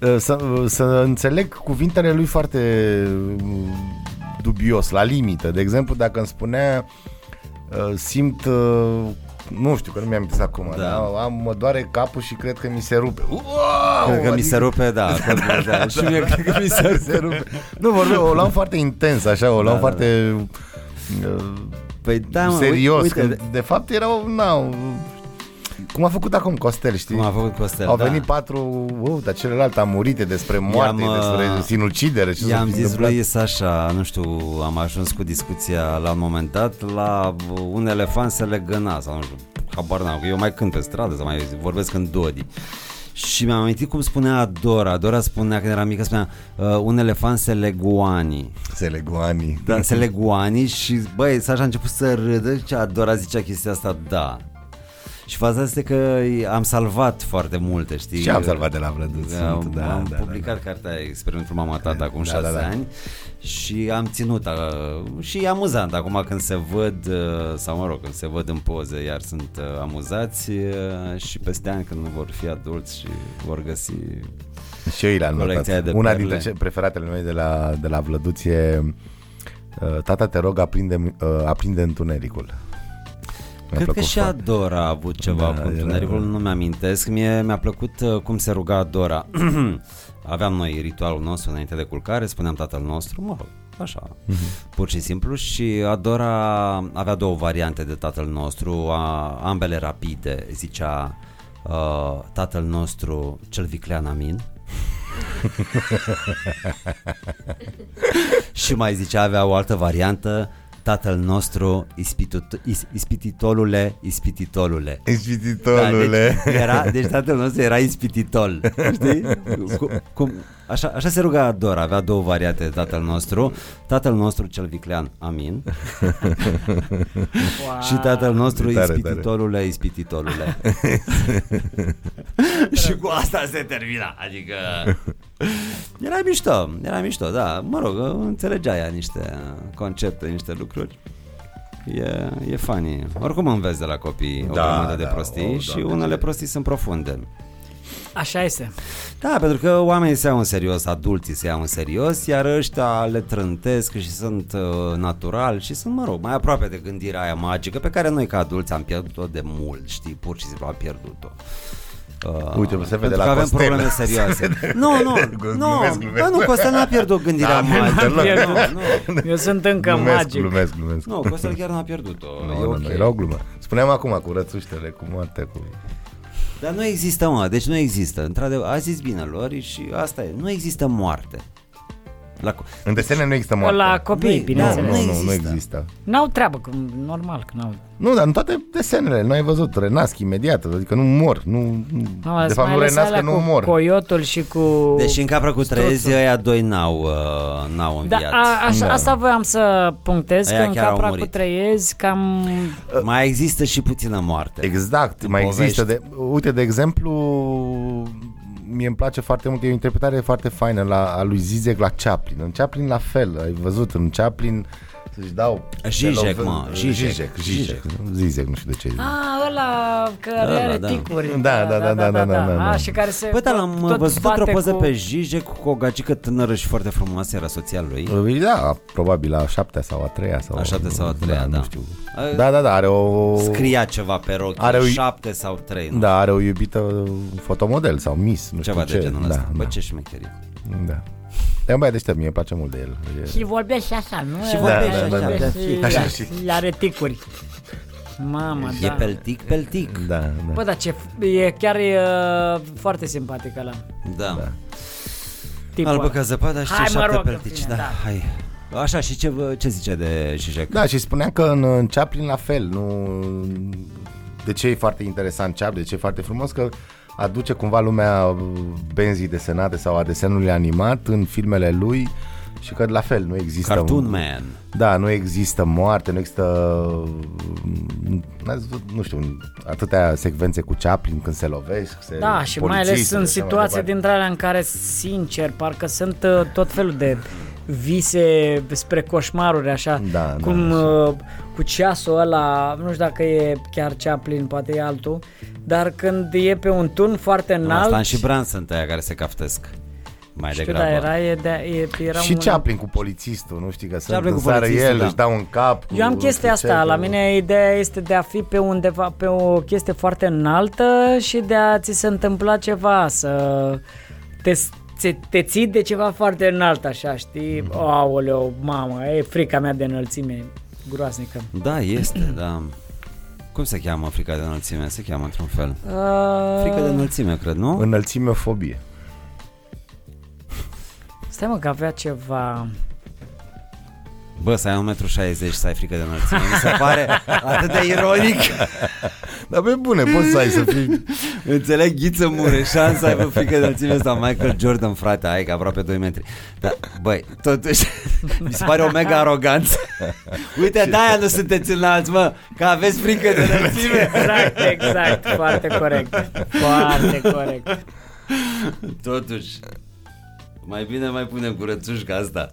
[SPEAKER 2] uh, să, uh, să înțeleg cuvintele lui foarte uh, dubios, la limită De exemplu, dacă îmi spunea uh, simt uh, nu știu, că nu mi-am amintesc acum da. da? Am, mă doare capul și cred că mi se rupe wow,
[SPEAKER 1] Cred că mi se rupe, [laughs] da. cred că- da. Și mie cred că mi se rupe.
[SPEAKER 2] se
[SPEAKER 1] [laughs]
[SPEAKER 2] rupe. Nu, vorbim, o luam foarte intens, așa, o luam da, foarte uh,
[SPEAKER 1] Păi da, mă,
[SPEAKER 2] serios,
[SPEAKER 1] uite,
[SPEAKER 2] când
[SPEAKER 1] uite
[SPEAKER 2] de fapt erau, na, cum a făcut acum Costel, știi?
[SPEAKER 1] cum a făcut Costel,
[SPEAKER 2] Au
[SPEAKER 1] da.
[SPEAKER 2] venit patru, wow, dar celălalt a murit, e despre moarte,
[SPEAKER 1] I-am,
[SPEAKER 2] e
[SPEAKER 1] uh,
[SPEAKER 2] despre sinucidere. Ce s-a
[SPEAKER 1] I-am
[SPEAKER 2] fi
[SPEAKER 1] zis
[SPEAKER 2] întâmplat?
[SPEAKER 1] lui Sasha, nu știu, am ajuns cu discuția la un moment dat la un elefant se legăna sau nu știu, habar n-am, că eu mai cânt pe stradă sau mai vorbesc în Dodi. Și mi-am amintit cum spunea Dora. Dora spunea când era mică, spunea uh, un elefant se leguani.
[SPEAKER 2] Selegoanii.
[SPEAKER 1] Da, se leguani și băi, Sasha a început să râdă și a- Dora zicea chestia asta, da. Și faza este că am salvat foarte multe, știi?
[SPEAKER 2] Și am salvat de la Vlăduț.
[SPEAKER 1] Da,
[SPEAKER 2] sunt,
[SPEAKER 1] am am publicat cartea Experimentul Mama Tata acum 6
[SPEAKER 2] da, da.
[SPEAKER 1] ani și am ținut uh, și e amuzant acum când se văd uh, sau mă rog, când se văd în poze, iar sunt uh, amuzați uh, și peste ani când vor fi adulți și vor găsi
[SPEAKER 2] [laughs] Și eu i le-am
[SPEAKER 1] Colecția
[SPEAKER 2] notat.
[SPEAKER 1] de
[SPEAKER 2] Una
[SPEAKER 1] perle.
[SPEAKER 2] dintre ce- preferatele mele de la, de la Vlăduț e uh, Tata, te rog, aprinde, uh, aprinde întunericul. Mi-a
[SPEAKER 1] Cred că
[SPEAKER 2] plăcut
[SPEAKER 1] și
[SPEAKER 2] foarte-
[SPEAKER 1] Adora a avut ceva
[SPEAKER 2] Da,
[SPEAKER 1] da, cu întunericul,
[SPEAKER 2] era-
[SPEAKER 1] nu mi-amintesc. Mie mi-a plăcut uh, cum se ruga Adora. [clears throat] Aveam noi ritualul nostru înainte de culcare, spuneam tatăl nostru, mă rog, așa,
[SPEAKER 2] Mhm.
[SPEAKER 1] pur și simplu. Și Adora avea două variante de tatăl nostru, a, ambele rapide. Zicea uh, tatăl nostru cel viclean amin. Și mai zicea, avea o altă variantă, tatăl nostru, ispitut, is, ispititolule, ispititolule.
[SPEAKER 2] [laughs] Ispititorule. [laughs]
[SPEAKER 1] Da, deci, era, deci tatăl nostru era ispititol, știi? Cu, cum, așa, așa se ruga Dora, avea două variante de tatăl nostru, tatăl nostru cel viclean, amin,
[SPEAKER 3] Wow.
[SPEAKER 1] și tatăl nostru
[SPEAKER 2] Tare, tare.
[SPEAKER 1] ispititolule,
[SPEAKER 2] [laughs]
[SPEAKER 1] ispititolule. și cu asta se termina, adică... Era mișto, era mișto, da, mă rog, înțelegea ea niște concepte, niște lucruri. E, e funny. Oricum înveți de la copii o
[SPEAKER 2] Da,
[SPEAKER 1] grămadă de
[SPEAKER 2] da,
[SPEAKER 1] prostii
[SPEAKER 2] o,
[SPEAKER 1] o,
[SPEAKER 2] Doamne,
[SPEAKER 1] și unele prostii sunt profunde.
[SPEAKER 3] Așa este.
[SPEAKER 1] Da, pentru că oamenii se iau în serios, adulții se iau în serios, iar ăștia le trântesc și sunt uh, natural și sunt, mă rog, mai aproape de gândirea aia magică pe care noi ca adulți am pierdut-o de mult, știi, pur și simplu am pierdut-o. Uh,
[SPEAKER 2] Uite, se vede
[SPEAKER 1] pentru
[SPEAKER 2] la
[SPEAKER 1] că avem
[SPEAKER 2] Costel. [laughs]
[SPEAKER 1] probleme serioase. nu, nu,
[SPEAKER 2] Glumesc,
[SPEAKER 1] nu,
[SPEAKER 2] glumesc.
[SPEAKER 1] bă, nu, Costel n-a pierdut gândirea
[SPEAKER 2] Da, n-a
[SPEAKER 1] magică.
[SPEAKER 3] pierdut.
[SPEAKER 1] Nu, nu,
[SPEAKER 3] Eu sunt încă
[SPEAKER 2] glumesc,
[SPEAKER 3] magic.
[SPEAKER 2] glumesc, glumesc.
[SPEAKER 1] nu, Costel chiar n-a pierdut-o.
[SPEAKER 2] Nu,
[SPEAKER 1] e
[SPEAKER 2] nu,
[SPEAKER 1] ok.
[SPEAKER 2] nu, era o glumă. Spuneam acum cu rățuștele, cu moartea, cu...
[SPEAKER 1] Dar nu există, mă, deci nu există. Într-adevăr, a zis bine Lori și asta e. Nu există moarte. La co-
[SPEAKER 2] În desene nu există moarte.
[SPEAKER 3] La copii,
[SPEAKER 1] Nu,
[SPEAKER 2] nu,
[SPEAKER 3] bineînțeles.
[SPEAKER 2] nu, nu, nu
[SPEAKER 1] există.
[SPEAKER 2] există.
[SPEAKER 3] N-au treabă, că normal că n-au.
[SPEAKER 2] Nu, dar în toate desenele, nu ai văzut, renasc imediat, adică nu mor, nu,
[SPEAKER 3] No,
[SPEAKER 2] de fapt nu renasc că nu
[SPEAKER 3] cu
[SPEAKER 2] mor.
[SPEAKER 3] coiotul și cu...
[SPEAKER 1] Deci în capra cu trezi, ăia doi n-au, uh, n-au
[SPEAKER 3] da,
[SPEAKER 1] înviat.
[SPEAKER 3] a, așa,
[SPEAKER 2] Da.
[SPEAKER 3] asta voiam să punctez,
[SPEAKER 1] Aia
[SPEAKER 3] că în
[SPEAKER 1] chiar au
[SPEAKER 3] capra cu
[SPEAKER 1] murit.
[SPEAKER 3] treiezi cam...
[SPEAKER 1] Mai există și puțină moarte.
[SPEAKER 2] Exact, mai
[SPEAKER 1] povești.
[SPEAKER 2] există. De, uite, de exemplu, mie îmi place foarte mult, e o interpretare foarte faină la, a lui Zizek la Chaplin. În Chaplin la fel, ai văzut, în Chaplin să-și dau...
[SPEAKER 1] Zizek,
[SPEAKER 2] pe
[SPEAKER 1] mă, Zizek,
[SPEAKER 2] Zizek, Zizek, Zizek, nu știu de ce.
[SPEAKER 3] A, ăla care
[SPEAKER 1] da,
[SPEAKER 3] are
[SPEAKER 1] da.
[SPEAKER 3] ticuri.
[SPEAKER 2] Da, da, da, da, da, da, da.
[SPEAKER 3] A, și care se...
[SPEAKER 1] Păi dar l-am
[SPEAKER 3] tot
[SPEAKER 1] văzut
[SPEAKER 3] bate
[SPEAKER 1] într-o poză
[SPEAKER 3] cu...
[SPEAKER 1] pe Jijec cu o gagică tânără și foarte frumoasă, era soția lui.
[SPEAKER 2] Da, probabil la a șaptea sau a treia sau...
[SPEAKER 1] A șaptea sau a treia, da.
[SPEAKER 2] Nu știu.
[SPEAKER 1] A-
[SPEAKER 2] Da, da, da, are o...
[SPEAKER 1] Uh, Scria ceva pe rochi,
[SPEAKER 2] Are
[SPEAKER 1] are
[SPEAKER 2] o-
[SPEAKER 1] șapte sau trei, nu?
[SPEAKER 2] Da, are o iubită fotomodel sau miss, nu
[SPEAKER 1] Ceva de
[SPEAKER 2] știu ce.
[SPEAKER 1] genul
[SPEAKER 2] da,
[SPEAKER 1] ăsta. Păi Bă,
[SPEAKER 2] da,
[SPEAKER 1] ce șmecherie.
[SPEAKER 2] da. E un băiat deștept, mie îmi place mult de el. E...
[SPEAKER 3] Și vorbește așa, nu?
[SPEAKER 1] Și
[SPEAKER 3] E-
[SPEAKER 1] vorbește
[SPEAKER 3] da,
[SPEAKER 1] așa,
[SPEAKER 3] da,
[SPEAKER 1] da,
[SPEAKER 2] da. Așa
[SPEAKER 3] și
[SPEAKER 2] și-
[SPEAKER 3] la reticuri. Mama,
[SPEAKER 1] E
[SPEAKER 3] da.
[SPEAKER 1] peltic, peltic.
[SPEAKER 2] Da, da.
[SPEAKER 3] Bă, dar ce, e chiar e, uh, foarte simpatic ăla.
[SPEAKER 1] Da. da.
[SPEAKER 3] Tipul
[SPEAKER 1] Albă
[SPEAKER 3] ăla.
[SPEAKER 1] ca zăpada și
[SPEAKER 3] Hai,
[SPEAKER 1] cei
[SPEAKER 3] mă
[SPEAKER 1] șapte
[SPEAKER 3] rog, în
[SPEAKER 1] peltici.
[SPEAKER 3] fine,
[SPEAKER 1] da.
[SPEAKER 3] da.
[SPEAKER 1] Hai. Așa, și ce, vă- ce zice de Zizek?
[SPEAKER 2] Da, și spunea că în, în Chaplin la fel, nu... De ce e foarte interesant Chaplin, de ce e foarte frumos, că aduce cumva lumea uh, benzii desenate sau a desenului animat în filmele lui și că la fel nu există...
[SPEAKER 1] Cartoon Man.
[SPEAKER 2] Da, nu există moarte, nu există, uh, n-ați văzut, nu știu, atâtea secvențe cu Chaplin când se lovesc, se
[SPEAKER 3] Da, și mai ales
[SPEAKER 2] polițiști,
[SPEAKER 3] în
[SPEAKER 2] așa mai
[SPEAKER 3] situații
[SPEAKER 2] departe.
[SPEAKER 3] dintre alea în care, sincer, parcă sunt uh, tot felul de vise spre coșmaruri, așa,
[SPEAKER 2] Da, da,
[SPEAKER 3] cum uh, cu ceasul ăla, nu știu dacă e chiar Chaplin, poate e altul, dar când e pe un turn foarte înalt,
[SPEAKER 1] Asta și Bran sunt aia care se caftesc. Mai
[SPEAKER 3] știu,
[SPEAKER 1] degrabă.
[SPEAKER 3] da, era, e de, e, era
[SPEAKER 2] Și
[SPEAKER 3] un...
[SPEAKER 2] Chaplin cu polițistul, nu știi că sunt
[SPEAKER 1] Chaplin
[SPEAKER 2] în
[SPEAKER 1] cu
[SPEAKER 2] seară
[SPEAKER 1] polițistul,
[SPEAKER 2] el,
[SPEAKER 1] da.
[SPEAKER 2] își dau un cap. cu
[SPEAKER 3] Eu am
[SPEAKER 2] nu
[SPEAKER 3] chestia
[SPEAKER 2] știu ce,
[SPEAKER 3] asta, la
[SPEAKER 2] cu-
[SPEAKER 3] mine ideea este de a fi pe undeva, pe o chestie foarte înaltă și de a ți se întâmpla ceva, să te, te, te ții de ceva foarte înalt așa, știi?
[SPEAKER 1] Mhm.
[SPEAKER 3] Mm-hmm. Aoleu, mamă, e frica mea de înălțime groaznică.
[SPEAKER 1] Da, este, da. Cum se cheamă frica de înălțime? Se cheamă într-un fel.
[SPEAKER 3] Uh,
[SPEAKER 1] Frica de înălțime, cred, nu?
[SPEAKER 2] Înălțime o fobie.
[SPEAKER 3] Stai mă că avea ceva...
[SPEAKER 1] Bă, să ai 1,60 m și să ai frică de înălțime. Mi se pare atât de ironic.
[SPEAKER 2] Dar pe bune, poți să ai să fii...
[SPEAKER 1] Înțeleg Ghiță Mureșan să aibă frică de înălțime sau Michael Jordan, frate, ai că aproape 2 metri. Dar, băi, totuși, [laughs] mi se pare o mega aroganță. Uite, de-aia nu sunteți înalți, mă, că aveți frică de înălțime.
[SPEAKER 3] Exact, exact, foarte corect, foarte corect.
[SPEAKER 1] Totuși, mai bine mai punem curățușca asta.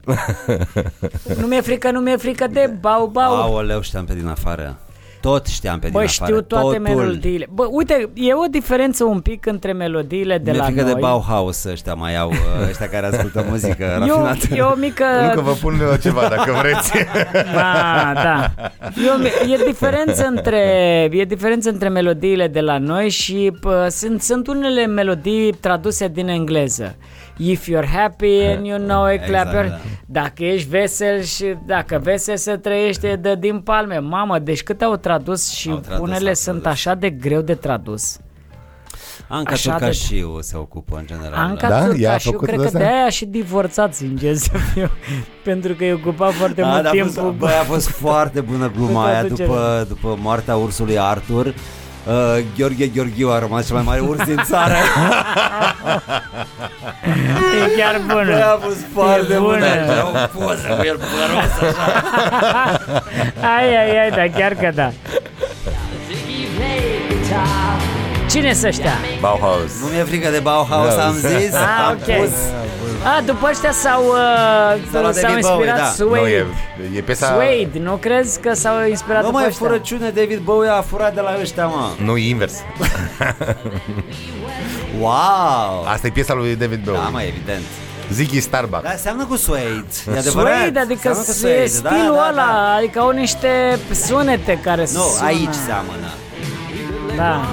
[SPEAKER 3] Nu mi-e frică, nu mi-e frică de bau, bau,
[SPEAKER 1] Aoleu, știam pe din afară. Tot știam pe din
[SPEAKER 3] Bă,
[SPEAKER 1] afară.
[SPEAKER 3] știu toate
[SPEAKER 1] Totul.
[SPEAKER 3] melodiile. Bă, uite, e o diferență un pic între melodiile de
[SPEAKER 1] Mi-e
[SPEAKER 3] la
[SPEAKER 1] frică
[SPEAKER 3] noi.
[SPEAKER 1] de Bauhaus ăștia mai au, ă, ăștia care
[SPEAKER 3] [laughs]
[SPEAKER 1] ascultă muzică
[SPEAKER 3] eu,
[SPEAKER 1] rafinată.
[SPEAKER 3] e o
[SPEAKER 1] [laughs]
[SPEAKER 3] mică...
[SPEAKER 2] Nu că vă pun eu ceva dacă vreți.
[SPEAKER 3] Da, da. Eu, e, diferență între, e diferență între melodiile de la noi și pă, sunt, sunt unele melodii traduse din engleză. If you're happy and you know it,
[SPEAKER 1] Exact,
[SPEAKER 3] clap your...
[SPEAKER 1] da.
[SPEAKER 3] Dacă ești vesel și dacă vesel se trăiește, dă din palme. Mamă, deci cât au tradus și
[SPEAKER 1] Au tradus,
[SPEAKER 3] unele
[SPEAKER 1] au
[SPEAKER 3] sunt
[SPEAKER 1] tradus.
[SPEAKER 3] așa de greu de tradus.
[SPEAKER 1] Anca
[SPEAKER 3] Așa de-
[SPEAKER 1] Turcașiu se ocupă în general.
[SPEAKER 3] Anca
[SPEAKER 2] Da?
[SPEAKER 3] da?
[SPEAKER 2] Ea a
[SPEAKER 3] Țurca și eu
[SPEAKER 2] făcut
[SPEAKER 3] cred
[SPEAKER 2] de
[SPEAKER 3] că
[SPEAKER 2] asta?
[SPEAKER 3] de aia a și divorțat, sincer să fiu, [laughs] pentru că i-a ocupat foarte
[SPEAKER 1] A,
[SPEAKER 3] mult
[SPEAKER 1] dar Da, a
[SPEAKER 3] timp.
[SPEAKER 1] fost, bă, a fost foarte bună gluma aia
[SPEAKER 3] toată
[SPEAKER 1] după, după moartea ursului Arthur. Uh, Gheorghe Gheorghiu a rămas cel mai mare urs din
[SPEAKER 3] [laughs]
[SPEAKER 1] țară.
[SPEAKER 3] E chiar bună.
[SPEAKER 1] Bă, a fost foarte
[SPEAKER 3] E bună.
[SPEAKER 1] bună. Era o poză cu el păros.
[SPEAKER 3] Ai, ai, ai, da, chiar că da. Cine să ăștia?
[SPEAKER 2] Bauhaus.
[SPEAKER 1] Nu mi-e frică de Bauhaus,
[SPEAKER 2] Da.
[SPEAKER 1] am zis.
[SPEAKER 3] Ah,
[SPEAKER 1] am
[SPEAKER 3] ok.
[SPEAKER 1] pus.
[SPEAKER 3] A, după ăștia s-au, uh,
[SPEAKER 1] S-au luat
[SPEAKER 3] s-au
[SPEAKER 1] David Bowie,
[SPEAKER 3] inspirat
[SPEAKER 1] da.
[SPEAKER 2] Nu,
[SPEAKER 3] Suede.
[SPEAKER 2] e, e piesa...
[SPEAKER 3] Suede, nu crezi că s-au inspirat
[SPEAKER 1] Nu
[SPEAKER 3] după
[SPEAKER 1] mai
[SPEAKER 3] ăștia?
[SPEAKER 1] furăciune, David Bowie a furat de la ăștia, mă.
[SPEAKER 2] Nu, e invers.
[SPEAKER 1] Wow!
[SPEAKER 2] Asta e piesa lui David Bowie.
[SPEAKER 1] Da, mă, Da, evident.
[SPEAKER 2] Ziggy Starbuck.
[SPEAKER 1] Dar seamănă cu Suede, e adevărat.
[SPEAKER 3] Suede, adică
[SPEAKER 1] Seamănă cu
[SPEAKER 3] e
[SPEAKER 1] Suede, da,
[SPEAKER 3] stilul
[SPEAKER 1] da,
[SPEAKER 3] ăla,
[SPEAKER 1] da.
[SPEAKER 3] adică au niște sunete care
[SPEAKER 1] Nu,
[SPEAKER 3] sună.
[SPEAKER 1] aici seamănă.
[SPEAKER 3] Da.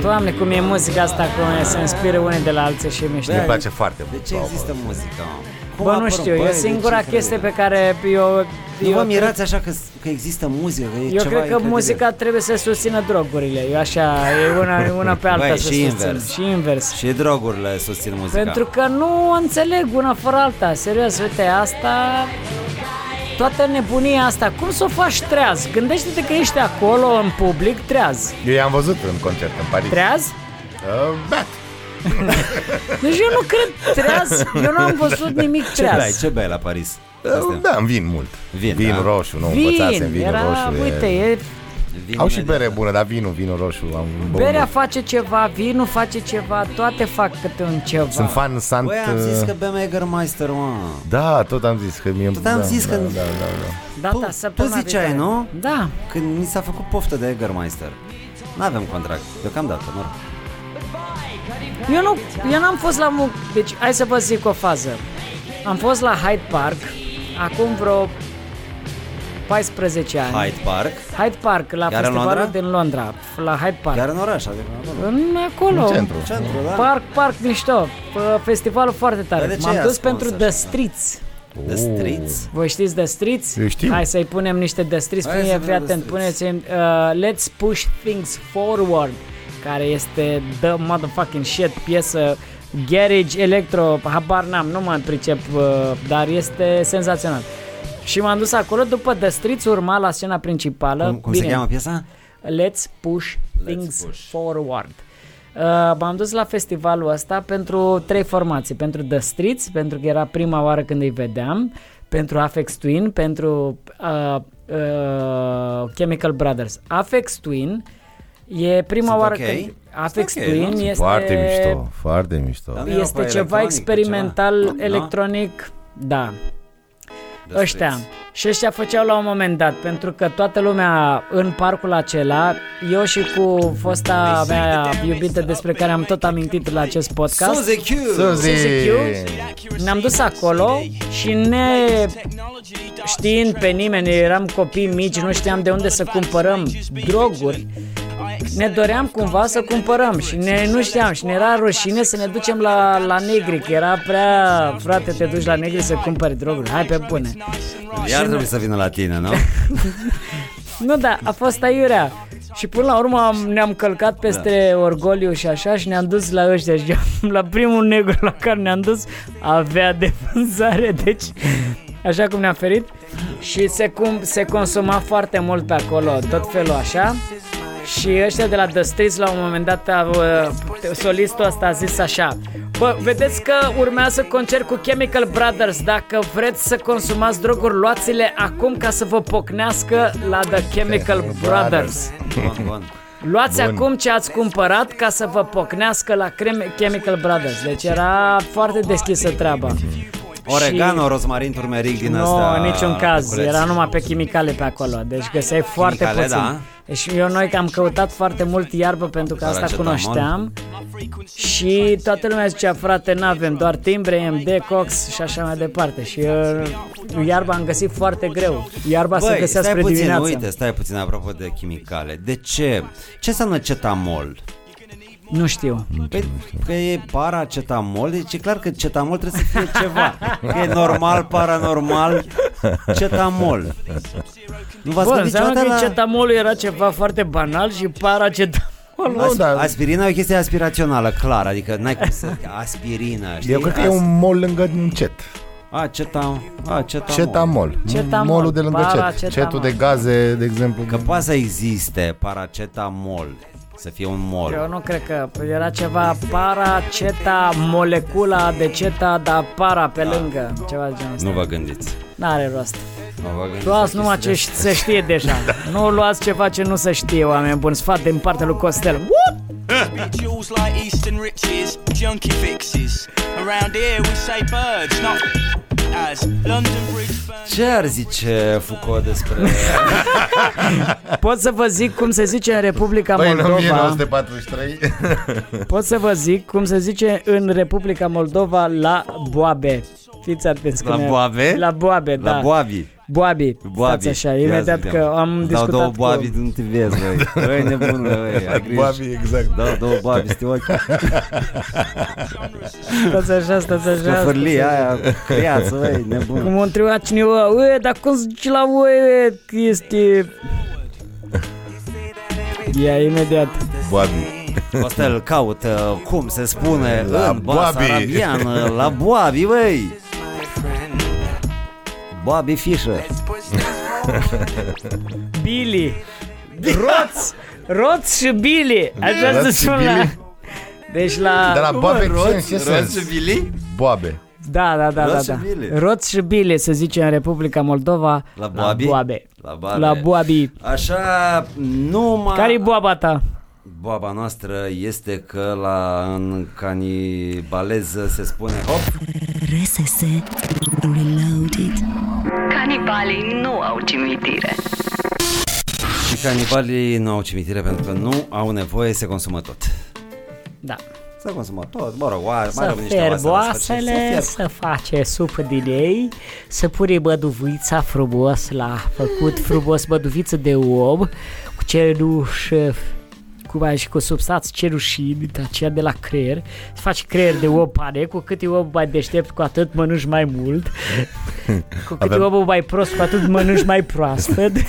[SPEAKER 3] Doamne, cum e muzica asta, cum se inspiră unii de la alții și mi
[SPEAKER 2] Îmi
[SPEAKER 1] Băi,
[SPEAKER 2] place foarte mult.
[SPEAKER 1] da. De ce
[SPEAKER 2] Bauhaus.
[SPEAKER 1] există muzică, mă? Cum
[SPEAKER 3] Bă,
[SPEAKER 1] apăr-
[SPEAKER 3] nu știu,
[SPEAKER 1] Băi,
[SPEAKER 3] e
[SPEAKER 1] de
[SPEAKER 3] singura
[SPEAKER 1] ce
[SPEAKER 3] chestie
[SPEAKER 1] incredibil.
[SPEAKER 3] pe care eu...
[SPEAKER 1] Nu
[SPEAKER 3] eu
[SPEAKER 1] vă
[SPEAKER 3] cred-
[SPEAKER 1] mirați așa că, că există muzică, că e
[SPEAKER 3] Eu
[SPEAKER 1] ceva
[SPEAKER 3] cred că
[SPEAKER 1] incredibil.
[SPEAKER 3] muzica trebuie să susțină drogurile. Eu așa, e una, e una pe alta
[SPEAKER 1] Băi,
[SPEAKER 3] să
[SPEAKER 1] și
[SPEAKER 3] susțin.
[SPEAKER 1] invers.
[SPEAKER 3] Și invers.
[SPEAKER 1] Și drogurile susțin muzica.
[SPEAKER 3] Pentru că nu înțeleg una fără alta. Serios, uite, asta... Toată nebunia asta, cum să o faci treaz? Gândește-te că ești acolo, în public, treaz.
[SPEAKER 2] Eu i-am văzut în concert în Paris.
[SPEAKER 3] Treaz?
[SPEAKER 2] Uh, bat.
[SPEAKER 3] Deci eu nu cred treaz, eu nu am văzut nimic
[SPEAKER 1] ce beai,
[SPEAKER 3] treaz.
[SPEAKER 1] ce beai la Paris?
[SPEAKER 2] Uh, da, îmi vin mult.
[SPEAKER 1] Vin,
[SPEAKER 2] vin
[SPEAKER 1] da.
[SPEAKER 2] roșu, nu învățasem
[SPEAKER 3] Vin,
[SPEAKER 2] vinul
[SPEAKER 3] era,
[SPEAKER 2] roșu. e-
[SPEAKER 3] uite, e,
[SPEAKER 1] Vin
[SPEAKER 2] Au și
[SPEAKER 1] imediat.
[SPEAKER 2] bere bună, dar vinul, vinul roșu. Am băut
[SPEAKER 3] berea
[SPEAKER 2] mult.
[SPEAKER 3] face ceva, vinul face ceva, toate fac câte un ceva.
[SPEAKER 2] Sunt fan sant...
[SPEAKER 1] Băi, am zis
[SPEAKER 2] uh,
[SPEAKER 1] că bem Egermeister, mă.
[SPEAKER 2] Da, tot am zis că mie...
[SPEAKER 1] Tot am
[SPEAKER 2] da,
[SPEAKER 1] zis
[SPEAKER 2] da,
[SPEAKER 1] că-
[SPEAKER 2] Da, da, da.
[SPEAKER 3] Data,
[SPEAKER 1] Tu- tu
[SPEAKER 3] săptămâna
[SPEAKER 1] ziceai,
[SPEAKER 3] viitoare.
[SPEAKER 1] nu?
[SPEAKER 3] Da.
[SPEAKER 1] Când mi s-a făcut poftă de Egermeister. N-avem contract, deocamdată, mă rog.
[SPEAKER 3] Eu, nu, eu n-am fost la... Mu- deci, hai să vă zic o fază. Am fost la Hyde Park acum vreo 14 ani.
[SPEAKER 1] Hyde Park,
[SPEAKER 3] Hyde Park, la
[SPEAKER 1] Chiar în
[SPEAKER 3] festivalul
[SPEAKER 1] Londra?
[SPEAKER 3] din Londra, la Hyde Park.
[SPEAKER 1] chiar în oraș, adică acolo.
[SPEAKER 3] În acolo.
[SPEAKER 2] În centru.
[SPEAKER 1] Centru, da?
[SPEAKER 3] Park, park mișto. P- Festivalul foarte tare.
[SPEAKER 1] Dar de ce
[SPEAKER 3] M-am
[SPEAKER 1] i-a
[SPEAKER 3] dus
[SPEAKER 1] ascuns
[SPEAKER 3] pentru
[SPEAKER 1] așa?
[SPEAKER 3] The Streets.
[SPEAKER 1] The Streets.
[SPEAKER 3] Voi știți The Streets?
[SPEAKER 2] Eu știu.
[SPEAKER 3] Hai să-i punem niște The Streets.
[SPEAKER 1] Hai
[SPEAKER 3] Hai
[SPEAKER 1] să
[SPEAKER 3] fie,
[SPEAKER 1] vedem
[SPEAKER 3] fii
[SPEAKER 1] The
[SPEAKER 3] atent,
[SPEAKER 1] Streets.
[SPEAKER 3] puneți uh, Let's Push Things Forward, care este the motherfucking shit piesă garage, electro, habar n-am, nu mă pricep, uh, dar este senzațional. Și m-am dus acolo, după The Streets urma la scena principală.
[SPEAKER 1] Cum, cum se
[SPEAKER 3] Bine,
[SPEAKER 1] cheamă piesa?
[SPEAKER 3] Let's push
[SPEAKER 1] Let's
[SPEAKER 3] things
[SPEAKER 1] push.
[SPEAKER 3] forward. Uh, m-am dus la festivalul ăsta pentru trei formații. Pentru The Streets, pentru că era prima oară când îi vedeam, pentru Afex Twin, pentru uh, uh, Chemical Brothers. Afex Twin e prima
[SPEAKER 1] Sunt
[SPEAKER 3] oară
[SPEAKER 1] ok?
[SPEAKER 3] când... Afex
[SPEAKER 1] ok,
[SPEAKER 3] Twin
[SPEAKER 1] nu?
[SPEAKER 3] este...
[SPEAKER 2] Foarte mișto, foarte mișto.
[SPEAKER 1] Da, Erau
[SPEAKER 3] Este
[SPEAKER 1] pe
[SPEAKER 3] ceva
[SPEAKER 1] electronic,
[SPEAKER 3] experimental,
[SPEAKER 1] pe ceva. Da?
[SPEAKER 3] electronic, da.
[SPEAKER 1] The
[SPEAKER 3] ăștia.
[SPEAKER 1] Streets.
[SPEAKER 3] Și ăștia făceau la un moment dat, pentru că toată lumea în parcul acela, eu și cu fosta mea iubită despre care am tot amintit la acest podcast,
[SPEAKER 1] Suzy Q!
[SPEAKER 2] Suzy!
[SPEAKER 3] ne-am dus acolo și ne știind pe nimeni, eram copii mici, nu știam de unde să cumpărăm droguri, ne doream cumva să cumpărăm și ne, nu știam și ne era rușine să ne ducem la, la negri, că era prea, frate, te duci la negri să cumpări droguri, hai pe bune.
[SPEAKER 1] Iar trebuie să vină la tine,
[SPEAKER 3] [laughs]
[SPEAKER 1] nu?
[SPEAKER 3] Nu, da, a fost aiurea. Și până la urmă am, ne-am călcat peste da. orgoliu și așa și ne-am dus la ăștia și am- [laughs] la primul negru la care ne-am dus avea de vânzare, deci așa cum ne-am ferit și se, cum, se consuma foarte mult pe acolo, tot felul așa. Și ăștia de la The Streets la un moment dat au, uh, solistul ăsta a zis așa Bă, vedeți că urmează concert cu Chemical Brothers Dacă vreți să consumați droguri, luați-le acum ca să vă pocnească la The Chemical Brothers
[SPEAKER 1] Bun, bun.
[SPEAKER 3] Luați acum ce ați cumpărat ca să vă pocnească la Crem- Chemical Brothers Deci era foarte deschisă treaba
[SPEAKER 1] Oregano, rozmarin, turmeric din
[SPEAKER 3] nu,
[SPEAKER 1] astea.
[SPEAKER 3] în niciun caz,
[SPEAKER 1] răculețe.
[SPEAKER 3] era numai pe chimicale pe acolo, deci găseai foarte
[SPEAKER 1] Chimicale,
[SPEAKER 3] puțin. Da. Și eu noi că am căutat foarte mult iarbă pentru că asta
[SPEAKER 1] Paracetamol.
[SPEAKER 3] cunoșteam și toată lumea zicea, frate, n-avem doar timbre, MD, Cox și așa mai departe. Și eu, iarba am găsit foarte greu. Iarba se
[SPEAKER 1] Băi,
[SPEAKER 3] găsea
[SPEAKER 1] stai
[SPEAKER 3] spre
[SPEAKER 1] puțin,
[SPEAKER 3] dimineață.
[SPEAKER 1] uite, stai puțin apropo de chimicale. De ce? Ce înseamnă cetamol?
[SPEAKER 3] Nu știu.
[SPEAKER 1] Păi, că e paracetamol, deci e clar că cetamol trebuie să fie ceva.
[SPEAKER 3] [laughs]
[SPEAKER 1] Că e normal, paranormal, cetamol. Nu v-ați
[SPEAKER 3] Bă,
[SPEAKER 1] gândit
[SPEAKER 3] înseamnă
[SPEAKER 1] niciodată la...
[SPEAKER 3] că cetamolul era ceva foarte banal și paracetamolul...
[SPEAKER 2] Nu, dar
[SPEAKER 1] Aspirina e o chestie aspirațională, clar, adică n-ai cum
[SPEAKER 3] [laughs]
[SPEAKER 1] să... Aspirina, știi?
[SPEAKER 2] eu cred că e un mol lângă un cet.
[SPEAKER 1] A, cetam... A, cetamol.
[SPEAKER 2] Cetamol.
[SPEAKER 3] Cetamol.
[SPEAKER 2] Molul de lângă cet.
[SPEAKER 3] Paracetamol.
[SPEAKER 2] Cetul de gaze, de exemplu.
[SPEAKER 1] Că poate să existe paracetamol, să fie un mol.
[SPEAKER 3] Eu nu cred că era ceva para, ceta, molecula de ceta, dar para pe
[SPEAKER 1] Da.
[SPEAKER 3] lângă, ceva de genul ăsta.
[SPEAKER 1] Nu vă gândiți.
[SPEAKER 3] N-are rost.
[SPEAKER 1] Nu vă gândiți.
[SPEAKER 3] Luați numai ce ș- se știe deja.
[SPEAKER 1] Da.
[SPEAKER 3] nu luați ceva ce nu se știe, oameni buni. Sfat din partea lui Costel. What?
[SPEAKER 10] Jewels like Eastern riches, junkie fixes. Around here we say birds, not as London Bridge burns.
[SPEAKER 1] Ce ar zice Foucault
[SPEAKER 3] [laughs]
[SPEAKER 1] despre...
[SPEAKER 3] Pot să vă zic cum se zice în Republica
[SPEAKER 2] Băi, în
[SPEAKER 3] Moldova.
[SPEAKER 2] 1943
[SPEAKER 3] Pot să vă zic cum se zice în Republica Moldova la boabe. Fiți atenți
[SPEAKER 1] La
[SPEAKER 3] că ne-
[SPEAKER 1] boabe?
[SPEAKER 3] La boabe, da.
[SPEAKER 1] La boabi.
[SPEAKER 3] Boabi.
[SPEAKER 1] Boabi.
[SPEAKER 3] Stați așa,
[SPEAKER 1] Ia
[SPEAKER 3] imediat
[SPEAKER 1] zi,
[SPEAKER 3] că
[SPEAKER 1] ia.
[SPEAKER 3] am
[SPEAKER 1] Dau
[SPEAKER 3] discutat
[SPEAKER 1] două
[SPEAKER 3] cu...
[SPEAKER 1] boabi, nu te vezi, băi.
[SPEAKER 3] [laughs]
[SPEAKER 1] Băi, nebunule, băi, ai grijă.
[SPEAKER 2] Babi, exact.
[SPEAKER 1] Dau două boabi, stiu
[SPEAKER 3] [laughs]
[SPEAKER 1] ochi.
[SPEAKER 3] Stați așa, stați așa.
[SPEAKER 1] Că
[SPEAKER 3] stați
[SPEAKER 1] fârlia
[SPEAKER 3] așa.
[SPEAKER 1] aia, creață, băi, nebun.
[SPEAKER 3] Cum o întreba cineva, ue, dar cum se duce la ue, că este... Ia imediat.
[SPEAKER 2] Babi.
[SPEAKER 1] Costel caută cum se spune
[SPEAKER 2] La
[SPEAKER 1] în basarabiană, la boabi, băi. Boabi fișă.
[SPEAKER 3] Billy. Roț. Roț și Billy. Așa
[SPEAKER 2] Roț
[SPEAKER 3] se
[SPEAKER 2] și
[SPEAKER 3] spun la...
[SPEAKER 2] Billy?
[SPEAKER 3] Deci la...
[SPEAKER 2] Dar la
[SPEAKER 3] Cum
[SPEAKER 2] babe
[SPEAKER 3] mă,
[SPEAKER 2] ce în ce sens?
[SPEAKER 1] Bili?
[SPEAKER 2] Boabe.
[SPEAKER 3] Da, da, da, da,
[SPEAKER 1] Roț
[SPEAKER 3] da.
[SPEAKER 1] și Billy.
[SPEAKER 3] Roț și Billy se zice în Republica Moldova
[SPEAKER 1] La boabi?
[SPEAKER 3] La boabe.
[SPEAKER 1] La boabe. Ah.
[SPEAKER 3] La boabi.
[SPEAKER 1] Așa, numai...
[SPEAKER 3] Care-i boaba ta?
[SPEAKER 1] Boaba noastră este că la în canibaleză se spune hop,
[SPEAKER 4] RSS Reloaded
[SPEAKER 9] Canibalii nu au cimitire.
[SPEAKER 1] și canibalii nu au cimitire pentru că nu au nevoie, se consumă tot.
[SPEAKER 3] Da.
[SPEAKER 1] S-a consumat tot, mă rog, oare, mai
[SPEAKER 3] Să
[SPEAKER 1] rămân niște
[SPEAKER 3] fierb
[SPEAKER 1] oase la sfârșit. Să
[SPEAKER 3] oasele,
[SPEAKER 1] fierb.
[SPEAKER 3] să face supă din ei, să pune băduvița frumos la făcut, frumos băduviță de om, cu cenușă, cu mai și cu substanțe cerușini, de aceea de la creier, să faci creier de om pane, cu cât e omul mai deștept, cu atât mănânci mai
[SPEAKER 1] [laughs]
[SPEAKER 3] mult, cu cât e
[SPEAKER 2] Avem-
[SPEAKER 3] omul mai prost, cu atât mănânci mai proaspăt.
[SPEAKER 1] [laughs]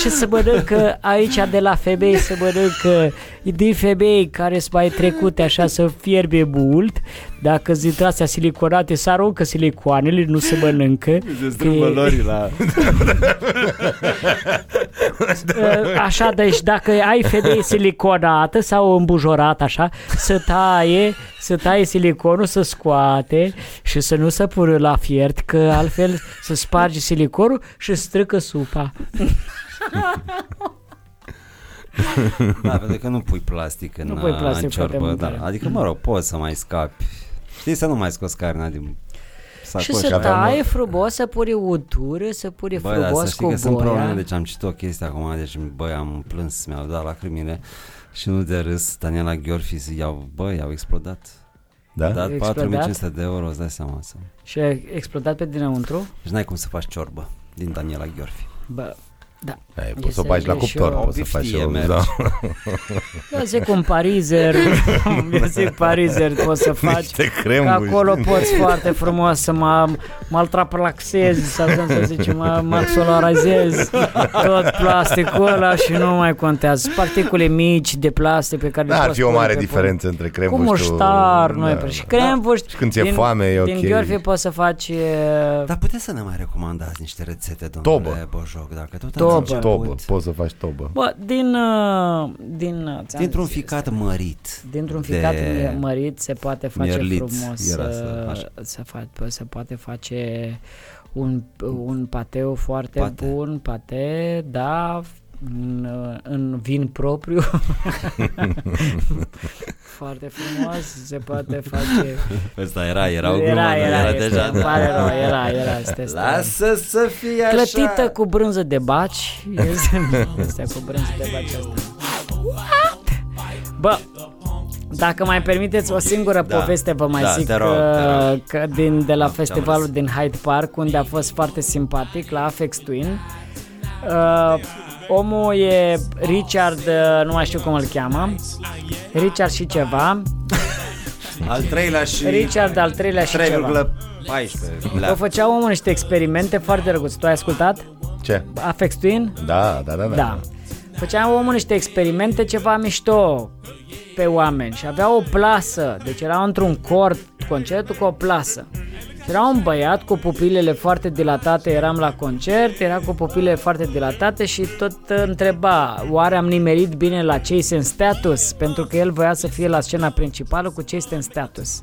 [SPEAKER 3] Și să mănâncă aici de la femei, să mănâncă din femei care sunt mai trecute așa să fierbe mult. Dacă sunt dintre astea siliconate, să aruncă silicoanele, nu se mănâncă.
[SPEAKER 1] Se strâmbă
[SPEAKER 3] Că-
[SPEAKER 1] lorii la...
[SPEAKER 3] Așa, deci dacă ai femeie siliconată sau îmbujorată așa, să taie, să taie siliconul, să scoate și să nu se pună la fiert, că altfel se sparge siliconul și strică supa.
[SPEAKER 1] [laughs] Da, pentru că nu pui plastic în,
[SPEAKER 3] Nu pui plastic
[SPEAKER 1] în
[SPEAKER 3] foarte
[SPEAKER 1] ciorbă,
[SPEAKER 3] mult,
[SPEAKER 1] da.
[SPEAKER 3] da.
[SPEAKER 1] Adică, mă rog, poți să mai scapi. Știi, să nu mai scoți carnea din sacoș.
[SPEAKER 3] Și să taie frumos, să pune untură, să pune
[SPEAKER 1] Bă, dar să
[SPEAKER 3] frumos
[SPEAKER 1] știi
[SPEAKER 3] cu
[SPEAKER 1] că sunt probleme,
[SPEAKER 3] boia.
[SPEAKER 1] deci am citit o chestie acum, deci băi, am plâns, mi-au dat lacrimile și nu de râs, Daniela Gheorfi, zi, i-au, băi, au explodat.
[SPEAKER 2] Da?
[SPEAKER 1] Dat
[SPEAKER 3] Explodat?
[SPEAKER 1] 4500 de euro, îți dai seama să...
[SPEAKER 3] Și a explodat pe dinăuntru?
[SPEAKER 1] Deci n-ai cum să faci ciorbă din Daniela Gheorfi.
[SPEAKER 3] Bă, da.
[SPEAKER 2] Ai,
[SPEAKER 3] Este-
[SPEAKER 2] poți să o bagi la
[SPEAKER 3] e și
[SPEAKER 2] cuptor,
[SPEAKER 3] o-
[SPEAKER 2] poți să faci
[SPEAKER 1] biftie
[SPEAKER 2] eu.
[SPEAKER 1] merge.
[SPEAKER 2] Da.
[SPEAKER 3] Eu zic un
[SPEAKER 2] [laughs]
[SPEAKER 3] parizer, eu zic parizer poți să faci.
[SPEAKER 2] Niște
[SPEAKER 3] Că
[SPEAKER 2] crembuși. [laughs]
[SPEAKER 3] acolo poți foarte frumos să mă maltraplaxez sau cum să zicem, mă maxolarizez tot plasticul ăla și nu mai contează. Particule mici de plastic pe care
[SPEAKER 2] Da,
[SPEAKER 3] le
[SPEAKER 2] ar
[SPEAKER 3] poți
[SPEAKER 2] fi o
[SPEAKER 3] pune
[SPEAKER 2] mare
[SPEAKER 3] pe
[SPEAKER 2] diferență între
[SPEAKER 3] Cu
[SPEAKER 2] crembuș
[SPEAKER 3] muștar, noi da, și crembuști.
[SPEAKER 2] Și când ți-e foame, e
[SPEAKER 3] Din
[SPEAKER 2] ok.
[SPEAKER 3] Gheorghe poți să faci e,
[SPEAKER 1] Dar puteți să ne mai recomandați niște rețete, domnule
[SPEAKER 2] Tobă.
[SPEAKER 1] Bojoc, dacă tot
[SPEAKER 3] Tobă.
[SPEAKER 1] ați început.
[SPEAKER 2] Da. Tobă, poți să faci tobă.
[SPEAKER 3] Bă, din... uh, din uh, ți-am
[SPEAKER 1] Dintr-un
[SPEAKER 3] zis,
[SPEAKER 1] ficat mărit.
[SPEAKER 3] Dintr-un ficat
[SPEAKER 1] de...
[SPEAKER 3] mărit se poate face
[SPEAKER 1] mierliț
[SPEAKER 3] frumos, uh,
[SPEAKER 1] era să-
[SPEAKER 3] să,
[SPEAKER 1] așa.
[SPEAKER 3] Se, fa- se poate face un, un pateu foarte
[SPEAKER 1] Pate.
[SPEAKER 3] pate. bun, pate, da, în, uh, în vin
[SPEAKER 1] [laughs]
[SPEAKER 3] propriu. foarte frumos, se poate face...
[SPEAKER 1] Ăsta era, era o glumă, era, era, era deja.
[SPEAKER 3] Îmi pare rău, era, era, este, este.
[SPEAKER 1] Lasă să fie așa.
[SPEAKER 3] Clătită cu brânză de baci este, este cu brânză de baci asta Bă, dacă mai permiteți o singură
[SPEAKER 1] Da.
[SPEAKER 3] da, poveste, vă mai
[SPEAKER 1] Da,
[SPEAKER 3] zic
[SPEAKER 1] te rog, te
[SPEAKER 3] că,
[SPEAKER 1] rog.
[SPEAKER 3] că din, de la
[SPEAKER 1] ți-am
[SPEAKER 3] festivalul
[SPEAKER 1] râs.
[SPEAKER 3] din Hyde Park, unde a fost foarte simpatic, la Afex Twin. Uh, omul e Richard, uh, nu mai știu cum îl cheamă, Richard și ceva,
[SPEAKER 1] Al treilea și...
[SPEAKER 3] Richard al treilea și ceva.
[SPEAKER 1] 3,14.
[SPEAKER 3] O
[SPEAKER 1] lea.
[SPEAKER 3] făcea omul niște experimente foarte drăguțe. Tu ai ascultat?
[SPEAKER 2] Ce?
[SPEAKER 3] Afex Twin?
[SPEAKER 2] Da, da, da, da.
[SPEAKER 3] Da. Făceam omul niște experimente ceva mișto pe oameni și avea o plasă, deci era într-un cort concertul cu o plasă. Și Era un băiat cu pupilele foarte dilatate, eram la concert, era cu pupilele foarte dilatate și tot uh, întreba oare am nimerit bine la cei sunt status, pentru că el voia să fie la scena principală cu cei sunt status.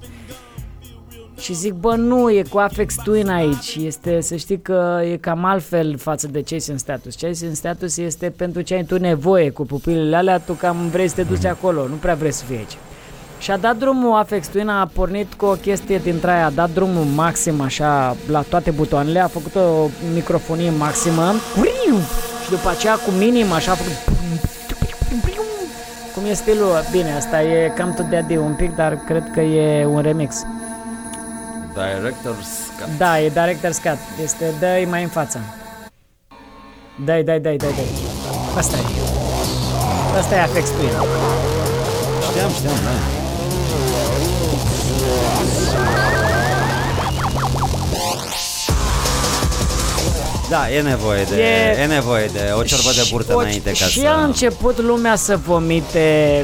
[SPEAKER 3] Și zic, bă, nu, e cu Afex Twin aici. Este, să știi că e cam altfel față de cei sunt status. Cei sunt status este pentru ce ai tu nevoie cu pupilele alea, tu cam vrei să te duci acolo, nu prea vrei să fii aici. Și a dat drumul Afex Twin, a pornit cu o chestie dintre aia, a dat drumul maxim așa la toate butoanele, a făcut o microfonie maximă Uriu! și după aceea cu minim așa a făcut cum e stilul? Bine, asta e cam tot de adi un pic, dar cred că e un remix.
[SPEAKER 1] Director's Cut.
[SPEAKER 3] Da, e director's cut. Este dai mai în față. Dai, dai, dai, dai, dai. Asta e. Asta e Afex Twin.
[SPEAKER 1] Știam, știam, da. Da, e nevoie de, e,
[SPEAKER 3] E-
[SPEAKER 1] e nevoie de o ciorbă de burtă
[SPEAKER 3] Și-
[SPEAKER 1] înainte ca
[SPEAKER 3] Și
[SPEAKER 1] să...
[SPEAKER 3] a început lumea să vomite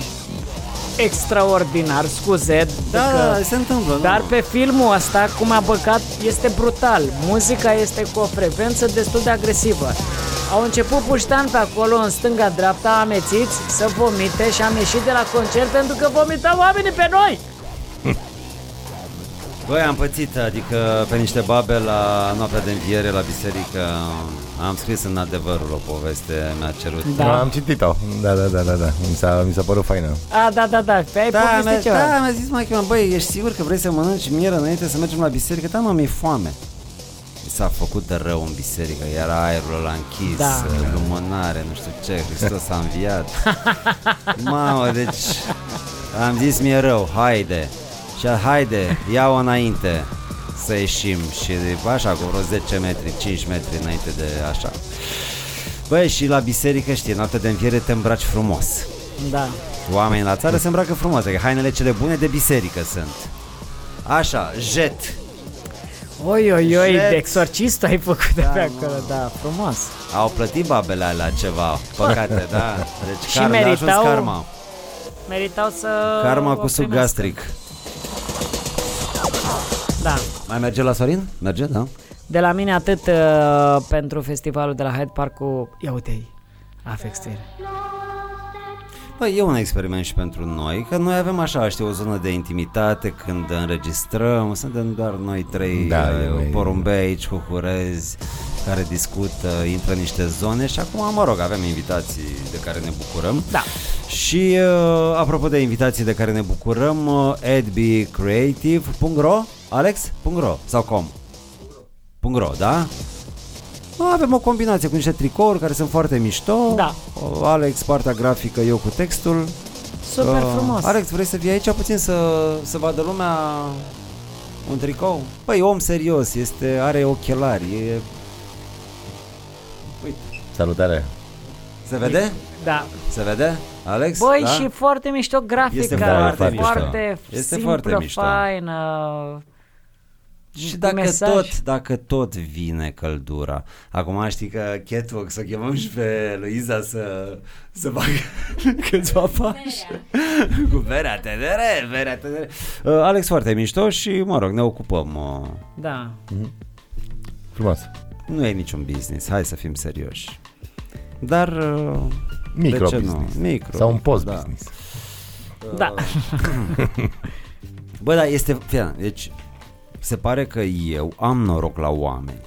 [SPEAKER 3] extraordinar, scuze.
[SPEAKER 1] Da,
[SPEAKER 3] că-
[SPEAKER 1] da, se întâmplă, nu?
[SPEAKER 3] Dar pe filmul ăsta, cum a băgat, este brutal. Muzica este cu o frecvență destul de agresivă. Au început puștan pe acolo, în stânga-dreapta, amețiți, să vomite și am ieșit de la concert pentru că vomitau oamenii pe noi.
[SPEAKER 1] Băi, am pățit, adică pe niște babe la noaptea de înviere la biserică am scris în adevărul o poveste, mi-a cerut.
[SPEAKER 3] Da.
[SPEAKER 2] Am citit-o. Da, da, da, da, da. Mi s-a, mi s-a părut faină.
[SPEAKER 3] A, da, da, da, pe ai
[SPEAKER 1] Da, mi-a,
[SPEAKER 3] povestit ceva.
[SPEAKER 1] da, mi-a zis mai băi, ești sigur că vrei să mănânci mieră înainte să mergem la biserică? Da, mă, mi-e foame. Mi s-a făcut de rău în biserică, era aerul ăla închis, uh,
[SPEAKER 3] Da. [laughs]
[SPEAKER 1] lumânare, nu știu ce, Hristos a înviat. Mamă, deci Am zis mi-e rău, haide. Și a- haide, ia-o înainte să ieșim și așa cu vreo 10 metri, 5 metri înainte de așa. Băi, și la biserică știi, noaptea de înviere te îmbraci frumos.
[SPEAKER 3] Da.
[SPEAKER 1] Oamenii la țară se îmbracă frumos, adică hainele cele bune de biserică sunt. Așa, jet.
[SPEAKER 3] Oi, oi, oi,
[SPEAKER 1] Jet.
[SPEAKER 3] de exorcist ai făcut da,
[SPEAKER 1] Da,
[SPEAKER 3] pe
[SPEAKER 1] mă.
[SPEAKER 3] acolo, da, frumos.
[SPEAKER 1] Au plătit babele alea ceva, păcate, da. Deci
[SPEAKER 3] Și
[SPEAKER 1] karma, a ajuns
[SPEAKER 3] meritau- uh,
[SPEAKER 1] karma.
[SPEAKER 3] Meritau să...
[SPEAKER 1] Karma
[SPEAKER 3] o
[SPEAKER 1] cu suc
[SPEAKER 3] primească.
[SPEAKER 1] gastric.
[SPEAKER 3] Da.
[SPEAKER 1] Mai merge la Sorin? Merge, da?
[SPEAKER 3] De la mine atât uh, pentru festivalul de la Hyde Park cu... Ia uite-i, Afex Twin.
[SPEAKER 1] Bă, Păi, e un experiment și pentru noi, că noi avem așa, știi, o zonă de intimitate când înregistrăm, suntem doar noi trei
[SPEAKER 2] Da,
[SPEAKER 1] da,
[SPEAKER 2] e mai-
[SPEAKER 1] porumbeici, cucurezi, care discută, intră în niște zone și acum, mă rog, avem invitații de care ne bucurăm.
[SPEAKER 3] Da.
[SPEAKER 1] Și uh, apropo de invitații de care ne bucurăm, uh, edbcreative.ro, Alex? .ro sau com? .ro, da? Avem o combinație cu niște tricouri care sunt foarte mișto.
[SPEAKER 3] Da.
[SPEAKER 1] O, Alex, partea grafică, eu cu textul.
[SPEAKER 3] Super
[SPEAKER 1] Uh,
[SPEAKER 3] frumos.
[SPEAKER 1] Alex, vrei să vii aici puțin să, să vadă lumea un tricou? Păi, om serios, este, are ochelari, e... Uite,
[SPEAKER 2] Salutare.
[SPEAKER 1] se vede?
[SPEAKER 3] Da.
[SPEAKER 1] Se vede, Alex?
[SPEAKER 3] Băi,
[SPEAKER 1] da?
[SPEAKER 3] și foarte mișto grafica.
[SPEAKER 1] Este foarte
[SPEAKER 3] foarte,
[SPEAKER 1] mișto. Este
[SPEAKER 3] simplă,
[SPEAKER 1] foarte mișto.
[SPEAKER 3] faină.
[SPEAKER 1] Și
[SPEAKER 3] cu
[SPEAKER 1] dacă
[SPEAKER 3] mesaj.
[SPEAKER 1] tot, dacă tot vine căldura. Acum știi că Catwalk să o chemăm și pe Luiza să, să facă [laughs] câțiva pași. Cu verea tenere, verea tenere. Uh, Alex foarte mișto și mă rog, ne ocupăm. Uh,
[SPEAKER 3] Da.
[SPEAKER 2] Frumos.
[SPEAKER 1] nu e niciun business, hai să fim serioși. Dar... uh, de ce nu?
[SPEAKER 2] Microbusiness.
[SPEAKER 1] Micro,
[SPEAKER 2] Sau un post business.
[SPEAKER 3] Da.
[SPEAKER 1] Bă, dar este... fii, Deci, se pare că eu am noroc la oameni.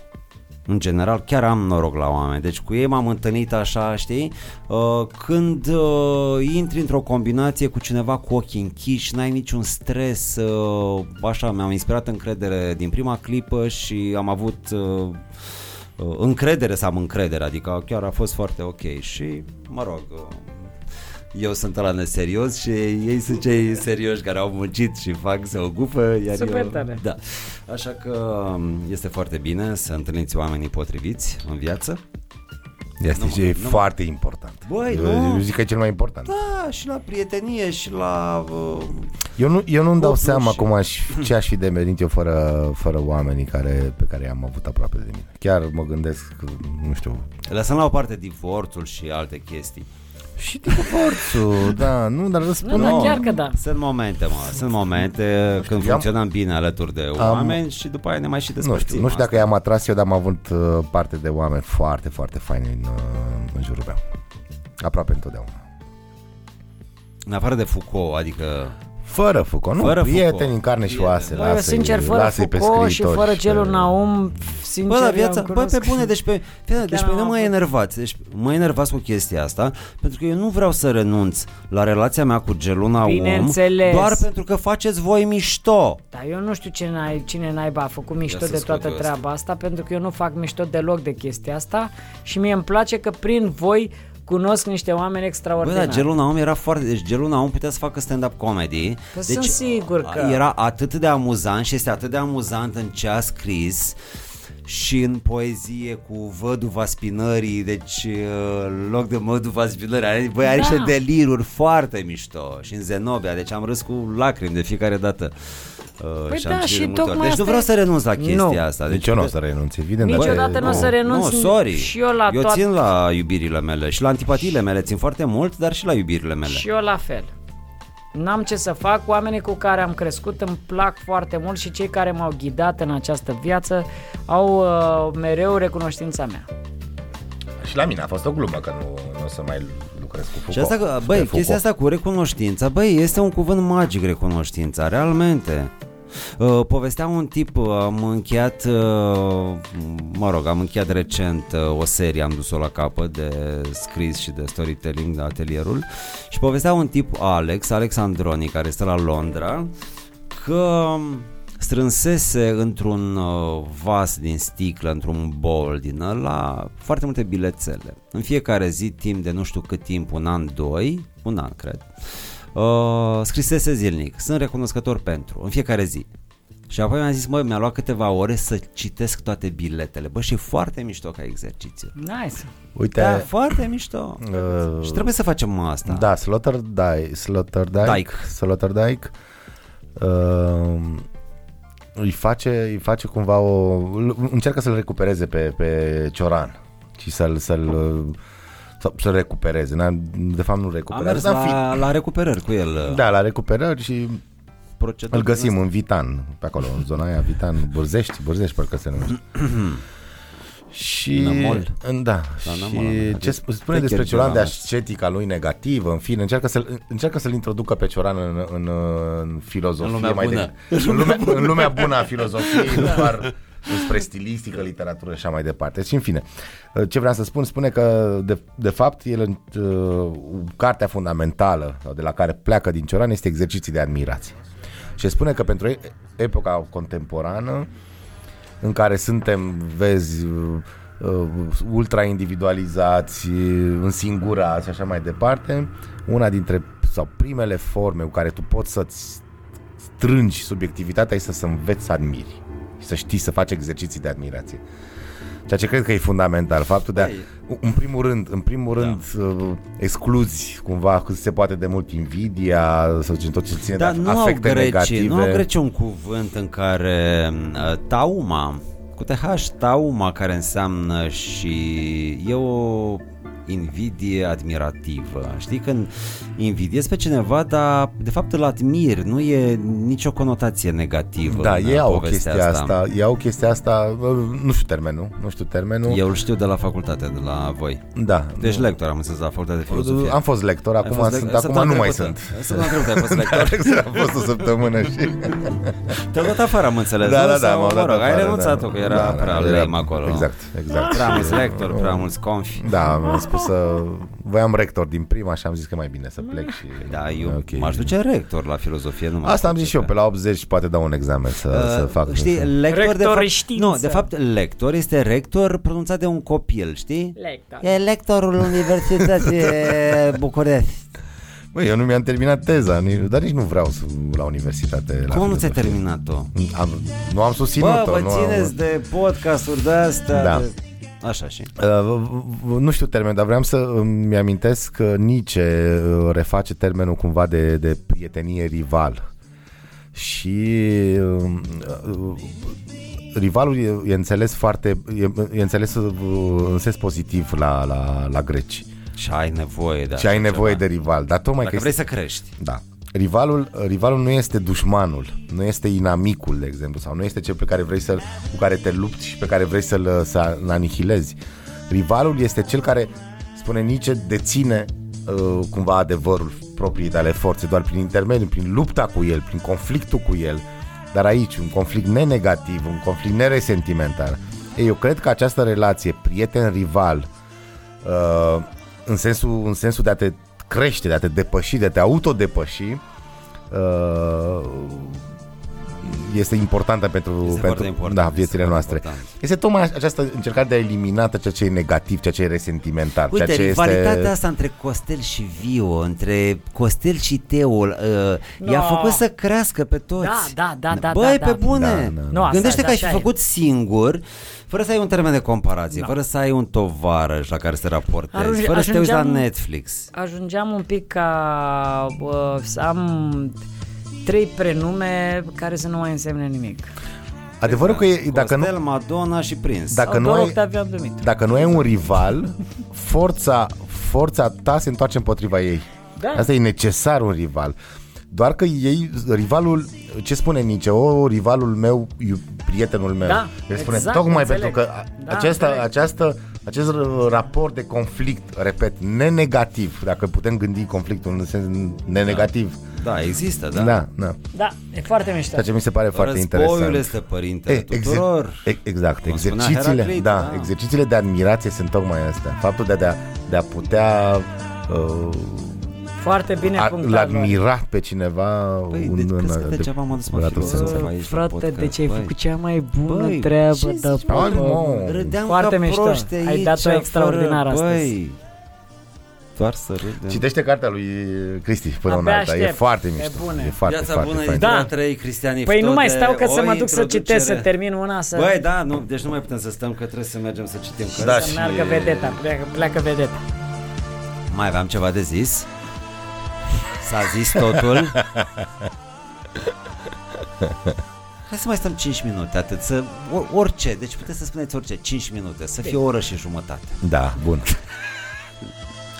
[SPEAKER 1] În general, chiar am noroc la oameni. Deci cu ei m-am întâlnit așa, știi? Uh, Când uh, intri într-o combinație cu cineva cu ochii închiși, n-ai niciun stres, uh, așa, mi-am inspirat încredere din prima clipă și am avut uh, uh, încredere să am încredere, adică chiar a fost foarte ok și, mă rog, uh, eu sunt la neserios și ei sunt cei serioși care au muncit și fac să o gufă, iar
[SPEAKER 3] Super
[SPEAKER 1] eu...
[SPEAKER 3] tare.
[SPEAKER 1] Da. Așa că um, este foarte bine să întâlniți oamenii potriviți în viață.
[SPEAKER 2] Este
[SPEAKER 1] Nu,
[SPEAKER 2] și e
[SPEAKER 1] nu.
[SPEAKER 2] foarte important.
[SPEAKER 1] Băi,
[SPEAKER 2] eu,
[SPEAKER 1] nu.
[SPEAKER 2] eu zic că e cel mai important.
[SPEAKER 1] Da, și la prietenie și la... Uh,
[SPEAKER 2] Eu, nu, eu nu-mi dau
[SPEAKER 1] Coplu
[SPEAKER 2] seama
[SPEAKER 1] și-
[SPEAKER 2] cum aș, ce aș fi devenit eu fără, fără oamenii care, pe care i-am avut aproape de mine. Chiar mă gândesc, nu știu,
[SPEAKER 1] lăsăm la o parte divorțul și alte chestii.
[SPEAKER 2] și divorțul, da, nu, dar
[SPEAKER 3] Nu,
[SPEAKER 2] răspund.
[SPEAKER 3] dar
[SPEAKER 1] Nu.
[SPEAKER 3] chiar că da.
[SPEAKER 1] Sunt momente, mă, sunt momente când
[SPEAKER 2] eu am-
[SPEAKER 1] funcționăm bine alături de oameni și după aia ne mai și
[SPEAKER 2] nu
[SPEAKER 1] despărțim.
[SPEAKER 2] știu, nu știu
[SPEAKER 1] Asta
[SPEAKER 2] dacă i-am atras eu, dar am avut uh, parte de oameni foarte, foarte faini în, uh, în jurul meu. Aproape întotdeauna.
[SPEAKER 1] În afară de Foucault, adică...
[SPEAKER 2] Fără Foucault, nu,
[SPEAKER 1] Fără
[SPEAKER 2] fără prieteni
[SPEAKER 1] Foucault.
[SPEAKER 2] în carne și oase.
[SPEAKER 3] Bă, eu
[SPEAKER 2] lasă-i-
[SPEAKER 3] sincer, fără
[SPEAKER 2] lasă-i pe
[SPEAKER 3] Foucault și
[SPEAKER 2] scriitori
[SPEAKER 3] fără
[SPEAKER 2] pe-
[SPEAKER 3] celul Naum, sincer,
[SPEAKER 1] Bă, la
[SPEAKER 3] eu
[SPEAKER 1] viața,
[SPEAKER 3] îl
[SPEAKER 1] bă,
[SPEAKER 3] cunosc.
[SPEAKER 1] pe bune, deci pe, fie, deci pe
[SPEAKER 3] am
[SPEAKER 1] mine mă
[SPEAKER 3] avut-
[SPEAKER 1] enervați, deci mă enervați cu chestia asta, pentru că eu nu vreau să renunț la relația mea cu Geluna Om,
[SPEAKER 3] Bineînțeles.
[SPEAKER 1] doar pentru că faceți voi mișto.
[SPEAKER 3] Dar eu nu știu cine, ai, cine naiba a făcut mișto
[SPEAKER 1] Ia să
[SPEAKER 3] de toată
[SPEAKER 1] scot eu
[SPEAKER 3] treaba asta. pentru că eu nu fac mișto deloc de chestia asta și mie îmi place că prin voi cunosc niște oameni
[SPEAKER 1] Bă, da,
[SPEAKER 3] extraordinari.
[SPEAKER 1] dar Gelu Naum era foarte... Deci Gelu Naum putea să facă stand-up comedy.
[SPEAKER 3] Păi
[SPEAKER 1] deci
[SPEAKER 3] sunt sigur că-
[SPEAKER 1] Era atât de amuzant și este atât de amuzant în ce a scris și în poezie cu văduva spinării, deci uh, în loc de văduva spinării, are, băi, are
[SPEAKER 3] Da.
[SPEAKER 1] niște deliruri foarte mișto și în Zenobia, deci am râs cu lacrimi de fiecare dată. Uh,
[SPEAKER 3] Păi
[SPEAKER 1] și am
[SPEAKER 3] da,
[SPEAKER 1] citit
[SPEAKER 3] și
[SPEAKER 1] de multe ori.
[SPEAKER 3] tocmai
[SPEAKER 1] Deci nu
[SPEAKER 3] asta
[SPEAKER 1] vreau
[SPEAKER 3] e-
[SPEAKER 1] să renunț la chestia
[SPEAKER 3] Nu.
[SPEAKER 1] asta.
[SPEAKER 2] Deci eu nu o să renunț, evident. dar-
[SPEAKER 3] Niciodată nu o să renunț
[SPEAKER 1] Eh, nu, sorry.
[SPEAKER 3] și eu la
[SPEAKER 1] eu
[SPEAKER 3] toate.
[SPEAKER 1] țin la iubirile mele și la antipatiile mele, țin foarte mult, dar și la iubirile mele.
[SPEAKER 3] Și eu la fel. N-am ce să fac, oamenii cu care am crescut îmi plac foarte mult și cei care m-au ghidat în această viață au uh, mereu recunoștința mea.
[SPEAKER 2] Și la mine a fost o glumă că nu, nu o să mai lucrez cu Foucault.
[SPEAKER 1] Și asta, că,
[SPEAKER 2] Pe
[SPEAKER 1] băi,
[SPEAKER 2] Foucault.
[SPEAKER 1] chestia asta cu recunoștința, băi, este un cuvânt magic recunoștința, realmente. Uh, povestea un tip, uh, am încheiat, uh, mă rog, am încheiat recent uh, o serie, am dus-o la capăt de scris și de storytelling de atelierul și povestea un tip, Alex, Alex Androni, care este la Londra, că strânsese într-un uh, vas din sticlă, într-un bol din ăla, foarte multe bilețele. În fiecare zi, timp de nu știu cât timp, un an, doi, un an cred, uh, scrisese zilnic, sunt recunoscător pentru, în fiecare zi. Și apoi mi-am zis, măi, mi-a luat câteva ore să citesc toate biletele. Bă, și e foarte mișto ca exercițiu.
[SPEAKER 3] Nice.
[SPEAKER 2] Uite,
[SPEAKER 1] Da, foarte mișto.
[SPEAKER 2] Uh,
[SPEAKER 1] și trebuie să facem asta.
[SPEAKER 2] Da, Sloterdijk, Sloterdijk,
[SPEAKER 1] Dyke.
[SPEAKER 2] Sloterdijk uh, îi, face, îi face cumva o... îl- încearcă să-l recupereze pe, pe Cioran și să-l, să-l, uh, sau să-l recupereze. n-a- De fapt nu
[SPEAKER 1] Am
[SPEAKER 2] recuperează,
[SPEAKER 1] mers
[SPEAKER 2] dar în fine.
[SPEAKER 1] la, la recuperări cu el.
[SPEAKER 2] Da, la recuperări și
[SPEAKER 1] Procedăm
[SPEAKER 2] îl găsim
[SPEAKER 1] din
[SPEAKER 2] în Vitan, pe acolo, în zona aia, Vitan, Burzești, Burzești parcă
[SPEAKER 1] [clears throat]
[SPEAKER 2] se numește. și
[SPEAKER 1] Nămol.
[SPEAKER 2] în- da,
[SPEAKER 1] La
[SPEAKER 2] și
[SPEAKER 1] Nămol am mers.
[SPEAKER 2] ce sp- spune
[SPEAKER 1] Pe
[SPEAKER 2] despre
[SPEAKER 1] Cherbera
[SPEAKER 2] Cioran de
[SPEAKER 1] am mers.
[SPEAKER 2] ascetica lui negativă, în fine, încearcă să-l, încearcă să-l introducă pe Cioran în, în, în filozofie
[SPEAKER 1] În lumea
[SPEAKER 2] mai
[SPEAKER 1] bună.
[SPEAKER 2] De, în, lumea, în lumea bună Da. a filozofiei, nu doar spre stilistică, literatură și așa mai departe. Și în fine, ce vreau să spun, spune că de, de fapt el, uh, cartea fundamentală sau de la care pleacă din Cioran este exerciții de admirație. Și spune că pentru e- epoca contemporană în care suntem, vezi, uh, ultra individualizați, însingurați și așa mai departe, una dintre sau primele forme cu care tu poți să-ți strângi subiectivitatea este să înveți să admiri și să știi să faci exerciții de admirație. Ceea ce cred că e fundamental, faptul de a, în primul rând, în primul rând da. excluzi cumva cât se poate de mult invidia, să zicem tot ce ține
[SPEAKER 1] Dar
[SPEAKER 2] de
[SPEAKER 1] nu au,
[SPEAKER 2] da, afecte
[SPEAKER 1] grecii,
[SPEAKER 2] negative.
[SPEAKER 1] nu au grecii un cuvânt în care uh, tauma, cu TH, tauma care înseamnă și e o invidie admirativă. Știi când invidiezi pe cineva, dar de fapt îl admiri, nu e nicio conotație negativă.
[SPEAKER 2] Da,
[SPEAKER 1] în
[SPEAKER 2] ei au
[SPEAKER 1] povestea
[SPEAKER 2] chestia asta. asta, ei au chestia asta, nu știu termenul, nu știu termenul.
[SPEAKER 1] Eu îl știu de la facultate, de la voi.
[SPEAKER 2] Da.
[SPEAKER 1] Deci lector am înțeles la facultate de filozofie.
[SPEAKER 2] Am fost lector,
[SPEAKER 1] Ai
[SPEAKER 2] acum
[SPEAKER 1] fost
[SPEAKER 2] sunt,
[SPEAKER 1] lec-
[SPEAKER 2] acum nu
[SPEAKER 1] săptămâna
[SPEAKER 2] mai
[SPEAKER 1] trecută.
[SPEAKER 2] sunt. [laughs] Da.
[SPEAKER 1] Săptămâna trecută ai fost lector.
[SPEAKER 2] A fost o săptămână și...
[SPEAKER 1] Te-au dat afară, am înțeles.
[SPEAKER 2] Da,
[SPEAKER 1] nu?
[SPEAKER 2] da, da,
[SPEAKER 1] Sau,
[SPEAKER 2] m-au dat
[SPEAKER 1] mă rog, ai
[SPEAKER 2] afară,
[SPEAKER 1] renunțat
[SPEAKER 2] da.
[SPEAKER 1] că era
[SPEAKER 2] Da, da,
[SPEAKER 1] prea
[SPEAKER 2] era-
[SPEAKER 1] lame acolo. nu?
[SPEAKER 2] exact, exact.
[SPEAKER 1] Prea
[SPEAKER 2] Și-
[SPEAKER 1] mulți lectori, prea mulți confi.
[SPEAKER 2] Da, mi-am spus să... Voiam rector din prima și am zis că e mai bine să plec și...
[SPEAKER 1] Da, eu
[SPEAKER 2] Ok.
[SPEAKER 1] m-aș duce rector la filozofie. Nu m-aș
[SPEAKER 2] Asta am zis
[SPEAKER 1] duce
[SPEAKER 2] și eu,
[SPEAKER 1] pe-
[SPEAKER 2] pe la 80 poate dau un examen să, să fac.
[SPEAKER 1] Uh, Știi, lector de
[SPEAKER 3] Rector e
[SPEAKER 1] fapt,
[SPEAKER 3] știință.
[SPEAKER 1] Nu, de fapt lector este rector pronunțat de un copil, știi?
[SPEAKER 3] Lector.
[SPEAKER 1] E lectorul Universității București.
[SPEAKER 2] Băi, eu nu mi-am terminat teza, nici- dar nici nu vreau să, la universitate. [laughs] la
[SPEAKER 1] Cum nu ți-ai
[SPEAKER 2] filozofie.
[SPEAKER 1] terminat-o?
[SPEAKER 2] Am, nu am
[SPEAKER 1] Bă,
[SPEAKER 2] susținut-o.
[SPEAKER 1] vă
[SPEAKER 2] nu
[SPEAKER 1] țineți
[SPEAKER 2] am...
[SPEAKER 1] de podcasturi de astea.
[SPEAKER 2] Da.
[SPEAKER 1] de- Așa și.
[SPEAKER 2] Uh, v- v- nu știu termen, dar vreau să îmi amintesc că Nice uh, reface termenul cumva de, de prietenie rival. Și uh, uh, rivalul e, e înțeles foarte e, e înțeles uh, în sens pozitiv la, la, la greci.
[SPEAKER 1] Și ai nevoie de
[SPEAKER 2] și ai
[SPEAKER 1] Da, așa
[SPEAKER 2] nevoie
[SPEAKER 1] ceva.
[SPEAKER 2] de rival, dar tocmai
[SPEAKER 1] Dacă
[SPEAKER 2] că
[SPEAKER 1] vrei să crești.
[SPEAKER 2] da. Rivalul, rivalul nu este dușmanul, nu este inamicul, de exemplu, sau nu este cel pe care vrei să cu care te lupți și pe care vrei să-l să anihilezi. Rivalul este cel care, spune Nietzsche, deține uh, cumva adevărul proprii tale forțe, doar prin intermediul, prin lupta cu el, prin conflictul cu el. Dar aici, un conflict nenegativ, un conflict neresentimentar. Ei, eu cred că această relație prieten-rival uh, în, sensul, în sensul de a te crește, de a te depăși, de a te autodepăși, uh, este importantă pentru,
[SPEAKER 1] Este
[SPEAKER 2] pentru
[SPEAKER 1] foarte important,
[SPEAKER 2] da,
[SPEAKER 1] este
[SPEAKER 2] viețile
[SPEAKER 1] foarte
[SPEAKER 2] noastre.
[SPEAKER 1] important.
[SPEAKER 2] Este tocmai această încercare de a elimina tot ceea ce e negativ, ceea ce e resentimentar.
[SPEAKER 1] Uite,
[SPEAKER 2] ceea ce
[SPEAKER 1] rivalitatea
[SPEAKER 2] este...
[SPEAKER 1] asta între Costel și Vio, între Costel și Teul, uh, i-a făcut să crească pe toți.
[SPEAKER 3] Da, da, da, da,
[SPEAKER 1] Băi,
[SPEAKER 3] da,
[SPEAKER 1] pe
[SPEAKER 3] da.
[SPEAKER 1] bune!
[SPEAKER 3] da. Nu, asta-
[SPEAKER 1] Gândește că ai
[SPEAKER 3] așa
[SPEAKER 1] fi
[SPEAKER 3] e.
[SPEAKER 1] făcut singur, fără să ai un termen de comparație, fără să ai un tovarăș la care să raportezi,
[SPEAKER 3] Ajunge-
[SPEAKER 1] fără să te uiți la
[SPEAKER 3] ajungeam-
[SPEAKER 1] Netflix.
[SPEAKER 3] Ajungeam un pic ca uh, să am trei prenume care să nu mai însemne nimic.
[SPEAKER 2] Adevărul că e, dacă nu,
[SPEAKER 1] Costel, Madonna și Prins.
[SPEAKER 2] Dacă
[SPEAKER 3] Sau
[SPEAKER 2] nu
[SPEAKER 3] doar
[SPEAKER 2] ai-
[SPEAKER 3] Octavian Dumitru.
[SPEAKER 2] dacă nu ai un rival, forța, forța ta se întoarce împotriva ei.
[SPEAKER 3] Da.
[SPEAKER 2] Asta e necesar un rival. Doar că ei, rivalul, ce spune Nice? O, rivalul meu, iu- prietenul meu.
[SPEAKER 3] Da,
[SPEAKER 2] El spune,
[SPEAKER 3] exact,
[SPEAKER 2] tocmai
[SPEAKER 3] înțeleg.
[SPEAKER 2] pentru că a-
[SPEAKER 3] Da,
[SPEAKER 2] aceasta,
[SPEAKER 3] înțeleg.
[SPEAKER 2] această, acest r- raport de conflict, repet, nenegativ, dacă putem gândi conflictul în sens nenegativ.
[SPEAKER 1] Da, există, da.
[SPEAKER 2] Da, da. da.
[SPEAKER 3] Da, e foarte mișto.
[SPEAKER 2] Ceea ce mi se pare foarte
[SPEAKER 1] Războiul
[SPEAKER 2] interesant.
[SPEAKER 1] este părintele
[SPEAKER 2] E, exe-
[SPEAKER 1] tuturor.
[SPEAKER 2] e- Exact,
[SPEAKER 1] Cum spunea
[SPEAKER 2] exercițiile,
[SPEAKER 1] Heraclit,
[SPEAKER 2] da,
[SPEAKER 1] da.
[SPEAKER 2] exercițiile de admirație sunt tocmai astea. Faptul de a, de a, de a putea uh,
[SPEAKER 3] Foarte bine
[SPEAKER 2] a,
[SPEAKER 3] punctat.
[SPEAKER 2] l
[SPEAKER 3] Vlad.
[SPEAKER 2] admira pe cineva
[SPEAKER 1] Păi,
[SPEAKER 2] un,
[SPEAKER 1] deci
[SPEAKER 2] în-
[SPEAKER 1] crezi că
[SPEAKER 2] de-
[SPEAKER 1] degeaba m-am dus mă
[SPEAKER 2] în altul
[SPEAKER 1] filozofie.
[SPEAKER 2] sens.
[SPEAKER 1] aici la
[SPEAKER 3] Frate,
[SPEAKER 1] podcast,
[SPEAKER 3] deci ai
[SPEAKER 1] băi.
[SPEAKER 3] făcut cea mai bună
[SPEAKER 1] Băi,
[SPEAKER 3] treabă
[SPEAKER 1] ce
[SPEAKER 3] de
[SPEAKER 1] zici,
[SPEAKER 3] pe
[SPEAKER 2] mă? Hai, mă.
[SPEAKER 1] Râdeam
[SPEAKER 3] Foarte
[SPEAKER 1] ca
[SPEAKER 3] mișto.
[SPEAKER 1] proști
[SPEAKER 3] Ai
[SPEAKER 1] aici,
[SPEAKER 3] dat-o extraordinar
[SPEAKER 1] fără,
[SPEAKER 3] astăzi.
[SPEAKER 1] Băi, doar să râdem.
[SPEAKER 2] Citește cartea lui Cristi până
[SPEAKER 3] Abia
[SPEAKER 2] una alta. E
[SPEAKER 3] aștept.
[SPEAKER 2] foarte
[SPEAKER 3] E
[SPEAKER 2] mișto.
[SPEAKER 3] bună.
[SPEAKER 2] E foarte,
[SPEAKER 1] Viața
[SPEAKER 2] foarte,
[SPEAKER 1] bună
[SPEAKER 2] fain.
[SPEAKER 1] din da. trei Cristian
[SPEAKER 3] Păi nu mai
[SPEAKER 1] Iftode,
[SPEAKER 3] stau că să
[SPEAKER 1] o
[SPEAKER 3] mă duc să
[SPEAKER 1] introducere.
[SPEAKER 3] citesc, să termin una, să-
[SPEAKER 1] Băi, da, nu, deci nu mai putem să stăm că trebuie să mergem să citim cărți.
[SPEAKER 2] Da,
[SPEAKER 3] Să
[SPEAKER 2] și-
[SPEAKER 3] meargă vedeta, pleacă, pleacă vedeta.
[SPEAKER 1] Mai aveam ceva de zis? S-a zis totul? Hai să mai stăm 5 minute, atât, să, or- orice, deci puteți să spuneți orice, 5 minute, să fie o oră și jumătate.
[SPEAKER 2] Da, bun.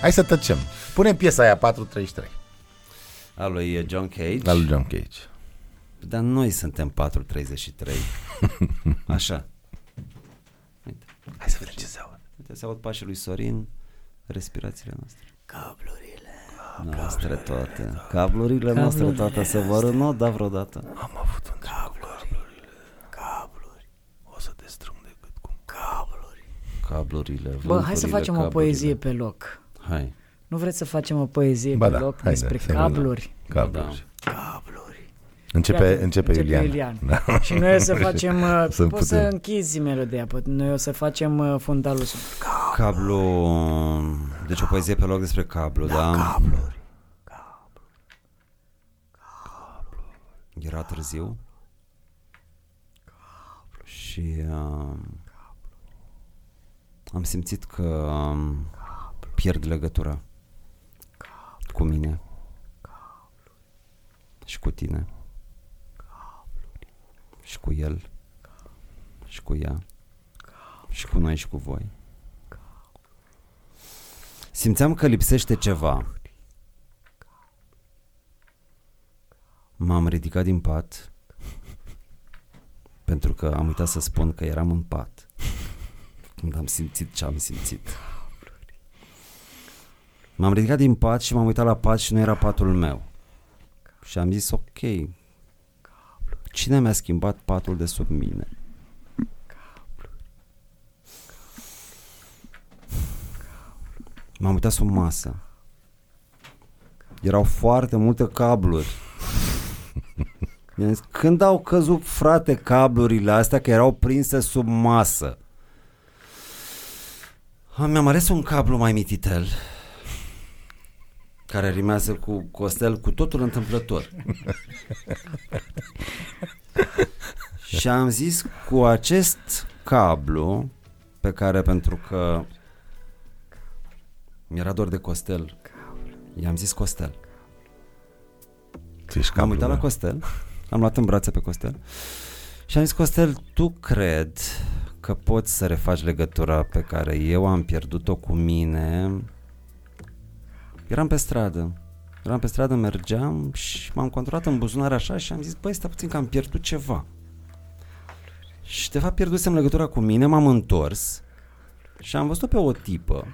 [SPEAKER 2] Hai să tăcem. Punem piesa aia 433
[SPEAKER 1] A lui John Cage.
[SPEAKER 2] la lui John Cage.
[SPEAKER 1] Dar noi suntem
[SPEAKER 2] [laughs]
[SPEAKER 1] 4.33. Așa. Uite. Hai să vedem ce se aud. Uite, se aud pașii lui Sorin, respirațiile noastre. Cablurile. Noastre toate. Cablurile noastre toate se vor înnoda vreodată.
[SPEAKER 2] Am avut un cabluri. Cabluri. O să te strâng decât cu cabluri.
[SPEAKER 1] Cablurile,
[SPEAKER 3] Bă,
[SPEAKER 1] vânturile,
[SPEAKER 3] hai
[SPEAKER 2] păi,
[SPEAKER 3] să facem o
[SPEAKER 1] cablurile.
[SPEAKER 3] poezie pe loc.
[SPEAKER 1] Hai.
[SPEAKER 3] Nu vreți să facem o poezie
[SPEAKER 2] Ba
[SPEAKER 3] pe
[SPEAKER 2] da,
[SPEAKER 3] loc
[SPEAKER 2] hai
[SPEAKER 3] despre
[SPEAKER 2] să- să-
[SPEAKER 3] cabluri?
[SPEAKER 2] Cabluri.
[SPEAKER 1] Da.
[SPEAKER 3] Cabluri.
[SPEAKER 2] Începe, începe Iulian. Da.
[SPEAKER 3] [laughs] Și noi o
[SPEAKER 2] [laughs]
[SPEAKER 3] să facem... uh,
[SPEAKER 2] Să
[SPEAKER 3] poți să
[SPEAKER 2] putem.
[SPEAKER 3] închizi melodia, pot- noi o să facem uh, fundalul sub.
[SPEAKER 1] Cablu... Deci o poezie pe loc despre cablu, da? da? Cabluri. Era târziu. Și... Uh, am simțit că um, pierd legătura cu mine și cu tine și cu el și cu ea și cu noi și cu voi. Simțeam că lipsește ceva. M-am ridicat din pat [laughs] pentru că am uitat să spun că eram în pat când am simțit ce am simțit. M-am ridicat din pat și m-am uitat la pat și nu era patul meu. Și am zis ok, cine mi-a schimbat patul de sub mine? M-am uitat sub masă. Erau foarte multe cabluri. I-am zis, Când au căzut, frate, cablurile astea că erau prinse sub masă? Am- Mi-am ales un cablu mai mititel care rimează cu Costel cu totul întâmplător. Și am zis cu acest cablu pe care pentru că mi-era dor de Costel. I-am zis Costel.
[SPEAKER 2] Tu ești
[SPEAKER 1] Am
[SPEAKER 2] cablul
[SPEAKER 1] uitat la
[SPEAKER 2] meu.
[SPEAKER 1] Costel, am luat în brațe pe Costel și am zis, Costel, tu cred că poți să refaci legătura pe care eu am pierdut-o cu mine. Eram pe stradă. Eram pe stradă, mergeam și m-am controlat în buzunar așa și am zis, băi, stai puțin că am pierdut ceva. Și de fapt pierdusem legătura cu mine, m-am întors și am văzut pe o tipă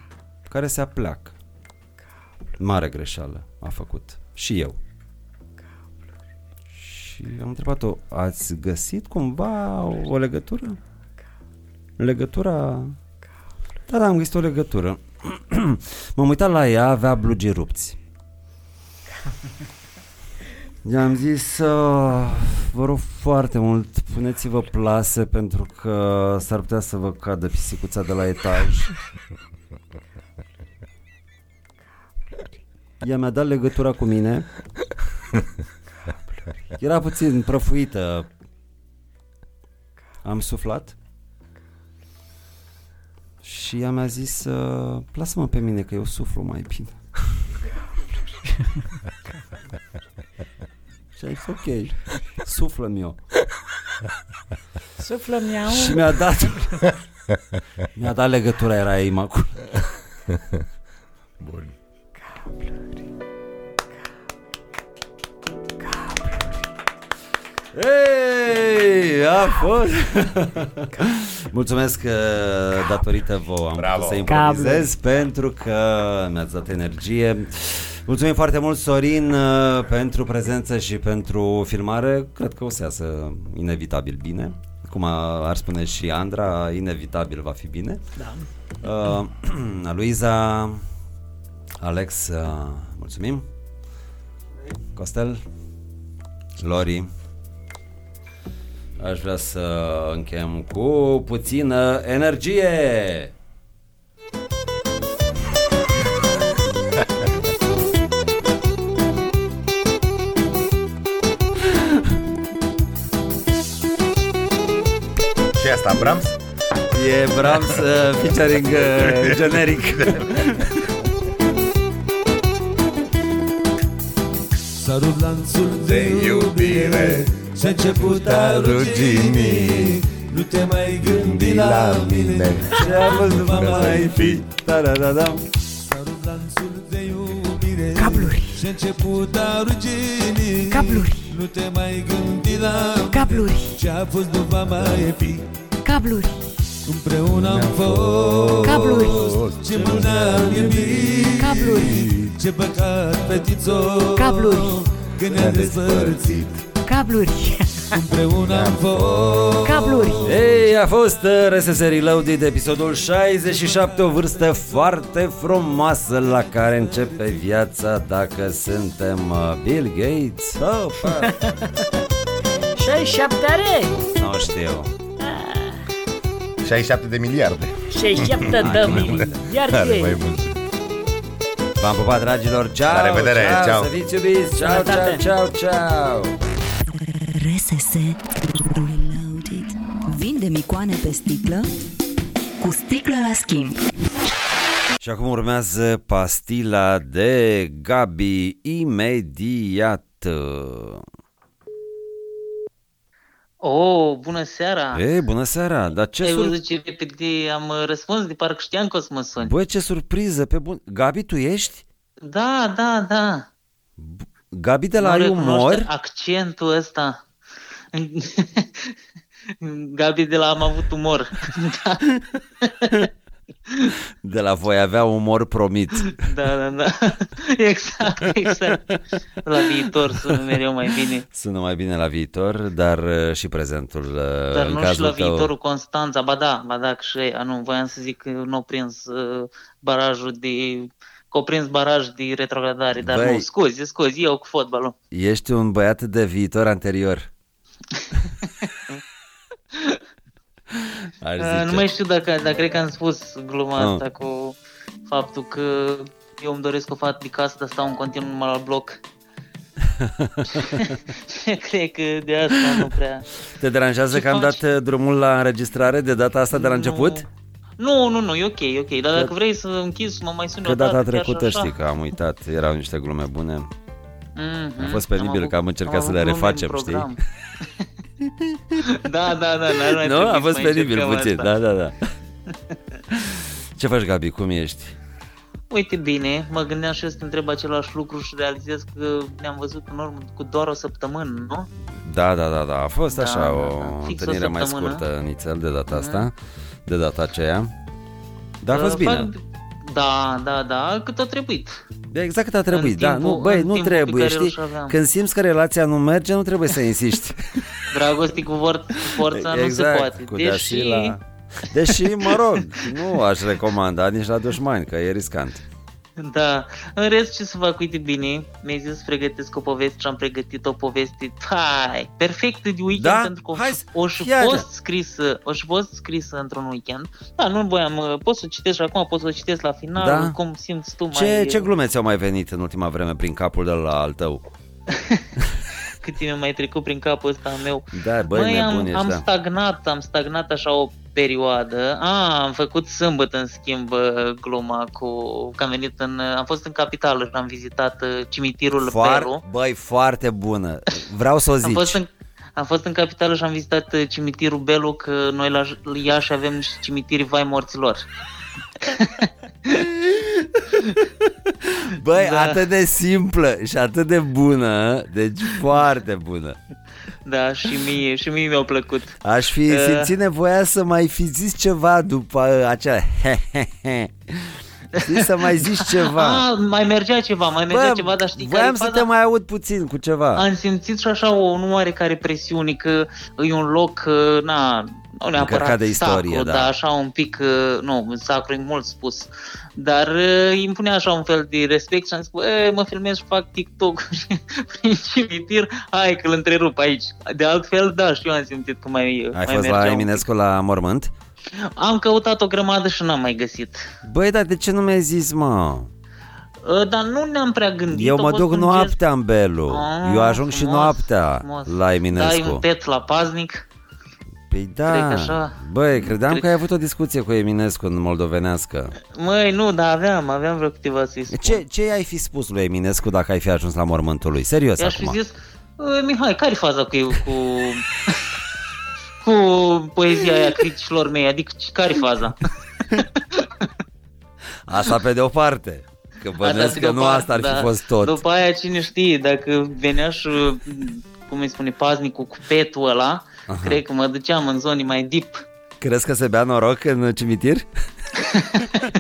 [SPEAKER 1] care se apleacă. Mare greșeală a făcut. Și eu. Și am întrebat-o, ați găsit cumva o, o legătură? Legătura... Da, da, am găsit o legătură. [clears throat] M-am uitat la ea, avea blugi rupți. I-am zis, uh, vă rog foarte mult, puneți-vă plase pentru că s-ar putea să vă cadă pisicuța de la etaj. Ea mi-a dat legătura cu mine. Era puțin prăfuită. Am suflat. Și ea mi-a zis, uh, lasă-mă pe mine că eu suflu mai bine. [laughs] și a zis, ok, suflăm eu.
[SPEAKER 3] Suflă miau.
[SPEAKER 1] Și mi-a dat Mi-a dat legătura, era ei acolo
[SPEAKER 2] Bun.
[SPEAKER 1] Ei, a fost [laughs] Mulțumesc că datorită vouă am
[SPEAKER 2] Bravo.
[SPEAKER 1] putut să improvizez Pentru că mi-ați dat energie Mulțumim foarte mult, Sorin, uh, pentru prezență și pentru filmare. Cred că o să iasă inevitabil bine. Cum a- ar spune și Andra, inevitabil va fi bine. Da. Uh, [clears throat] Luiza, Alex, uh, mulțumim. Costel, Lori. Aș vrea să încheiem cu puțină energie.
[SPEAKER 2] asta? Brahms?
[SPEAKER 1] E Brahms uh, featuring uh, generic.
[SPEAKER 11] S-a rupt lanțul de iubire Și-a început a rugini Nu te mai gândi la mine Și am văzut va mai fi da, da, da, da. S-a rupt lanțul de iubire Cabluri Și-a început a rugini Cabluri Nu te mai gândi la mine Cabluri Ce-a fost nu va mai fi
[SPEAKER 12] Cabluri
[SPEAKER 11] Împreună am fost
[SPEAKER 12] Cabluri.
[SPEAKER 11] Ce mult am iubit
[SPEAKER 12] Cabluri
[SPEAKER 11] Ce păcat, fetițo
[SPEAKER 12] Cabluri.
[SPEAKER 11] Că ne-am despărțit
[SPEAKER 12] Cabluri
[SPEAKER 11] Împreună am fost
[SPEAKER 12] Cabluri
[SPEAKER 1] Ei, a fost uh, RSS Reloaded, episodul 67, o vârstă foarte frumoasă la care începe viața dacă suntem uh, Bill Gates. Oh, pa.
[SPEAKER 3] 67 are!
[SPEAKER 1] nu știu.
[SPEAKER 2] 67 de miliarde.
[SPEAKER 3] 67 de
[SPEAKER 2] Are mai
[SPEAKER 3] miliarde.
[SPEAKER 2] mult. Are mai mult.
[SPEAKER 1] V-am pupat, dragilor. Ciao,
[SPEAKER 2] La revedere, ciao.
[SPEAKER 1] Să fiți iubiți. Ciao, ciao,
[SPEAKER 4] Sănătate.
[SPEAKER 1] ciao, ciao.
[SPEAKER 4] RSS Reloaded Vindem icoane pe sticlă Cu sticlă la schimb
[SPEAKER 1] Și acum urmează pastila de Gabi imediat.
[SPEAKER 13] Oh, bună seara!
[SPEAKER 1] Ei, bună seara, dar ce
[SPEAKER 13] Ai
[SPEAKER 1] sur...
[SPEAKER 13] văzut ce repede am uh, răspuns, de parcă știam că o să mă suni.
[SPEAKER 1] Băi, ce surpriză, pe bun. Gabi, tu ești?
[SPEAKER 13] Da, da, da.
[SPEAKER 1] Gabi de la
[SPEAKER 13] Nu
[SPEAKER 1] Ai
[SPEAKER 13] recunoaște
[SPEAKER 1] Umor?
[SPEAKER 13] accentul ăsta. [laughs] Gabi de la am avut umor. [laughs] da,
[SPEAKER 1] De la voi avea umor promit.
[SPEAKER 13] da, da, da. Exact, exact. La viitor sunt mereu mai bine.
[SPEAKER 1] Sună mai bine la viitor, dar uh, și prezentul uh,
[SPEAKER 13] Dar
[SPEAKER 1] în
[SPEAKER 13] nu
[SPEAKER 1] cazul
[SPEAKER 13] și la
[SPEAKER 1] tău.
[SPEAKER 13] viitorul Constanța, ba da, ba da, că și ei, a, nu, voiam să zic că nu au prins uh, barajul de, că au prins baraj de retrogradare, dar
[SPEAKER 1] Băi.
[SPEAKER 13] nu, scuze, scuze, eu cu fotbalul.
[SPEAKER 1] Ești un băiat de viitor
[SPEAKER 13] [laughs]
[SPEAKER 1] anterior. Aș
[SPEAKER 13] Uh,
[SPEAKER 1] zice.
[SPEAKER 13] Nu mai știu dacă, dar cred că am spus gluma
[SPEAKER 1] Ah.
[SPEAKER 13] asta cu faptul că eu îmi doresc o fată de casă, dar stau în continuu numai la
[SPEAKER 1] [laughs]
[SPEAKER 13] bloc. [laughs] cred că de asta nu prea...
[SPEAKER 1] Te deranjează
[SPEAKER 13] Ce
[SPEAKER 1] că am
[SPEAKER 13] faci?
[SPEAKER 1] dat uh, drumul la înregistrare de data asta de la început?
[SPEAKER 13] Nu, nu, nu, e ok, e ok, dar dacă vrei să închizi, mă mai suni
[SPEAKER 1] Că
[SPEAKER 13] o dată,
[SPEAKER 1] data
[SPEAKER 13] chiar și
[SPEAKER 1] trecută
[SPEAKER 13] așa.
[SPEAKER 1] știi că am uitat, erau niște glume bune.
[SPEAKER 13] Mhm,
[SPEAKER 1] A fost penibil
[SPEAKER 13] avut-
[SPEAKER 1] că am încercat să
[SPEAKER 13] avut
[SPEAKER 1] le
[SPEAKER 13] glume în
[SPEAKER 1] refacem,
[SPEAKER 13] program. [laughs] da, da, da, da,
[SPEAKER 1] Nu, a fost penibil puțin, da, da,
[SPEAKER 13] [laughs]
[SPEAKER 1] da. Ce faci, Gabi? Cum ești?
[SPEAKER 13] Uite bine, mă gândeam și eu să te întreb același lucru și realizez că ne-am văzut în urmă cu doar o săptămână, nu?
[SPEAKER 1] Da, da, da, da. A fost
[SPEAKER 13] Da,
[SPEAKER 1] așa
[SPEAKER 13] da,
[SPEAKER 1] o
[SPEAKER 13] da. Fix o
[SPEAKER 1] întâlnire mai
[SPEAKER 13] săptămână.
[SPEAKER 1] scurtă, nițel, de data
[SPEAKER 13] Mhm.
[SPEAKER 1] asta, de data aceea. Dar a fost
[SPEAKER 13] Uh,
[SPEAKER 1] bine.
[SPEAKER 13] fac- Da, da, da, cât a trebuit.
[SPEAKER 1] Exact cât a trebuit, da. Nu,
[SPEAKER 13] timpul-
[SPEAKER 1] băi,
[SPEAKER 13] în
[SPEAKER 1] nu
[SPEAKER 13] timpul pe
[SPEAKER 1] trebuie,
[SPEAKER 13] care îl
[SPEAKER 1] știi?
[SPEAKER 13] și aveam.
[SPEAKER 1] Când simți că relația nu merge, nu trebuie să insisti.
[SPEAKER 13] Dragoste cu vor- cu [laughs] forța nu se poate.
[SPEAKER 1] Exact, cu
[SPEAKER 13] Deși,
[SPEAKER 1] deasila. Deși, mă rog, nu aș recomanda nici la dușmani, că e riscant.
[SPEAKER 13] da, în rest ce să fac, uite bine, mi-ai zis să pregătesc o poveste și am pregătit o poveste, hai, perfectă de weekend,
[SPEAKER 1] Da?
[SPEAKER 13] pentru că o-
[SPEAKER 1] Hai să-
[SPEAKER 13] o și
[SPEAKER 1] ia-ne.
[SPEAKER 13] fost scrisă, o și fost scrisă într-un weekend. Da, nu voiam, uh, poți să o citești acum, poți să o citești la final,
[SPEAKER 1] Da?
[SPEAKER 13] cum simți tu
[SPEAKER 1] Ce,
[SPEAKER 13] mai...
[SPEAKER 1] ce glume ți-au mai venit în ultima vreme prin capul de la al tău?
[SPEAKER 13] cât timp mi-a mai trecut prin capul ăsta al meu.
[SPEAKER 1] Da, băi,
[SPEAKER 13] Măi,
[SPEAKER 1] nebun
[SPEAKER 13] am,
[SPEAKER 1] ești,
[SPEAKER 13] am
[SPEAKER 1] da.
[SPEAKER 13] stagnat, am stagnat așa o perioadă. A, am făcut sâmbătă, în schimb, uh, gluma cu... că am venit în... uh, am fost în capitală și am vizitat uh, cimitirul
[SPEAKER 1] Foar,
[SPEAKER 13] Peru.
[SPEAKER 1] băi, foarte bună. Vreau să o
[SPEAKER 13] Am
[SPEAKER 1] zici.
[SPEAKER 13] fost, în, am fost în capitală și am vizitat uh, cimitirul Belu, că noi la J- Iași avem niște cimitiri vai morților.
[SPEAKER 1] Băi,
[SPEAKER 13] Da.
[SPEAKER 1] atât de simplă și atât de bună, deci foarte bună.
[SPEAKER 13] Da, și mie, și mie mi-au plăcut.
[SPEAKER 1] Aș fi
[SPEAKER 13] Uh.
[SPEAKER 1] simțit nevoia să mai fi zis ceva după uh, acea Știi, să mai zici ceva.
[SPEAKER 13] A, mai mergea ceva, mai mergea Ah, ceva, dar știi care
[SPEAKER 1] voiam
[SPEAKER 13] e
[SPEAKER 1] să
[SPEAKER 13] faza?
[SPEAKER 1] te mai aud puțin cu ceva.
[SPEAKER 13] Am simțit și așa o nu oarecare presiune că e un loc, uh, na, nu neapărat
[SPEAKER 1] Încărcat de istorie,
[SPEAKER 13] sacru,
[SPEAKER 1] da.
[SPEAKER 13] dar așa un pic, uh, nu, sacru e mult spus, dar uh, îi impunea așa un fel de respect și am zis, bă, mă filmez și fac [laughs] TikTok prin cimitir, hai că îl întrerup aici. De altfel, da, și eu am simțit că mai
[SPEAKER 1] Ai
[SPEAKER 13] mai
[SPEAKER 1] fost la
[SPEAKER 13] mergeam.
[SPEAKER 1] Eminescu la mormânt?
[SPEAKER 13] Am căutat o grămadă și n-am mai găsit.
[SPEAKER 1] Băi, dar de ce nu mi-ai zis, mă?
[SPEAKER 13] Uh, Dar nu ne-am prea gândit.
[SPEAKER 1] Eu
[SPEAKER 13] a
[SPEAKER 1] mă
[SPEAKER 13] fost
[SPEAKER 1] duc
[SPEAKER 13] un gest-
[SPEAKER 1] noaptea în Belu.
[SPEAKER 13] Ah,
[SPEAKER 1] Eu ajung și
[SPEAKER 13] frumos, Da,
[SPEAKER 1] noaptea
[SPEAKER 13] frumos.
[SPEAKER 1] la
[SPEAKER 13] Dai
[SPEAKER 1] Eminescu.
[SPEAKER 13] un pet la paznic.
[SPEAKER 1] Păi
[SPEAKER 13] Cred că
[SPEAKER 1] da,
[SPEAKER 13] așa.
[SPEAKER 1] băi, credeam
[SPEAKER 13] Cred-
[SPEAKER 1] că ai avut o discuție cu Eminescu în moldovenească.
[SPEAKER 13] Măi, nu, dar aveam, aveam vreo câteva să-i spun.
[SPEAKER 1] Ce, ce ai fi spus lui Eminescu dacă ai fi ajuns la mormântul lui? Serios
[SPEAKER 13] I-aș
[SPEAKER 1] acum.
[SPEAKER 13] fi zis, "E, Mihai, care-i faza cu, cu, cu poezia aia criticilor mei? Adică, ce- care-i faza?
[SPEAKER 1] Asta pe de o parte. Că
[SPEAKER 13] Asta
[SPEAKER 1] bănuiesc
[SPEAKER 13] pe
[SPEAKER 1] că
[SPEAKER 13] de-o
[SPEAKER 1] nu
[SPEAKER 13] parte,
[SPEAKER 1] asta ar fi
[SPEAKER 13] da.
[SPEAKER 1] fost tot.
[SPEAKER 13] După aia, cine știe, dacă venea și, cum îi spune, paznicul cu petul ăla,
[SPEAKER 1] Aha.
[SPEAKER 13] cred că mă duceam în zone mai deep.
[SPEAKER 1] Crezi că se bea noroc în cimitir?
[SPEAKER 13] [laughs]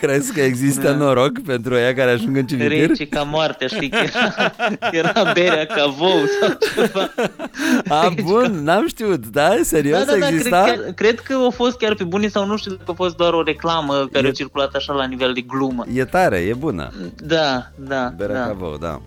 [SPEAKER 1] Crezi că există
[SPEAKER 13] Da.
[SPEAKER 1] noroc pentru ea care ajung în cimitir?
[SPEAKER 13] Rece ca moartea, știi, că era, era berea ca vou sau ceva.
[SPEAKER 1] A, bun, n-am știut, da? Serios exista?
[SPEAKER 13] Cred, că, cred că a fost chiar pe bune sau nu știu dacă a fost doar o reclamă care a circulat așa la nivel de glumă.
[SPEAKER 1] E tare, e bună.
[SPEAKER 13] Da, da,
[SPEAKER 1] Berea
[SPEAKER 13] da.
[SPEAKER 1] Cavou, da.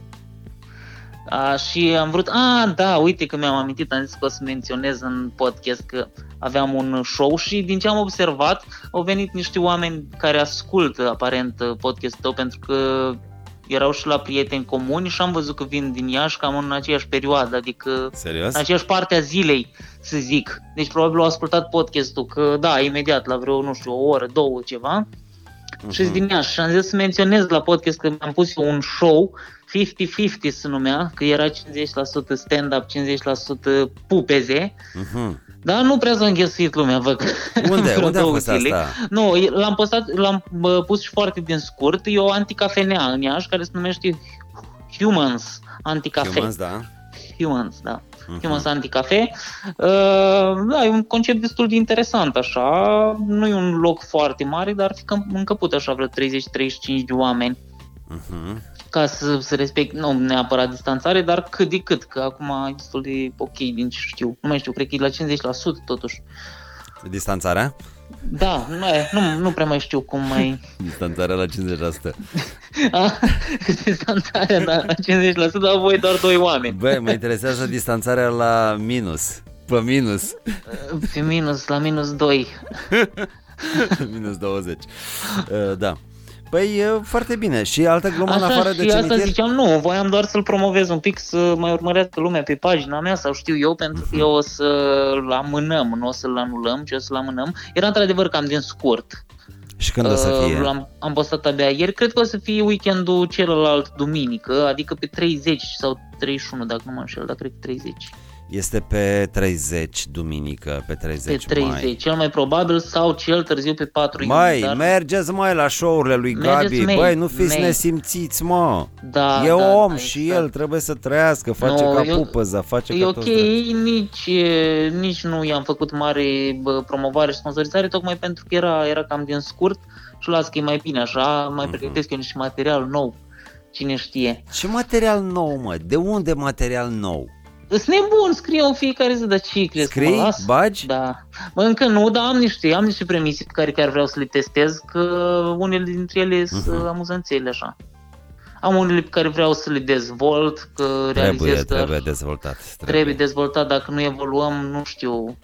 [SPEAKER 13] A, și am vrut, a, da, uite că mi-am amintit, am zis că o să menționez în podcast că aveam un show și din ce am observat au venit niște oameni care ascultă aparent podcastul tău pentru că erau și la prieteni comuni și am văzut că vin din Iași cam în aceeași perioadă, adică
[SPEAKER 1] Serios?
[SPEAKER 13] în aceeași parte a zilei, să zic. Deci probabil au ascultat podcastul, că da, imediat, la vreo, nu știu, o oră, două, ceva. Uh-huh.
[SPEAKER 1] Mhm.
[SPEAKER 13] Și din Iași. Și am zis să menționez la podcast că mi-am pus eu un show, 50-50 se numea, că era 50% stand-up, 50% pupeze.
[SPEAKER 1] Mhm.
[SPEAKER 13] Dar nu prea s-a înghesuit lumea, văd.
[SPEAKER 1] Unde?
[SPEAKER 13] [laughs] Vreo
[SPEAKER 1] Unde a
[SPEAKER 13] două
[SPEAKER 1] fost
[SPEAKER 13] zile.
[SPEAKER 1] asta?
[SPEAKER 13] Nu, l-am postat, l-am bă, pus și foarte din scurt. E o anticafenea în Iași care se numește Humans Anticafe.
[SPEAKER 1] Humans, da.
[SPEAKER 13] Humans, da. Humans Anticafe. Uh, da, e un concept destul de interesant, așa. Nu e un loc foarte mare, dar ar fi cam încăput așa vreo 30-35 de oameni
[SPEAKER 1] Mhm.
[SPEAKER 13] ca să se respect, nu neapărat distanțare, dar cât de cât, că acum e destul de ok din ce știu. Nu mai știu, cred că e la 50% totuși.
[SPEAKER 1] Distanțarea?
[SPEAKER 13] Da, nu, e, nu, nu prea mai știu cum mai...
[SPEAKER 1] Distanțarea la 50%.
[SPEAKER 13] A, [laughs] distanțarea, da, la 50%, dar voi doar doi oameni.
[SPEAKER 1] Băi, mă interesează distanțarea la minus. Pe minus. [laughs]
[SPEAKER 13] Pe minus, la minus 2.
[SPEAKER 1] minus 20. Uh, da. Păi e foarte bine. Și altă glumă în afară
[SPEAKER 13] și
[SPEAKER 1] de cimitir?
[SPEAKER 13] asta ziceam, nu, voiam doar să-l promovez un pic, să mai urmărească lumea pe pagina mea sau știu eu, pentru că eu o să-l amânăm, nu o să-l anulăm, ci o să-l amânăm. Era într-adevăr cam din scurt.
[SPEAKER 1] Și când o să
[SPEAKER 13] Uh,
[SPEAKER 1] fie?
[SPEAKER 13] L-am, am postat abia ieri, cred că o să fie weekendul celălalt duminică, adică pe 30 sau 31, dacă nu mă înșel, dar cred că 30.
[SPEAKER 1] Este pe 30, duminică, pe 30
[SPEAKER 13] pe 30,
[SPEAKER 1] mai.
[SPEAKER 13] cel mai probabil, sau cel târziu pe 4
[SPEAKER 1] Mai,
[SPEAKER 13] iunie. dar-
[SPEAKER 1] mergeți mai la show-urile lui
[SPEAKER 13] Mergeți,
[SPEAKER 1] Gabi,
[SPEAKER 13] mei,
[SPEAKER 1] băi, nu fiți
[SPEAKER 13] mei.
[SPEAKER 1] nesimțiți, mă.
[SPEAKER 13] Da,
[SPEAKER 1] e
[SPEAKER 13] da,
[SPEAKER 1] om
[SPEAKER 13] da,
[SPEAKER 1] și
[SPEAKER 13] exact.
[SPEAKER 1] el trebuie să trăiască, face
[SPEAKER 13] Nu,
[SPEAKER 1] ca
[SPEAKER 13] eu-
[SPEAKER 1] pupăza, face
[SPEAKER 13] E
[SPEAKER 1] ca
[SPEAKER 13] ok,
[SPEAKER 1] toți drept.
[SPEAKER 13] nici, nici nu i-am făcut mare bă, promovare și sponsorizare, tocmai pentru că era, era cam din scurt și las că e mai bine așa, mai
[SPEAKER 1] Mhm.
[SPEAKER 13] pregătesc eu niște material nou, cine știe.
[SPEAKER 1] Ce material nou, mă? De unde material nou?
[SPEAKER 13] Îs nebun, scriu în fiecare zi, dar ce crezi că
[SPEAKER 1] Scrii?
[SPEAKER 13] mă las?
[SPEAKER 1] Bagi?
[SPEAKER 13] Da. Mă, încă nu, dar am niște, am niște premise pe care chiar vreau să le testez, că unele dintre ele
[SPEAKER 1] Mhm.
[SPEAKER 13] sunt amuzanțele așa. Am unele pe care vreau să le dezvolt, că realizez
[SPEAKER 1] Trebuie,
[SPEAKER 13] că
[SPEAKER 1] trebuie dezvoltat. Trebuie,
[SPEAKER 13] trebuie dezvoltat, dacă nu evoluăm, nu știu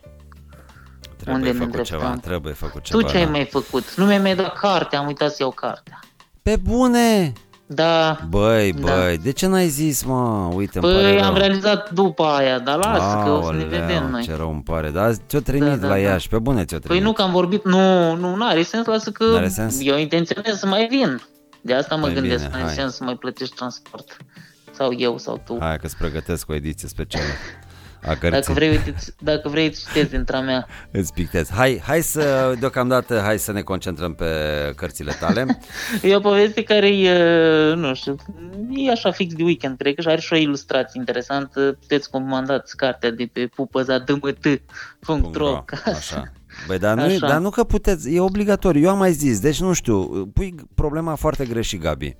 [SPEAKER 1] trebuie
[SPEAKER 13] unde ne
[SPEAKER 1] făcut ceva,
[SPEAKER 13] îndreptăm.
[SPEAKER 1] trebuie făcut
[SPEAKER 13] Ceva,
[SPEAKER 1] ceva.
[SPEAKER 13] tu ce ai
[SPEAKER 1] da.
[SPEAKER 13] mai făcut? Nu mi-ai mai dat carte, am uitat să iau carte.
[SPEAKER 1] Pe bune!
[SPEAKER 13] Da,
[SPEAKER 1] Băi,
[SPEAKER 13] Da.
[SPEAKER 1] băi, de ce n-ai zis, mă? Uite, îmi pare
[SPEAKER 13] păi
[SPEAKER 1] rău.
[SPEAKER 13] am realizat după aia, dar lasă că o să ne
[SPEAKER 1] Aoleu,
[SPEAKER 13] vedem noi.
[SPEAKER 1] Ce rău îmi pare, dar azi ți-o trimit
[SPEAKER 13] Da, da,
[SPEAKER 1] la
[SPEAKER 13] da.
[SPEAKER 1] Iași, pe bune ți-o
[SPEAKER 13] Păi
[SPEAKER 1] trimit.
[SPEAKER 13] nu că am vorbit, nu, nu, are sens, lasă că
[SPEAKER 1] N-are sens?
[SPEAKER 13] eu intenționez să mai vin. De asta mă
[SPEAKER 1] Păi
[SPEAKER 13] gândesc,
[SPEAKER 1] bine,
[SPEAKER 13] nu are
[SPEAKER 1] hai.
[SPEAKER 13] sens să mai plătești transport. Sau eu, sau tu.
[SPEAKER 1] Hai că-ți pregătesc o ediție specială a cărții.
[SPEAKER 13] Dacă vrei, uite, dacă vrei, citezi dintre a mea.
[SPEAKER 1] Îți pictez. Hai, hai să, deocamdată, hai să ne concentrăm pe cărțile
[SPEAKER 13] [laughs]
[SPEAKER 1] tale.
[SPEAKER 13] E o poveste care e, nu știu, e așa fix de weekend, cred că și are și o ilustrație interesantă. Puteți comandați cartea de pe pupăzadmt.ro ca să-
[SPEAKER 1] Așa. Băi, dar nu,
[SPEAKER 13] Așa.
[SPEAKER 1] dar nu că puteți, e obligatoriu, eu am mai zis, deci nu știu, pui problema foarte greșit, Gabi.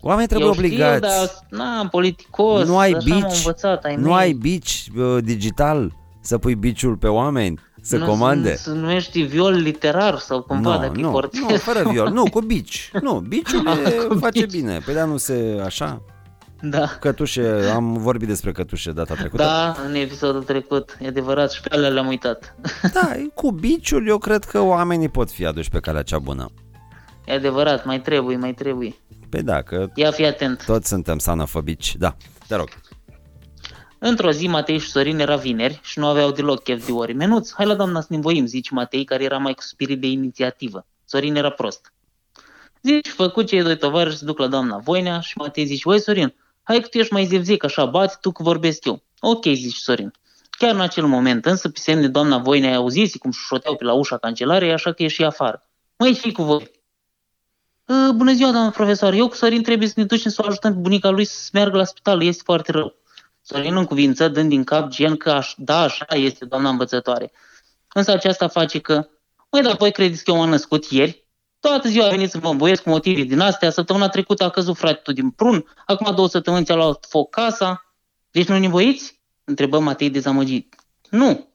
[SPEAKER 1] Oamenii trebuie
[SPEAKER 13] Eu
[SPEAKER 1] obligați.
[SPEAKER 13] Știu, dar, na, politicos,
[SPEAKER 1] nu ai
[SPEAKER 13] așa m-au
[SPEAKER 1] bici,
[SPEAKER 13] învățat, ai
[SPEAKER 1] nu
[SPEAKER 13] mei.
[SPEAKER 1] ai bici uh, digital să pui biciul pe oameni, să
[SPEAKER 13] nu,
[SPEAKER 1] comande.
[SPEAKER 13] Se numește viol literar sau cumva,
[SPEAKER 1] nu,
[SPEAKER 13] dacă
[SPEAKER 1] nu,
[SPEAKER 13] e foarte...
[SPEAKER 1] nu, fără viol, nu, cu bici. Nu, biciul
[SPEAKER 13] Ah,
[SPEAKER 1] e,
[SPEAKER 13] [laughs] cu
[SPEAKER 1] face bine. Păi dar nu se așa?
[SPEAKER 13] [laughs] Da.
[SPEAKER 1] Cătușe, am vorbit despre cătușe data trecută.
[SPEAKER 13] Da, în episodul trecut, e adevărat, și pe alea le-am uitat. [laughs]
[SPEAKER 1] da, cu biciul eu cred că oamenii pot fi aduși pe calea cea bună.
[SPEAKER 13] E adevărat, mai trebuie, mai trebuie.
[SPEAKER 1] Păi da, că
[SPEAKER 13] Ia fi atent.
[SPEAKER 1] toți suntem sanofobici, da, te rog.
[SPEAKER 13] Într-o zi, Matei și Sorin era vineri și nu aveau deloc chef de ori. Menuț, hai la doamna să ne învoim, zici Matei, care era mai cu spirit de inițiativă. Sorin era prost. Zici, făcut cei doi tovarăși se duc la doamna Voinea și Matei zici, voi Sorin, hai că tu ești mai zevzic, așa bați, tu că vorbesc eu. Ok, zici Sorin. Chiar în acel moment, însă, pe semne, doamna Voinea i-a auzit cum șoteau pe la ușa cancelarei, așa că ieși afară. Măi, și cu voi. "Ă, Bună ziua, doamnă profesor, eu cu Sorin trebuie să ne ducem să o ajutăm pe bunica lui să meargă la spital, este foarte rău. Sorin în cuvință, dând din cap gen că aș, da, așa este doamna învățătoare. Însă aceasta face că, măi, dar voi credeți că eu m-am născut ieri? Toată ziua veniți să vă îmbuiesc cu motive din astea, săptămâna trecută a căzut frate tu din prun, acum două săptămâni ți-a luat foc casa, deci nu ne voiți? Întrebă Matei dezamăgit. Nu.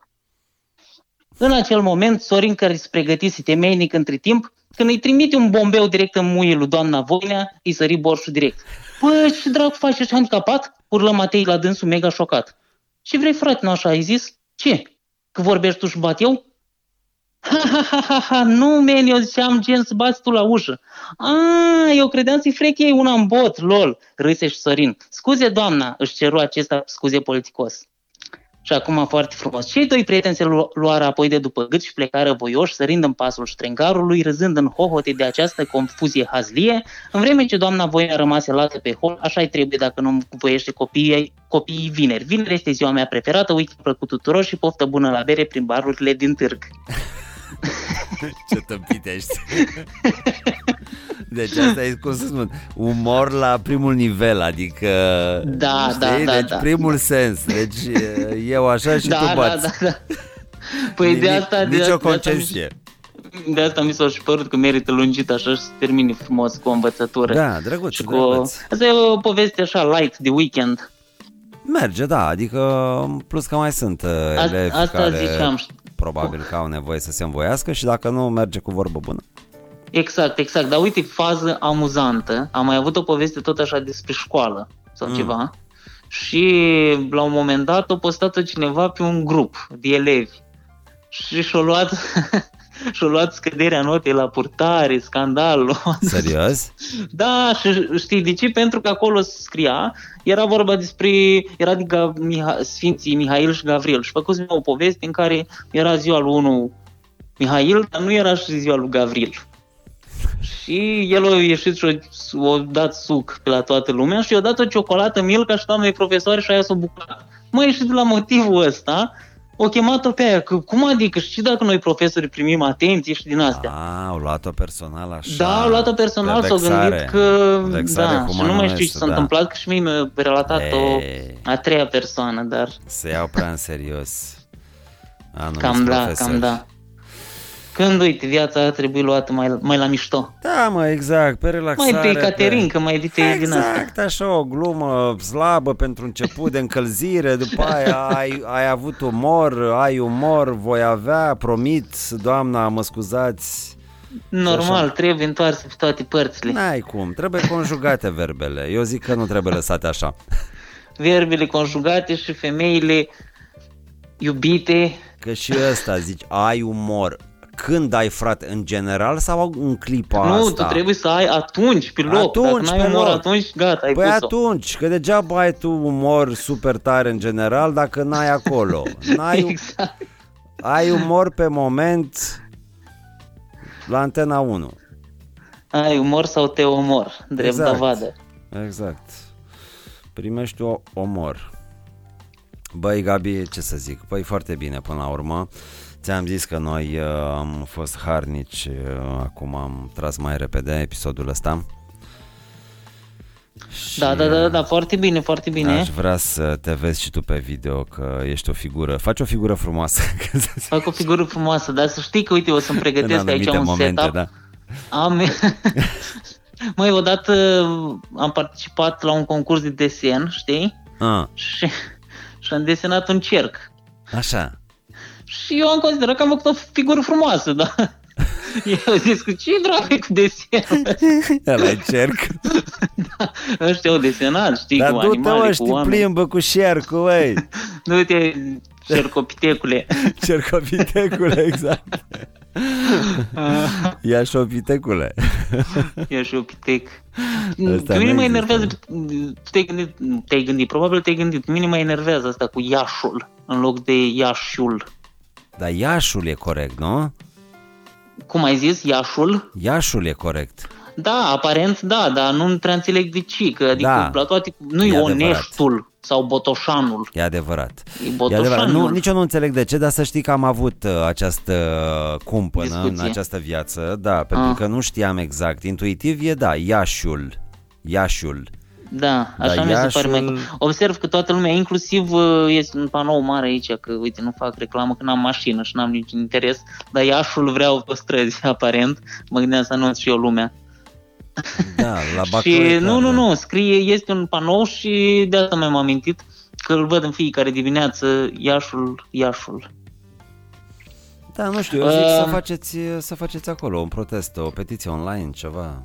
[SPEAKER 13] În acel moment, Sorin, care se pregătise temeinic între timp, când îi trimite un bombeu direct în muie lui doamna Voinea, îi sări borșul direct. Bă, ce dracu faci, ești handicapat? Urlă Matei la dânsul mega șocat. Și vrei, frate, nu așa ai zis? Ce? Că vorbești tu și bat eu? Ha, ha, ha, ha, ha, nu, men, eu ziceam gen să bați tu la ușă. A, eu credeam să-i frec ei una în bot, lol, râse și Sorin. Scuze, doamna, își ceru acesta scuze politicos. Și acum foarte frumos. Cei doi prieteni se lu- luară apoi de după gât și plecară voioși, sărind în pasul ștrengarului, râzând în hohote de această confuzie hazlie, în vreme ce doamna voia rămase lată pe hol, așa trebuie dacă nu voiește copiii, copiii vineri. Vineri este ziua mea preferată, weekend plăcut tuturor și poftă bună la bere prin barurile din târg.
[SPEAKER 1] Ce tâmpit ești [laughs] Deci asta e, cum să spun, umor la primul nivel, adică,
[SPEAKER 13] Da, da,
[SPEAKER 1] știi?
[SPEAKER 13] da,
[SPEAKER 1] deci
[SPEAKER 13] da.
[SPEAKER 1] primul sens, deci eu așa și
[SPEAKER 13] da,
[SPEAKER 1] tu
[SPEAKER 13] da,
[SPEAKER 1] bați.
[SPEAKER 13] da, da. Păi de
[SPEAKER 1] Nimic,
[SPEAKER 13] asta... de,
[SPEAKER 1] nicio
[SPEAKER 13] asta- de asta mi-
[SPEAKER 1] concesie.
[SPEAKER 13] De asta mi s-a și părut că merită lungit așa și să termine frumos cu o învățătură.
[SPEAKER 1] Da, drăguț,
[SPEAKER 13] și cu...
[SPEAKER 1] drăguț.
[SPEAKER 13] Asta e o poveste așa light de weekend.
[SPEAKER 1] Merge, da, adică plus că mai sunt uh,
[SPEAKER 13] A-
[SPEAKER 1] elevi
[SPEAKER 13] asta
[SPEAKER 1] care
[SPEAKER 13] ziceam.
[SPEAKER 1] probabil că au nevoie să se învoiască și dacă nu, merge cu vorbă
[SPEAKER 13] [laughs]
[SPEAKER 1] bună.
[SPEAKER 13] Exact, exact. Dar uite, fază amuzantă. Am mai avut o poveste tot așa despre școală sau
[SPEAKER 1] Mm.
[SPEAKER 13] mm. ceva. Și la un moment dat a postat-o cineva pe un grup de elevi. Și și-a luat, [laughs] și-a luat scăderea notei la purtare, scandalul.
[SPEAKER 1] Serios?
[SPEAKER 13] Da, și știi de ce? Pentru că acolo se scria, era vorba despre, era de Ga- Miha, Sfinții Mihail și Gavril și făcusem eu o poveste în care era ziua lui unul Mihail, dar nu era și ziua lui Gavril. Și el a ieșit și o, o dat suc pe la toată lumea și i-a dat o ciocolată Milka și doamnei profesoare și aia s-a bucurat. Măi, și de la motivul ăsta, o chemat-o pe aia, că cum adică, și dacă noi profesorii primim atenție și din astea.
[SPEAKER 1] A, Ah, au luat-o personal așa.
[SPEAKER 13] Da, au luat-o personal,
[SPEAKER 1] pe
[SPEAKER 13] s-au
[SPEAKER 1] vexare.
[SPEAKER 13] gândit că...
[SPEAKER 1] Vexare
[SPEAKER 13] Da,
[SPEAKER 1] cu
[SPEAKER 13] și nu mai știu
[SPEAKER 1] mănulețul,
[SPEAKER 13] ce s-a
[SPEAKER 1] da.
[SPEAKER 13] întâmplat, că și mie mi-a relatat-o
[SPEAKER 1] Ei.
[SPEAKER 13] a treia persoană, dar
[SPEAKER 1] Se iau prea în serios. Anumiți
[SPEAKER 13] cam da,
[SPEAKER 1] profesori.
[SPEAKER 13] cam da. Când, uite, viața a trebuit luată mai, mai la mișto.
[SPEAKER 1] Da, mă, exact, pe relaxare.
[SPEAKER 13] Mai pe Caterinca, mai dite
[SPEAKER 1] exact,
[SPEAKER 13] din asta.
[SPEAKER 1] Exact, așa, o glumă slabă pentru început, de încălzire, după aia ai, ai avut umor, ai umor, voi avea, promit, doamna, mă scuzați.
[SPEAKER 13] Normal,
[SPEAKER 1] Așa. Da.
[SPEAKER 13] trebuie întoarsă pe toate părțile.
[SPEAKER 1] N-ai cum, trebuie conjugate verbele. Eu zic că nu trebuie lăsate așa.
[SPEAKER 13] Verbele conjugate și femeile iubite.
[SPEAKER 1] Că și ăsta zici, ai umor. Când ai, frate, în general sau în clipa
[SPEAKER 13] nu,
[SPEAKER 1] asta?
[SPEAKER 13] tu trebuie să ai atunci, pe loc.
[SPEAKER 1] Atunci,
[SPEAKER 13] Dacă n-ai
[SPEAKER 1] pe
[SPEAKER 13] umor,
[SPEAKER 1] loc.
[SPEAKER 13] atunci gata, ai
[SPEAKER 1] Păi
[SPEAKER 13] pus-o.
[SPEAKER 1] atunci, că degeaba ai tu umor super tare în general dacă n-ai
[SPEAKER 13] [laughs]
[SPEAKER 1] acolo. N-ai,
[SPEAKER 13] exact.
[SPEAKER 1] ai umor pe moment la antena 1.
[SPEAKER 13] Ai umor sau te omor, drept
[SPEAKER 1] Exact.
[SPEAKER 13] dovadă.
[SPEAKER 1] Exact. Primești o omor. Băi, Gabi, ce să zic? Păi foarte bine până la urmă. Ți-am zis că noi uh, am fost harnici, uh, acum am tras mai repede episodul ăsta.
[SPEAKER 13] Da, da, da, da, da, foarte bine, foarte bine.
[SPEAKER 1] Aș vrea să te vezi și tu pe video că ești o figură, faci o figură frumoasă. [laughs] că să zic,
[SPEAKER 13] Fac o figură frumoasă, dar să știi că, uite, o să-mi
[SPEAKER 1] în
[SPEAKER 13] pregătesc aici
[SPEAKER 1] anumite
[SPEAKER 13] un
[SPEAKER 1] momente,
[SPEAKER 13] setup.
[SPEAKER 1] da.
[SPEAKER 13] Am... [laughs] Măi, odată uh, am participat la un concurs de desen, știi?
[SPEAKER 1] A,
[SPEAKER 13] Și, [laughs] și am desenat un cerc. [laughs]
[SPEAKER 1] așa.
[SPEAKER 13] Și eu am considerat că am făcut o figură frumoasă, da? [laughs] Eu au zis că ce dracu e cu desen? [laughs] Da,
[SPEAKER 1] Ăla cerc.
[SPEAKER 13] Ăștia au desenat, știi,
[SPEAKER 1] Dar
[SPEAKER 13] cu
[SPEAKER 1] du-te,
[SPEAKER 13] animale,
[SPEAKER 1] mă,
[SPEAKER 13] cu
[SPEAKER 1] știi,
[SPEAKER 13] oameni.
[SPEAKER 1] plimbă cu șercul, băi.
[SPEAKER 13] Du-te,
[SPEAKER 1] [laughs]
[SPEAKER 13] cercopitecule.
[SPEAKER 1] Cercopitecule, exact. Ia șopitecule.
[SPEAKER 13] Eu și eu pitec.
[SPEAKER 1] Ăsta
[SPEAKER 13] Pe mine
[SPEAKER 1] nu există.
[SPEAKER 13] mă enervează, tu te-ai gândit, nu te-ai gândit, probabil te-ai gândit, pe mine mă enervează asta cu Iașul în loc de Iașiul.
[SPEAKER 1] Dar Iașul e corect, nu?
[SPEAKER 13] Cum ai zis, Iașul?
[SPEAKER 1] Iașul e corect.
[SPEAKER 13] Da, aparent da, dar nu prea înțeleg de ce, că adică
[SPEAKER 1] Da.
[SPEAKER 13] la toate, nu
[SPEAKER 1] E
[SPEAKER 13] e
[SPEAKER 1] adevărat.
[SPEAKER 13] Oneștul sau Botoșanul.
[SPEAKER 1] E adevărat.
[SPEAKER 13] E
[SPEAKER 1] E adevărat.
[SPEAKER 13] Botoșanul.
[SPEAKER 1] Nu, nici eu nu înțeleg de ce, dar să știi că am avut uh, această cumpănă în
[SPEAKER 13] Discuție.
[SPEAKER 1] această viață, da, pentru
[SPEAKER 13] Ah.
[SPEAKER 1] că nu știam exact. Intuitiv e da, Iașul. Iașul.
[SPEAKER 13] Da,
[SPEAKER 1] Da,
[SPEAKER 13] așa mi se pare
[SPEAKER 1] Iașul-
[SPEAKER 13] mai... Observ că toată lumea, inclusiv uh, este un panou mare aici, că uite, nu fac reclamă că n-am mașină și n-am niciun interes, dar Iașul vreau pe străzi, [laughs] aparent. Mă gândeam să anunț și eu lumea.
[SPEAKER 1] Da, la
[SPEAKER 13] și
[SPEAKER 1] Bacău.
[SPEAKER 13] nu, nu, nu, scrie, este un panou și de asta mi-am amintit că îl văd în fiecare dimineață, Iașul, Iașul.
[SPEAKER 1] Da, nu știu, eu zic să
[SPEAKER 13] Um.
[SPEAKER 1] faceți, să faceți acolo un protest, o petiție online, ceva.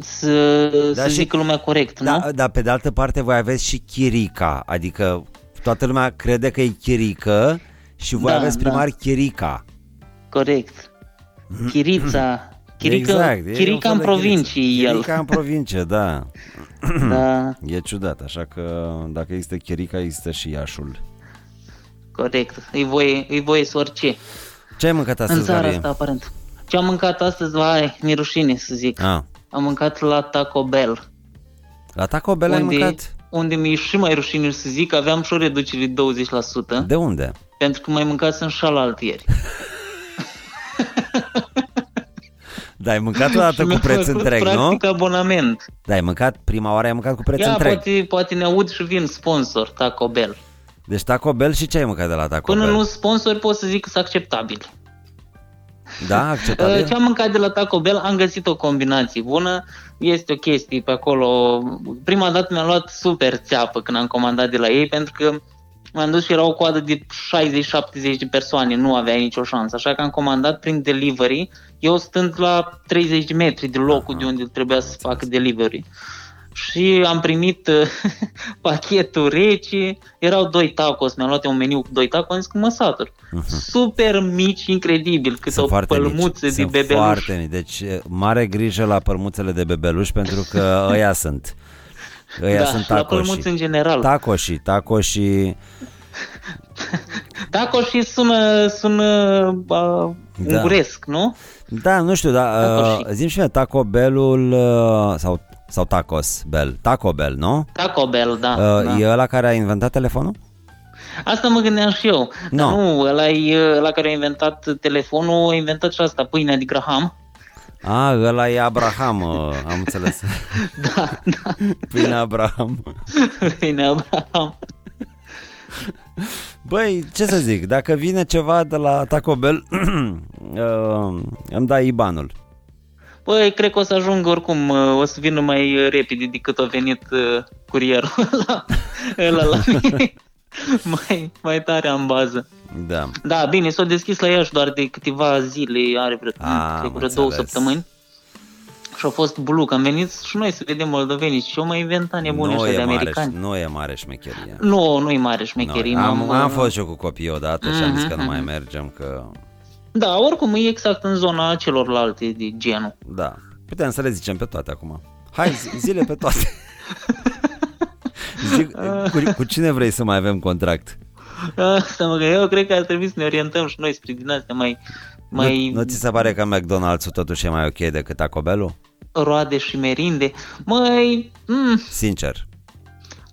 [SPEAKER 13] Să,
[SPEAKER 1] Da,
[SPEAKER 13] să
[SPEAKER 1] și-
[SPEAKER 13] zică lumea corect, nu?
[SPEAKER 1] Da, dar pe de altă parte voi aveți și Chirica, adică toată lumea crede că e Chirică și voi
[SPEAKER 13] Da,
[SPEAKER 1] aveți primar
[SPEAKER 13] da.
[SPEAKER 1] Chirica.
[SPEAKER 13] Corect. Chirița. Chirica,
[SPEAKER 1] Mm-hmm. exact, e un
[SPEAKER 13] Chirica
[SPEAKER 1] fel de chiriță.
[SPEAKER 13] în provincii el.
[SPEAKER 1] Chirica în provincie, da.
[SPEAKER 13] Da.
[SPEAKER 1] E ciudat, așa că dacă există Chirica, există și Iașul.
[SPEAKER 13] Corect, îi voie, îi voie să orice.
[SPEAKER 1] Da, Ce ai mâncat astăzi,
[SPEAKER 13] în țara
[SPEAKER 1] Garie?
[SPEAKER 13] asta, aparent. Ce am mâncat astăzi, vai, mi rușine să zic.
[SPEAKER 1] Ah,
[SPEAKER 13] Am mâncat la Taco Bell.
[SPEAKER 1] la Taco Bell ai mâncat?
[SPEAKER 13] Unde mi-e și mai rușine să zic, aveam și o reducere de 20%.
[SPEAKER 1] De unde?
[SPEAKER 13] Pentru că mai mâncat în șalalt ieri.
[SPEAKER 1] Da, ai mâncat o
[SPEAKER 13] [laughs]
[SPEAKER 1] dată
[SPEAKER 13] Și
[SPEAKER 1] cu
[SPEAKER 13] mi-a
[SPEAKER 1] preț
[SPEAKER 13] făcut
[SPEAKER 1] întreg, nu?
[SPEAKER 13] practic abonament.
[SPEAKER 1] Da, ai mâncat, prima oară ai mâncat cu preț
[SPEAKER 13] Ia,
[SPEAKER 1] întreg.
[SPEAKER 13] poate, poate ne aud și vin sponsor Taco Bell.
[SPEAKER 1] Deci Taco Bell și ce ai mâncat de la Taco
[SPEAKER 13] Până
[SPEAKER 1] Bell?
[SPEAKER 13] nu sponsor pot să zic că sunt acceptabili. [laughs]
[SPEAKER 1] Da, acceptabil?
[SPEAKER 13] Ce am Uh, mâncat de la Taco Bell, am găsit o combinație bună, este o chestie pe acolo. Prima dată mi-am luat super țeapă când am comandat de la ei, pentru că m-am dus și era o coadă de 60-70 de persoane, nu aveai nicio șansă, așa că am comandat prin delivery, eu stând la 30 de metri de locul de unde trebuia să fac delivery. Și am primit uh, [laughs] pachetul rece, erau doi tacos, mi-am luat eu un meniu cu doi tacos, am zis că mă satur. Super mici, incredibil, cât o
[SPEAKER 1] Foarte mici.
[SPEAKER 13] pălmuță de
[SPEAKER 1] Sunt
[SPEAKER 13] bebeluș.
[SPEAKER 1] Foarte mici. Deci e, mare grijă la părmuțele de bebeluș pentru
[SPEAKER 13] [laughs]
[SPEAKER 1] că ăia sunt. Ăia
[SPEAKER 13] Da,
[SPEAKER 1] sunt
[SPEAKER 13] la
[SPEAKER 1] tacoșii.
[SPEAKER 13] pălmuți în general.
[SPEAKER 1] Tacoșii, tacoșii.
[SPEAKER 13] Tacoșii sună, sună uh, unguresc, nu?
[SPEAKER 1] Da, nu știu, dar uh, zim și mie, Taco Bell-ul uh, sau, sau Tacos Bell, Taco Bell, nu?
[SPEAKER 13] Taco Bell, da.
[SPEAKER 1] uh,
[SPEAKER 13] da.
[SPEAKER 1] E ăla care a inventat telefonul?
[SPEAKER 13] Asta mă gândeam și eu.
[SPEAKER 1] No.
[SPEAKER 13] Nu, ăla, e, ăla care a inventat telefonul, a inventat și asta, pâinea de Graham. [laughs]
[SPEAKER 1] A, ăla e Abraham, uh, am înțeles.
[SPEAKER 13] Da, da.
[SPEAKER 1] Pâinea Abraham.
[SPEAKER 13] Pâinea da. Abraham.
[SPEAKER 1] Băi, ce să zic, dacă vine ceva de la Taco Bell, [clears throat] uh, îmi dai IBAN-ul.
[SPEAKER 13] Băi, Păi, cred că o să ajung oricum, uh, o să vină mai uh, repede decât a venit uh, curierul [laughs] ăla, ăla la
[SPEAKER 1] [laughs]
[SPEAKER 13] mine. mai, mai tare am bază.
[SPEAKER 1] Da.
[SPEAKER 13] Da, bine, s-a deschis la Iași doar de câteva zile, are vreo,
[SPEAKER 1] am
[SPEAKER 13] cred, vreo două
[SPEAKER 1] Ah, înțeles.
[SPEAKER 13] săptămâni. Și a fost buluc, am venit și noi să vedem moldovenii și eu mai inventa nebune
[SPEAKER 1] nu,
[SPEAKER 13] ăștia de
[SPEAKER 1] e mare,
[SPEAKER 13] americani.
[SPEAKER 1] nu e mare șmecherie.
[SPEAKER 13] Nu, nu-i mare șmecherie.
[SPEAKER 1] Nu, am,
[SPEAKER 13] m-am-
[SPEAKER 1] am fost și eu cu copiii odată și am zis
[SPEAKER 13] Mhm,
[SPEAKER 1] că nu
[SPEAKER 13] [laughs]
[SPEAKER 1] mai
[SPEAKER 13] mhm.
[SPEAKER 1] mergem, că...
[SPEAKER 13] Da, oricum e exact în zona celorlalte de genul. [laughs]
[SPEAKER 1] Da, putem să le zicem pe toate acum. Hai, zi- zile pe toate. Zic, cu, cu cine vrei să mai avem contract?
[SPEAKER 13] Asta Ah, mă gândesc, eu cred că ar trebui să ne orientăm și noi spre din astea mai, mai
[SPEAKER 1] Nu, nu ți se pare că McDonald's totuși e mai ok decât Taco Bell-ul?
[SPEAKER 13] roade și merinde. Măi, mm,
[SPEAKER 1] Sincer.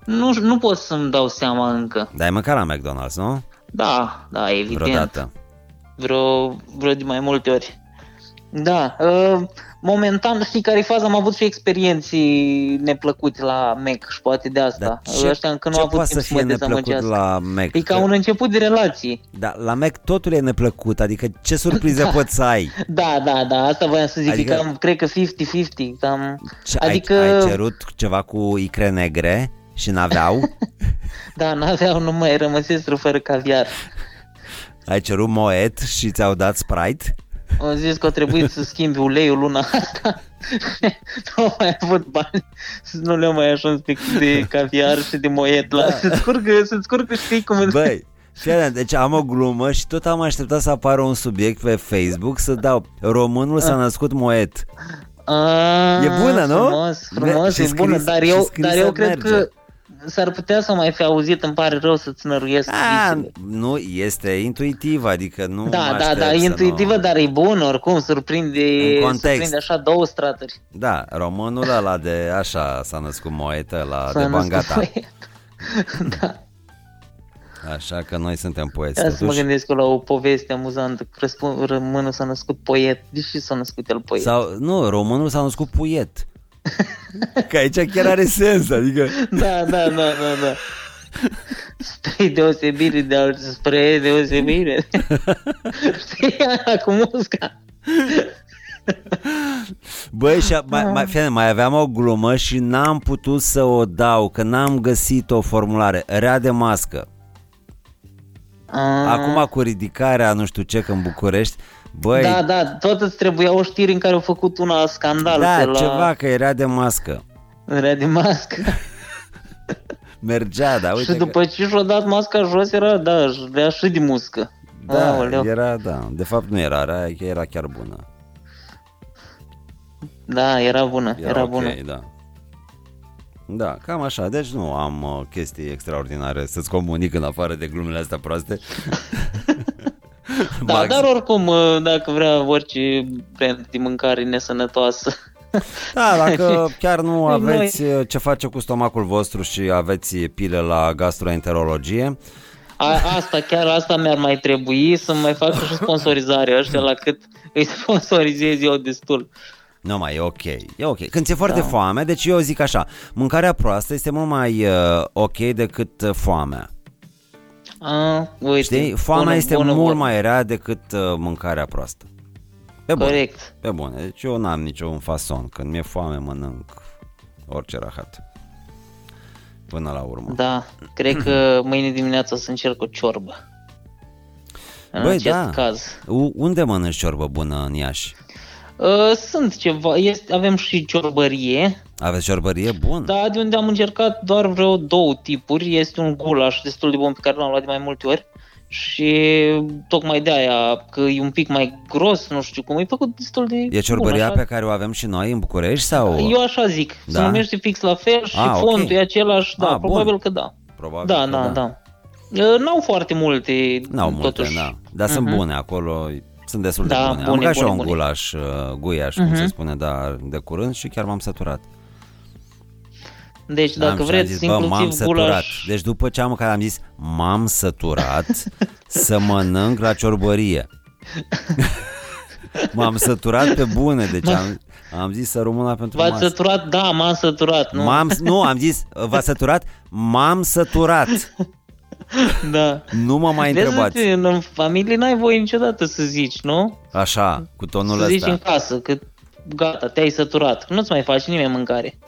[SPEAKER 13] nu, nu pot să-mi dau seama încă.
[SPEAKER 1] Dar ai mâncat la McDonald's, nu?
[SPEAKER 13] Da, da, evident.
[SPEAKER 1] Vreodată.
[SPEAKER 13] Vreo, vreo de mai multe ori. Da, uh, momentan, știi care e faza? Am avut și experienții neplăcute la Mac și poate de asta.
[SPEAKER 1] ce-
[SPEAKER 13] Da. Ăștia încă nu
[SPEAKER 1] ce
[SPEAKER 13] au avut
[SPEAKER 1] poate să
[SPEAKER 13] timp să mă
[SPEAKER 1] fie neplăcut
[SPEAKER 13] dezamăgească.
[SPEAKER 1] la Mac?
[SPEAKER 13] E ca un început de relații.
[SPEAKER 1] Da, la Mac totul e neplăcut, adică ce surprize
[SPEAKER 13] [laughs] Da.
[SPEAKER 1] poți să ai?
[SPEAKER 13] Da, da, da, asta voiam să zic,
[SPEAKER 1] Adică-
[SPEAKER 13] adică, cam, cred că 50-50, cam,
[SPEAKER 1] Ce,
[SPEAKER 13] adică,
[SPEAKER 1] ai, ai cerut ceva cu icre negre și n-aveau?
[SPEAKER 13] [laughs] da, n-aveau numai, rămăseseră fără caviar.
[SPEAKER 1] ai cerut moet și ți-au dat Sprite?
[SPEAKER 13] Am zis că a trebuit să schimbi uleiul luna [laughs] asta, nu am mai avut bani, nu le-am mai ajuns de, de caviar și de moet la, da. să-ți curgă, să-ți curgă, știi cum îți-
[SPEAKER 1] Băi, fii atent, deci am o glumă și
[SPEAKER 13] Ah.
[SPEAKER 1] tot am așteptat să apară un subiect pe Facebook să dau Românul s-a născut moet.
[SPEAKER 13] A,
[SPEAKER 14] E bună, nu?
[SPEAKER 13] Frumos, frumos,
[SPEAKER 14] Și
[SPEAKER 13] e bună,
[SPEAKER 14] scris-
[SPEAKER 13] dar
[SPEAKER 14] și
[SPEAKER 13] eu,
[SPEAKER 14] scrisă
[SPEAKER 13] dar eu cred
[SPEAKER 14] merge.
[SPEAKER 13] că s-ar putea să mai fi auzit, îmi pare rău să-ți năruiesc
[SPEAKER 1] A,
[SPEAKER 13] visele.
[SPEAKER 1] Ah, nu, este intuitiv, adică Da, nu mă
[SPEAKER 13] Da, da,
[SPEAKER 1] aștept
[SPEAKER 13] da,
[SPEAKER 1] să
[SPEAKER 13] e
[SPEAKER 1] nu-
[SPEAKER 13] intuitivă, dar e bună oricum, surprinde,
[SPEAKER 1] În context.
[SPEAKER 13] surprinde așa două straturi.
[SPEAKER 1] Da, românul ăla de așa s-a născut moetă la
[SPEAKER 13] S-a
[SPEAKER 1] de
[SPEAKER 13] născut
[SPEAKER 1] bangata.
[SPEAKER 13] [laughs] moetă. Da.
[SPEAKER 1] Așa că noi suntem poeți.
[SPEAKER 13] Ia să mă
[SPEAKER 1] totuși.
[SPEAKER 13] gândesc eu la o poveste amuzantă, că răspund, românul s-a născut poet, deși s-a născut el poet.
[SPEAKER 1] Sau, nu, românul s-a născut puiet. [laughs] Că aici chiar are sens, adică...
[SPEAKER 13] [laughs] Da, da, da, da, da. Spre deosebire de alții, spre
[SPEAKER 1] [laughs]
[SPEAKER 13] deosebire. Știi, aia cu musca.
[SPEAKER 1] Băi, și a-
[SPEAKER 13] Ah.
[SPEAKER 1] mai, mai, fii, mai aveam o glumă și n-am putut să o dau, că n-am găsit o formulare. Rea de mască.
[SPEAKER 13] Ah,
[SPEAKER 1] Acum cu ridicarea, nu știu ce, că în București, băi,
[SPEAKER 13] Da, da, tot îți trebuia o știre în care au făcut una scandal.
[SPEAKER 1] da
[SPEAKER 13] pe la...
[SPEAKER 1] ceva, că era de mască.
[SPEAKER 13] Era de
[SPEAKER 1] [laughs]
[SPEAKER 13] mască.
[SPEAKER 1] Mergea, da, uite
[SPEAKER 13] și după ce și-a dat masca jos, era, da, își dea și de muscă.
[SPEAKER 1] că, da,
[SPEAKER 13] Aoleu.
[SPEAKER 1] era, da, de fapt nu era, rea, că era chiar bună.
[SPEAKER 13] Da, era bună, era,
[SPEAKER 1] ok,
[SPEAKER 13] bună.
[SPEAKER 1] da. Da, cam așa. Deci nu am uh, chestii extraordinare să-ți comunic în afară de glumele astea proaste.
[SPEAKER 13] [laughs] Da,
[SPEAKER 1] Max.
[SPEAKER 13] dar oricum, uh, dacă vrea orice brand de mâncare nesănătoasă.
[SPEAKER 1] Da,
[SPEAKER 13] [laughs]
[SPEAKER 1] dacă chiar nu
[SPEAKER 13] Noi-
[SPEAKER 1] aveți uh, ce face cu stomacul vostru și aveți pile la gastroenterologie,
[SPEAKER 13] A, asta, chiar asta mi-ar mai trebui să mai fac și sponsorizare ăștia la cât îi sponsorizez eu destul.
[SPEAKER 1] nu mai e ok. E ok. Când ți-e
[SPEAKER 13] Da.
[SPEAKER 1] foarte foame, deci eu zic așa, mâncarea proastă este mult mai uh, ok decât uh, foamea.
[SPEAKER 13] A, uite,
[SPEAKER 1] Știi? Foamea
[SPEAKER 13] bună,
[SPEAKER 1] este
[SPEAKER 13] bună,
[SPEAKER 1] mult
[SPEAKER 13] bună.
[SPEAKER 1] mai rea decât uh, mâncarea proastă. Pe bune.
[SPEAKER 13] Corect.
[SPEAKER 1] Pe bune. Deci eu n-am niciun fason. Când mi-e foame, mănânc orice rahat. Până la urmă.
[SPEAKER 13] Da, cred
[SPEAKER 1] [clears throat]
[SPEAKER 13] că mâine dimineața o să încerc o ciorbă. În
[SPEAKER 1] Băi,
[SPEAKER 13] acest
[SPEAKER 1] da.
[SPEAKER 13] caz.
[SPEAKER 1] U- unde mănânci ciorbă bună în Iași?
[SPEAKER 13] Uh, Sunt ceva, este, avem și ciorbărie,
[SPEAKER 1] Aveți ciorbărie bună?
[SPEAKER 13] dar Da, de unde am încercat doar vreo două tipuri. Este un gulaș destul de bun pe care l-am luat de mai multe ori și tocmai de aia, că e un pic mai gros, nu știu cum, e făcut destul de
[SPEAKER 1] E
[SPEAKER 13] bun,
[SPEAKER 1] ciorbăria
[SPEAKER 13] așa.
[SPEAKER 1] pe care o avem și noi în București sau?
[SPEAKER 13] da. Eu așa zic, da. se
[SPEAKER 1] Da?
[SPEAKER 13] numește fix la fel și
[SPEAKER 1] Ah,
[SPEAKER 13] A,
[SPEAKER 1] ok.
[SPEAKER 13] fondul e același, da,
[SPEAKER 1] Ah,
[SPEAKER 13] A,
[SPEAKER 1] bun.
[SPEAKER 13] probabil că da.
[SPEAKER 1] Probabil
[SPEAKER 13] da,
[SPEAKER 1] că
[SPEAKER 13] da,
[SPEAKER 1] da.
[SPEAKER 13] da. E, N-au foarte multe,
[SPEAKER 1] N-au multe,
[SPEAKER 13] totuși.
[SPEAKER 1] da. Dar sunt
[SPEAKER 13] Mhm.
[SPEAKER 1] bune acolo, sunt destul de
[SPEAKER 13] Da,
[SPEAKER 1] bune. Am
[SPEAKER 13] bune,
[SPEAKER 1] mâncat și
[SPEAKER 13] bune,
[SPEAKER 1] eu un
[SPEAKER 13] bune.
[SPEAKER 1] gulaș, uh, guiaș, cum
[SPEAKER 13] Mhm.
[SPEAKER 1] se spune, dar de curând și chiar m-am săturat.
[SPEAKER 13] Deci dacă
[SPEAKER 1] Da, Am- și am
[SPEAKER 13] vreți,
[SPEAKER 1] zis, bă, m-am
[SPEAKER 13] inclusiv
[SPEAKER 1] săturat.
[SPEAKER 13] gulaș,
[SPEAKER 1] Deci după ce am mâncat, am zis, m-am săturat să mănânc la
[SPEAKER 13] [laughs]
[SPEAKER 1] ciorbărie. m-am săturat pe bune, deci am, am zis să rămână pentru
[SPEAKER 13] Da. v-ați
[SPEAKER 1] masă.
[SPEAKER 13] săturat? Da, m-am săturat, nu?
[SPEAKER 1] M-am, nu, am zis, v-a săturat? M-am săturat.
[SPEAKER 13] Da.
[SPEAKER 1] [laughs] Nu mă mai
[SPEAKER 13] Vezi,
[SPEAKER 1] întrebați.
[SPEAKER 13] În în familie n-ai voie niciodată să zici, nu?
[SPEAKER 1] Așa, cu tonul
[SPEAKER 13] să zici
[SPEAKER 1] ăsta.
[SPEAKER 13] în casă că gata, te-ai săturat, nu-ți mai faci nimeni mâncare. [laughs]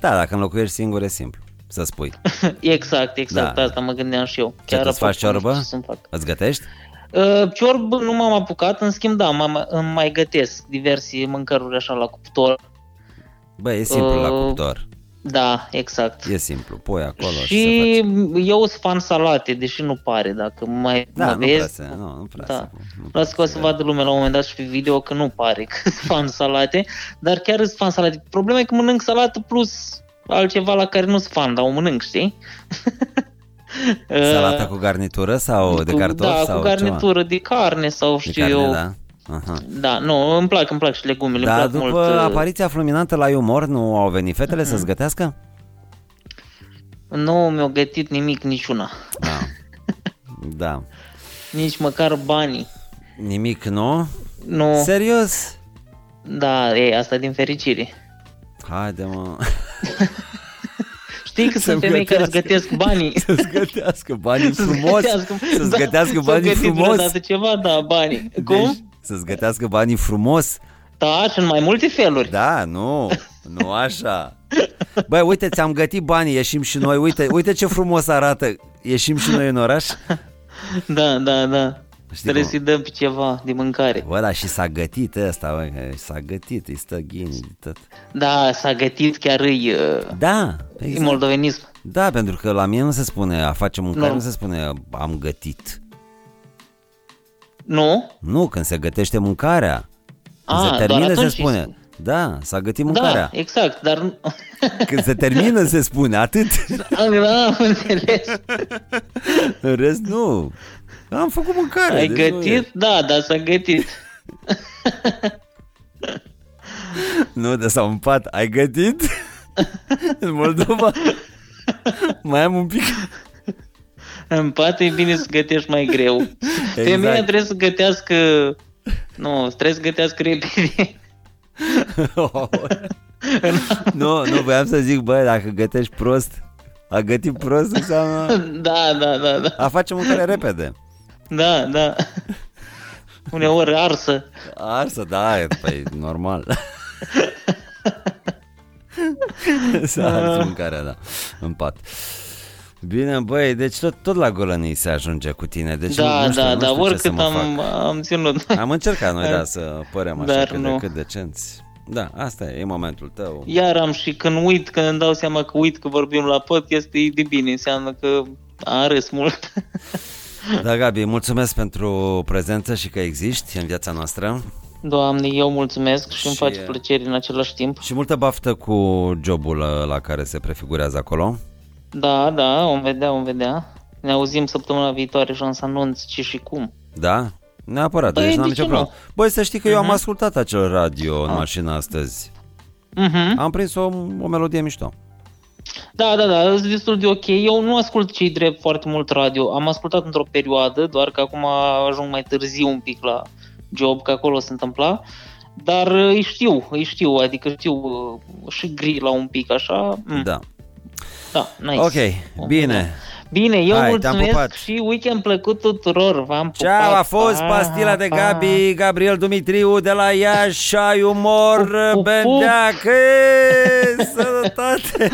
[SPEAKER 1] Da, dacă înlocuiești singur e simplu, să spui.
[SPEAKER 13] Exact, exact,
[SPEAKER 1] Da.
[SPEAKER 13] asta mă gândeam și eu.
[SPEAKER 1] Ce, tu îți faci
[SPEAKER 13] apropo, nu
[SPEAKER 1] ciorbă?
[SPEAKER 13] știu să-mi fac.
[SPEAKER 1] Îți gătești?
[SPEAKER 13] Uh, Ciorbă nu m-am apucat, în schimb da, m-am, îmi mai gătesc diverse mâncăruri așa la cuptor.
[SPEAKER 1] Bă, e simplu la
[SPEAKER 13] Uh,
[SPEAKER 1] cuptor.
[SPEAKER 13] Da, exact.
[SPEAKER 1] E simplu, pui acolo și, se
[SPEAKER 13] și eu sunt fan salate, deși nu pare, dacă mai
[SPEAKER 1] Da,
[SPEAKER 13] mă
[SPEAKER 1] nu
[SPEAKER 13] vezi.
[SPEAKER 1] prea se- nu, nu prea
[SPEAKER 13] da. Las că o să vadă lumea la un moment dat și pe video că nu pare că sunt fan salate, dar chiar sunt fan salate. Problema e că mănânc salată plus altceva la care nu sunt fan, dar o mănânc, știi?
[SPEAKER 1] [laughs] face. Salata cu garnitură sau de cartofi?
[SPEAKER 13] da,
[SPEAKER 1] sau
[SPEAKER 13] cu
[SPEAKER 1] ceva?
[SPEAKER 13] garnitură de carne sau
[SPEAKER 1] De
[SPEAKER 13] știu
[SPEAKER 1] carne,
[SPEAKER 13] eu.
[SPEAKER 1] da? Aha.
[SPEAKER 13] Da, nu, îmi plac, îmi plac și legumele,
[SPEAKER 1] Dar
[SPEAKER 13] îmi plac
[SPEAKER 1] după
[SPEAKER 13] mult. uh, Mm.
[SPEAKER 1] apariția fulminantă la umor, nu au venit fetele să-ți gătească?
[SPEAKER 13] Nu mi-au gătit nimic niciuna,
[SPEAKER 1] Da. [laughs] da.
[SPEAKER 13] nici măcar banii.
[SPEAKER 1] Nimic, nu?
[SPEAKER 13] Nu.
[SPEAKER 1] Serios?
[SPEAKER 13] Da, e, asta din fericire.
[SPEAKER 1] Haide, mă.
[SPEAKER 13] [laughs] Știi că sunt
[SPEAKER 1] Să-mi
[SPEAKER 13] femei care îți
[SPEAKER 1] gătească. [laughs]
[SPEAKER 13] gătesc banii.
[SPEAKER 1] Să-ți gătească banii frumos. Să-ți gătească banii
[SPEAKER 13] da, gătit
[SPEAKER 1] frumos.
[SPEAKER 13] vreodată ceva, da, banii.
[SPEAKER 1] Deci,
[SPEAKER 13] Cum?
[SPEAKER 1] să-ți gătească banii frumos.
[SPEAKER 13] Da, și în mai multe feluri.
[SPEAKER 1] Da, nu, nu așa. Băi, uite, ți-am gătit banii, ieșim și noi, uite, uite ce frumos arată. Ieșim și noi în oraș.
[SPEAKER 13] [laughs] [laughs] Da, da, da. Trebuie
[SPEAKER 1] cum?
[SPEAKER 13] să-i dăm pe ceva de mâncare.
[SPEAKER 1] Bă, da, și s-a gătit ăsta, bă, că s-a gătit, îi stă ghini, tot.
[SPEAKER 13] Da, s-a gătit chiar îi... uh,
[SPEAKER 1] Da,
[SPEAKER 13] E moldovenism.
[SPEAKER 1] Da, pentru că la mine nu se spune a face mâncare, nu,
[SPEAKER 13] Nu.
[SPEAKER 1] nu se spune am gătit.
[SPEAKER 13] Nu?
[SPEAKER 1] Nu, când se gătește mâncarea. Când
[SPEAKER 13] Ah,
[SPEAKER 1] se termină
[SPEAKER 13] doar
[SPEAKER 1] se
[SPEAKER 13] atunci
[SPEAKER 1] spune.
[SPEAKER 13] îi
[SPEAKER 1] Da, s-a gătit
[SPEAKER 13] Da,
[SPEAKER 1] mâncarea.
[SPEAKER 13] exact, dar nu-
[SPEAKER 1] Când
[SPEAKER 13] [laughs]
[SPEAKER 1] se termină se spune, atât. [laughs]
[SPEAKER 13] am înțeles.
[SPEAKER 1] În rest nu. Am făcut mâncare.
[SPEAKER 13] Ai
[SPEAKER 1] deci nu e-
[SPEAKER 13] gătit? Da, da, s-a gătit.
[SPEAKER 1] Nu, de sau un pat. Ai
[SPEAKER 13] [laughs]
[SPEAKER 1] gătit? în Moldova? Mai am un
[SPEAKER 13] [laughs]
[SPEAKER 1] pic.
[SPEAKER 13] În pat e bine să gătești mai
[SPEAKER 1] [laughs]
[SPEAKER 13] greu. Exact. Femeia trebuie să gătească... Nu, trebuie să gătească repede. [laughs]
[SPEAKER 1] nu, nu, voiam să zic, bă, dacă gătești prost, a gătit prost înseamnă
[SPEAKER 13] Da, da, da, da.
[SPEAKER 1] a face mâncare repede.
[SPEAKER 13] Da, da. Uneori arsă.
[SPEAKER 1] Arsă, da, e, păi, normal.
[SPEAKER 13] [laughs]
[SPEAKER 1] S-a ars mâncarea, da, în pat. Bine, băi, deci tot, tot la golănii se ajunge cu tine. Deci
[SPEAKER 13] da,
[SPEAKER 1] nu, nu știu,
[SPEAKER 13] da,
[SPEAKER 1] nu
[SPEAKER 13] da,
[SPEAKER 1] știu ce să
[SPEAKER 13] oricât
[SPEAKER 1] mă
[SPEAKER 13] am,
[SPEAKER 1] fac.
[SPEAKER 13] am ținut.
[SPEAKER 1] Am încercat
[SPEAKER 13] [laughs]
[SPEAKER 1] noi, da, să părem așa
[SPEAKER 13] Dar
[SPEAKER 1] cât
[SPEAKER 13] nu.
[SPEAKER 1] de cât decenți. Da, asta e, e momentul tău.
[SPEAKER 13] Iar am și când uit, când îmi dau seama că uit că vorbim la podcast, e de bine, înseamnă că am râs mult. [laughs]
[SPEAKER 1] Da, Gabi, mulțumesc pentru prezență și că existi în viața noastră.
[SPEAKER 13] Doamne, eu mulțumesc și îmi
[SPEAKER 1] Și,
[SPEAKER 13] face
[SPEAKER 1] eh,
[SPEAKER 13] plăcere în același timp.
[SPEAKER 1] Și multă baftă cu jobul ă, la care se prefigurează acolo.
[SPEAKER 13] Da, da, vom vedea, vom vedea. Ne auzim săptămâna viitoare și am să anunț ce și cum.
[SPEAKER 1] Da? Neapărat,
[SPEAKER 13] Păi,
[SPEAKER 1] deci n-am
[SPEAKER 13] de ce
[SPEAKER 1] nicio problemă. Băi, să știi că eu am
[SPEAKER 13] Mhm. Ah.
[SPEAKER 1] ascultat acel radio în mașină astăzi.
[SPEAKER 13] Mhm.
[SPEAKER 1] Am prins o, o melodie mișto.
[SPEAKER 13] Da, da, da, sunt destul de ok. Eu nu ascult cei drept foarte mult radio. Am ascultat într-o perioadă, doar că acum ajung mai târziu un pic la job, că acolo se întâmpla. Dar uh, îi știu, îi știu, adică știu uh, și grila un pic așa. Mm.
[SPEAKER 1] Da.
[SPEAKER 13] Da, nice.
[SPEAKER 1] Ok, bine.
[SPEAKER 13] Bine, eu
[SPEAKER 1] Hai, te-am pupat.
[SPEAKER 13] mulțumesc și weekend plăcut tuturor. V-am pupat.
[SPEAKER 1] Ceau, a fost
[SPEAKER 13] Pa,
[SPEAKER 1] pastila de
[SPEAKER 13] pa.
[SPEAKER 1] Gabi, Gabriel Dumitriu de la Iași, ai umor, bendeacă, sănătate.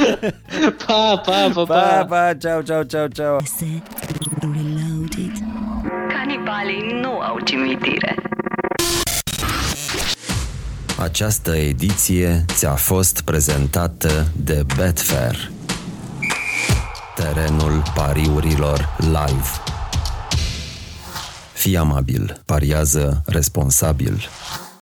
[SPEAKER 13] Pa, pa, pa,
[SPEAKER 1] pa. Pa, ceau, ceau, ceau, ceau.
[SPEAKER 4] Canibalii nu au cimitire.
[SPEAKER 5] Această ediție ți-a fost prezentată de Betfair, terenul pariurilor live. Fii amabil, pariază responsabil.